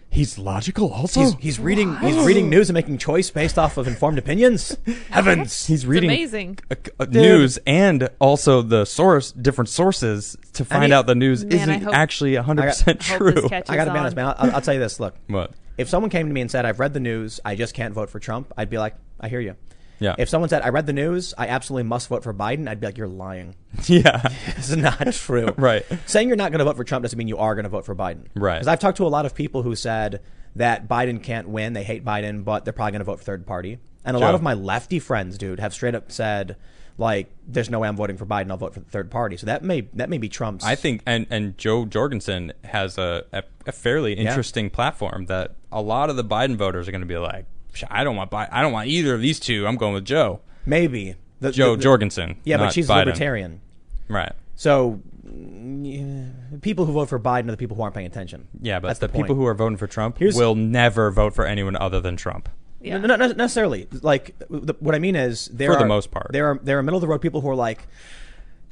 S2: He's logical. Also,
S1: he's, he's reading he's reading news and making choice based off of informed opinions heavens
S2: He's reading
S3: amazing.
S2: a- a news and also the source, different sources to find
S1: mean-
S2: out the news
S3: Man, I
S2: isn't
S3: hope-
S2: actually 100 percent
S3: I hope this
S2: true.
S3: catches
S1: I gotta be
S3: on.
S1: honest man I'll, I'll tell you this look
S2: What?
S1: if someone came to me and said I've read the news I just can't vote for Trump I'd be like I hear you
S2: Yeah.
S1: if someone said I read the news I absolutely must vote for Biden I'd be like you're lying
S2: yeah.
S1: It's not true.
S2: Right.
S1: Saying you're not going to vote for Trump doesn't mean you are going to vote for Biden.
S2: Right.
S1: Because I've talked to a lot of people who said that Biden can't win. They hate Biden, but they're probably going to vote for third party. And a lot
S2: Sure.
S1: of my lefty friends, dude, have straight up said, like, there's no way I'm voting for Biden. I'll vote for the third party. So that may that may be Trump's.
S2: I think and and Joe Jorgensen has a a, a fairly interesting platform that a lot of the Biden voters are going to be like, "Psh, I don't want Bi- I don't want either of these two. I'm going with Joe.
S1: maybe The-
S2: Joe
S1: the- the-
S2: Jorgensen.
S1: Yeah, but
S2: not
S1: she's a
S2: Biden.
S1: libertarian.
S2: Right.
S1: So mm, yeah, people who vote for Biden are the people who aren't paying attention.
S2: Yeah, but
S1: That's
S2: the,
S1: the
S2: people
S1: point.
S2: who are voting for Trump
S1: Here's-
S2: will never vote for anyone other than Trump.
S3: Yeah.
S1: No, no, not necessarily. Like the, what I mean is, there
S2: For
S1: are,
S2: the most part.
S1: there are there are middle of the road people who are like,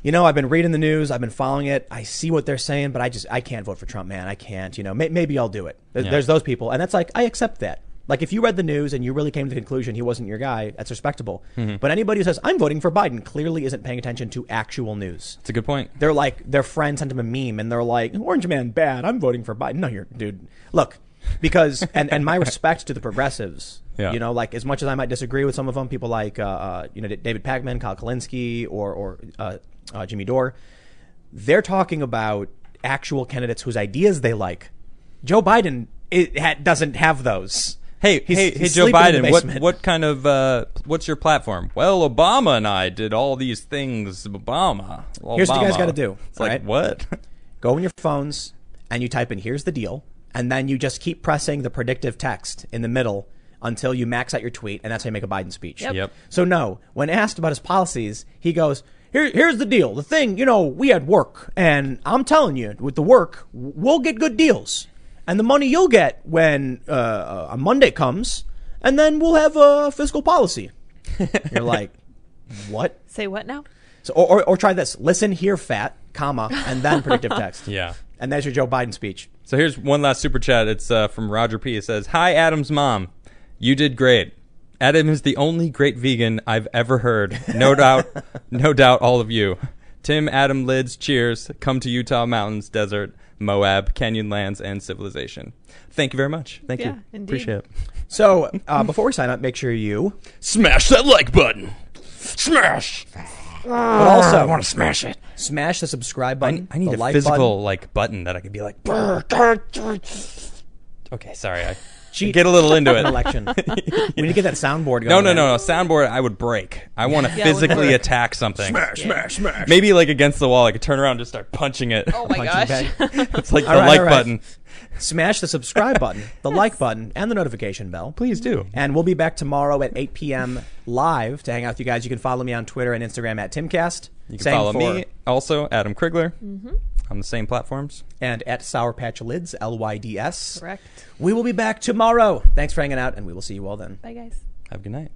S1: you know, I've been reading the news, I've been following it, I see what they're saying, but I just I can't vote for Trump, man. I can't. You know, may, maybe I'll do it. There-
S2: Yeah.
S1: There's those people, and that's like I accept that. Like if you read the news and you really came to the conclusion he wasn't your guy, that's respectable.
S2: Mm-hmm.
S1: But anybody who says I'm voting for Biden clearly isn't paying attention to actual news.
S2: It's a good point.
S1: They're like their friend sent him a meme and they're like Orange Man bad. I'm voting for Biden. No, you're dude. Look, because and and my respect to the progressives.
S2: Yeah.
S1: You know, like as much as I might disagree with some of them, people like uh, uh, you know David Pagman, Kyle Kalinske, or or uh, uh, Jimmy Dore, they're talking about actual candidates whose ideas they like. Joe Biden it ha- doesn't have those.
S2: Hey,
S1: He's-
S2: hey,
S1: he's
S2: hey, Joe
S1: sleeping in the
S2: Biden. What,
S1: basement.
S2: what kind of uh, what's your platform? Well, Obama and I did all these things. Obama.
S1: Here's what you guys
S2: Obama.
S1: gotta do,
S2: It's like
S1: alright?
S2: what?
S1: go in your phones and you type in here's the deal and then you just keep pressing the predictive text in the middle until you max out your tweet and that's how you make a biden speech
S3: Yep.
S2: Yep.
S1: so no when asked about his policies he goes Here, here's the deal the thing you know we had work and i'm telling you with the work we'll get good deals and the money you'll get when uh, a monday comes and then we'll have a fiscal policy you're like what
S3: Say what now?
S1: so, or, or, or try this. Listen here, fat, comma, and then predictive text.
S2: Yeah.
S1: And there's your Joe Biden speech.
S2: So here's one last super chat. It's uh, from Roger P. It says, "Hi, Adam's mom. You did great. Adam is the only great vegan I've ever heard. No doubt, no doubt, all of you. Tim, Adam, Lids, cheers. Come to Utah mountains, desert, Moab, canyon lands, and civilization. Thank you very much. Thank
S3: Yeah,
S2: you.
S3: indeed.
S2: Appreciate it.
S1: So uh, before we sign up, make sure you.
S6: Smash that like button. Smash.
S1: But
S2: Ah,
S6: I
S1: also,
S6: want to smash it.
S1: smash the subscribe
S2: I,
S1: button.
S2: I need
S1: the
S2: a
S1: like
S2: physical
S1: button.
S2: like button that I can be like. Okay, sorry. I
S1: Cheat
S2: get a little into
S1: an
S2: it.
S1: election. We need to get that soundboard going.
S2: No, no,
S1: man.
S2: no, no. Soundboard, I would break. I want to
S3: Yeah, it would
S2: physically
S3: work.
S2: attack something.
S6: Smash, smash, smash.
S2: Maybe like against the wall, I could turn around and just start punching it.
S3: Oh my
S1: Punching
S3: gosh.
S1: bag.
S2: it's like
S1: All
S2: the
S1: right,
S2: like
S1: all right.
S2: button.
S1: Smash the subscribe button, the like button, and the notification bell.
S2: Please do.
S1: And we'll be back tomorrow at 8 p.m. live to hang out with you guys. You can follow me on Twitter and Instagram at Timcast.
S2: You can
S1: Same
S2: follow
S1: for-
S2: me also, Adam Krigler,
S3: Mm-hmm.
S2: on the same platforms.
S1: And at Sour Patch Lids, L Y D S.
S3: Correct.
S1: We will be back tomorrow. Thanks for hanging out, and we will see you all then.
S3: Bye, guys.
S2: Have a good night.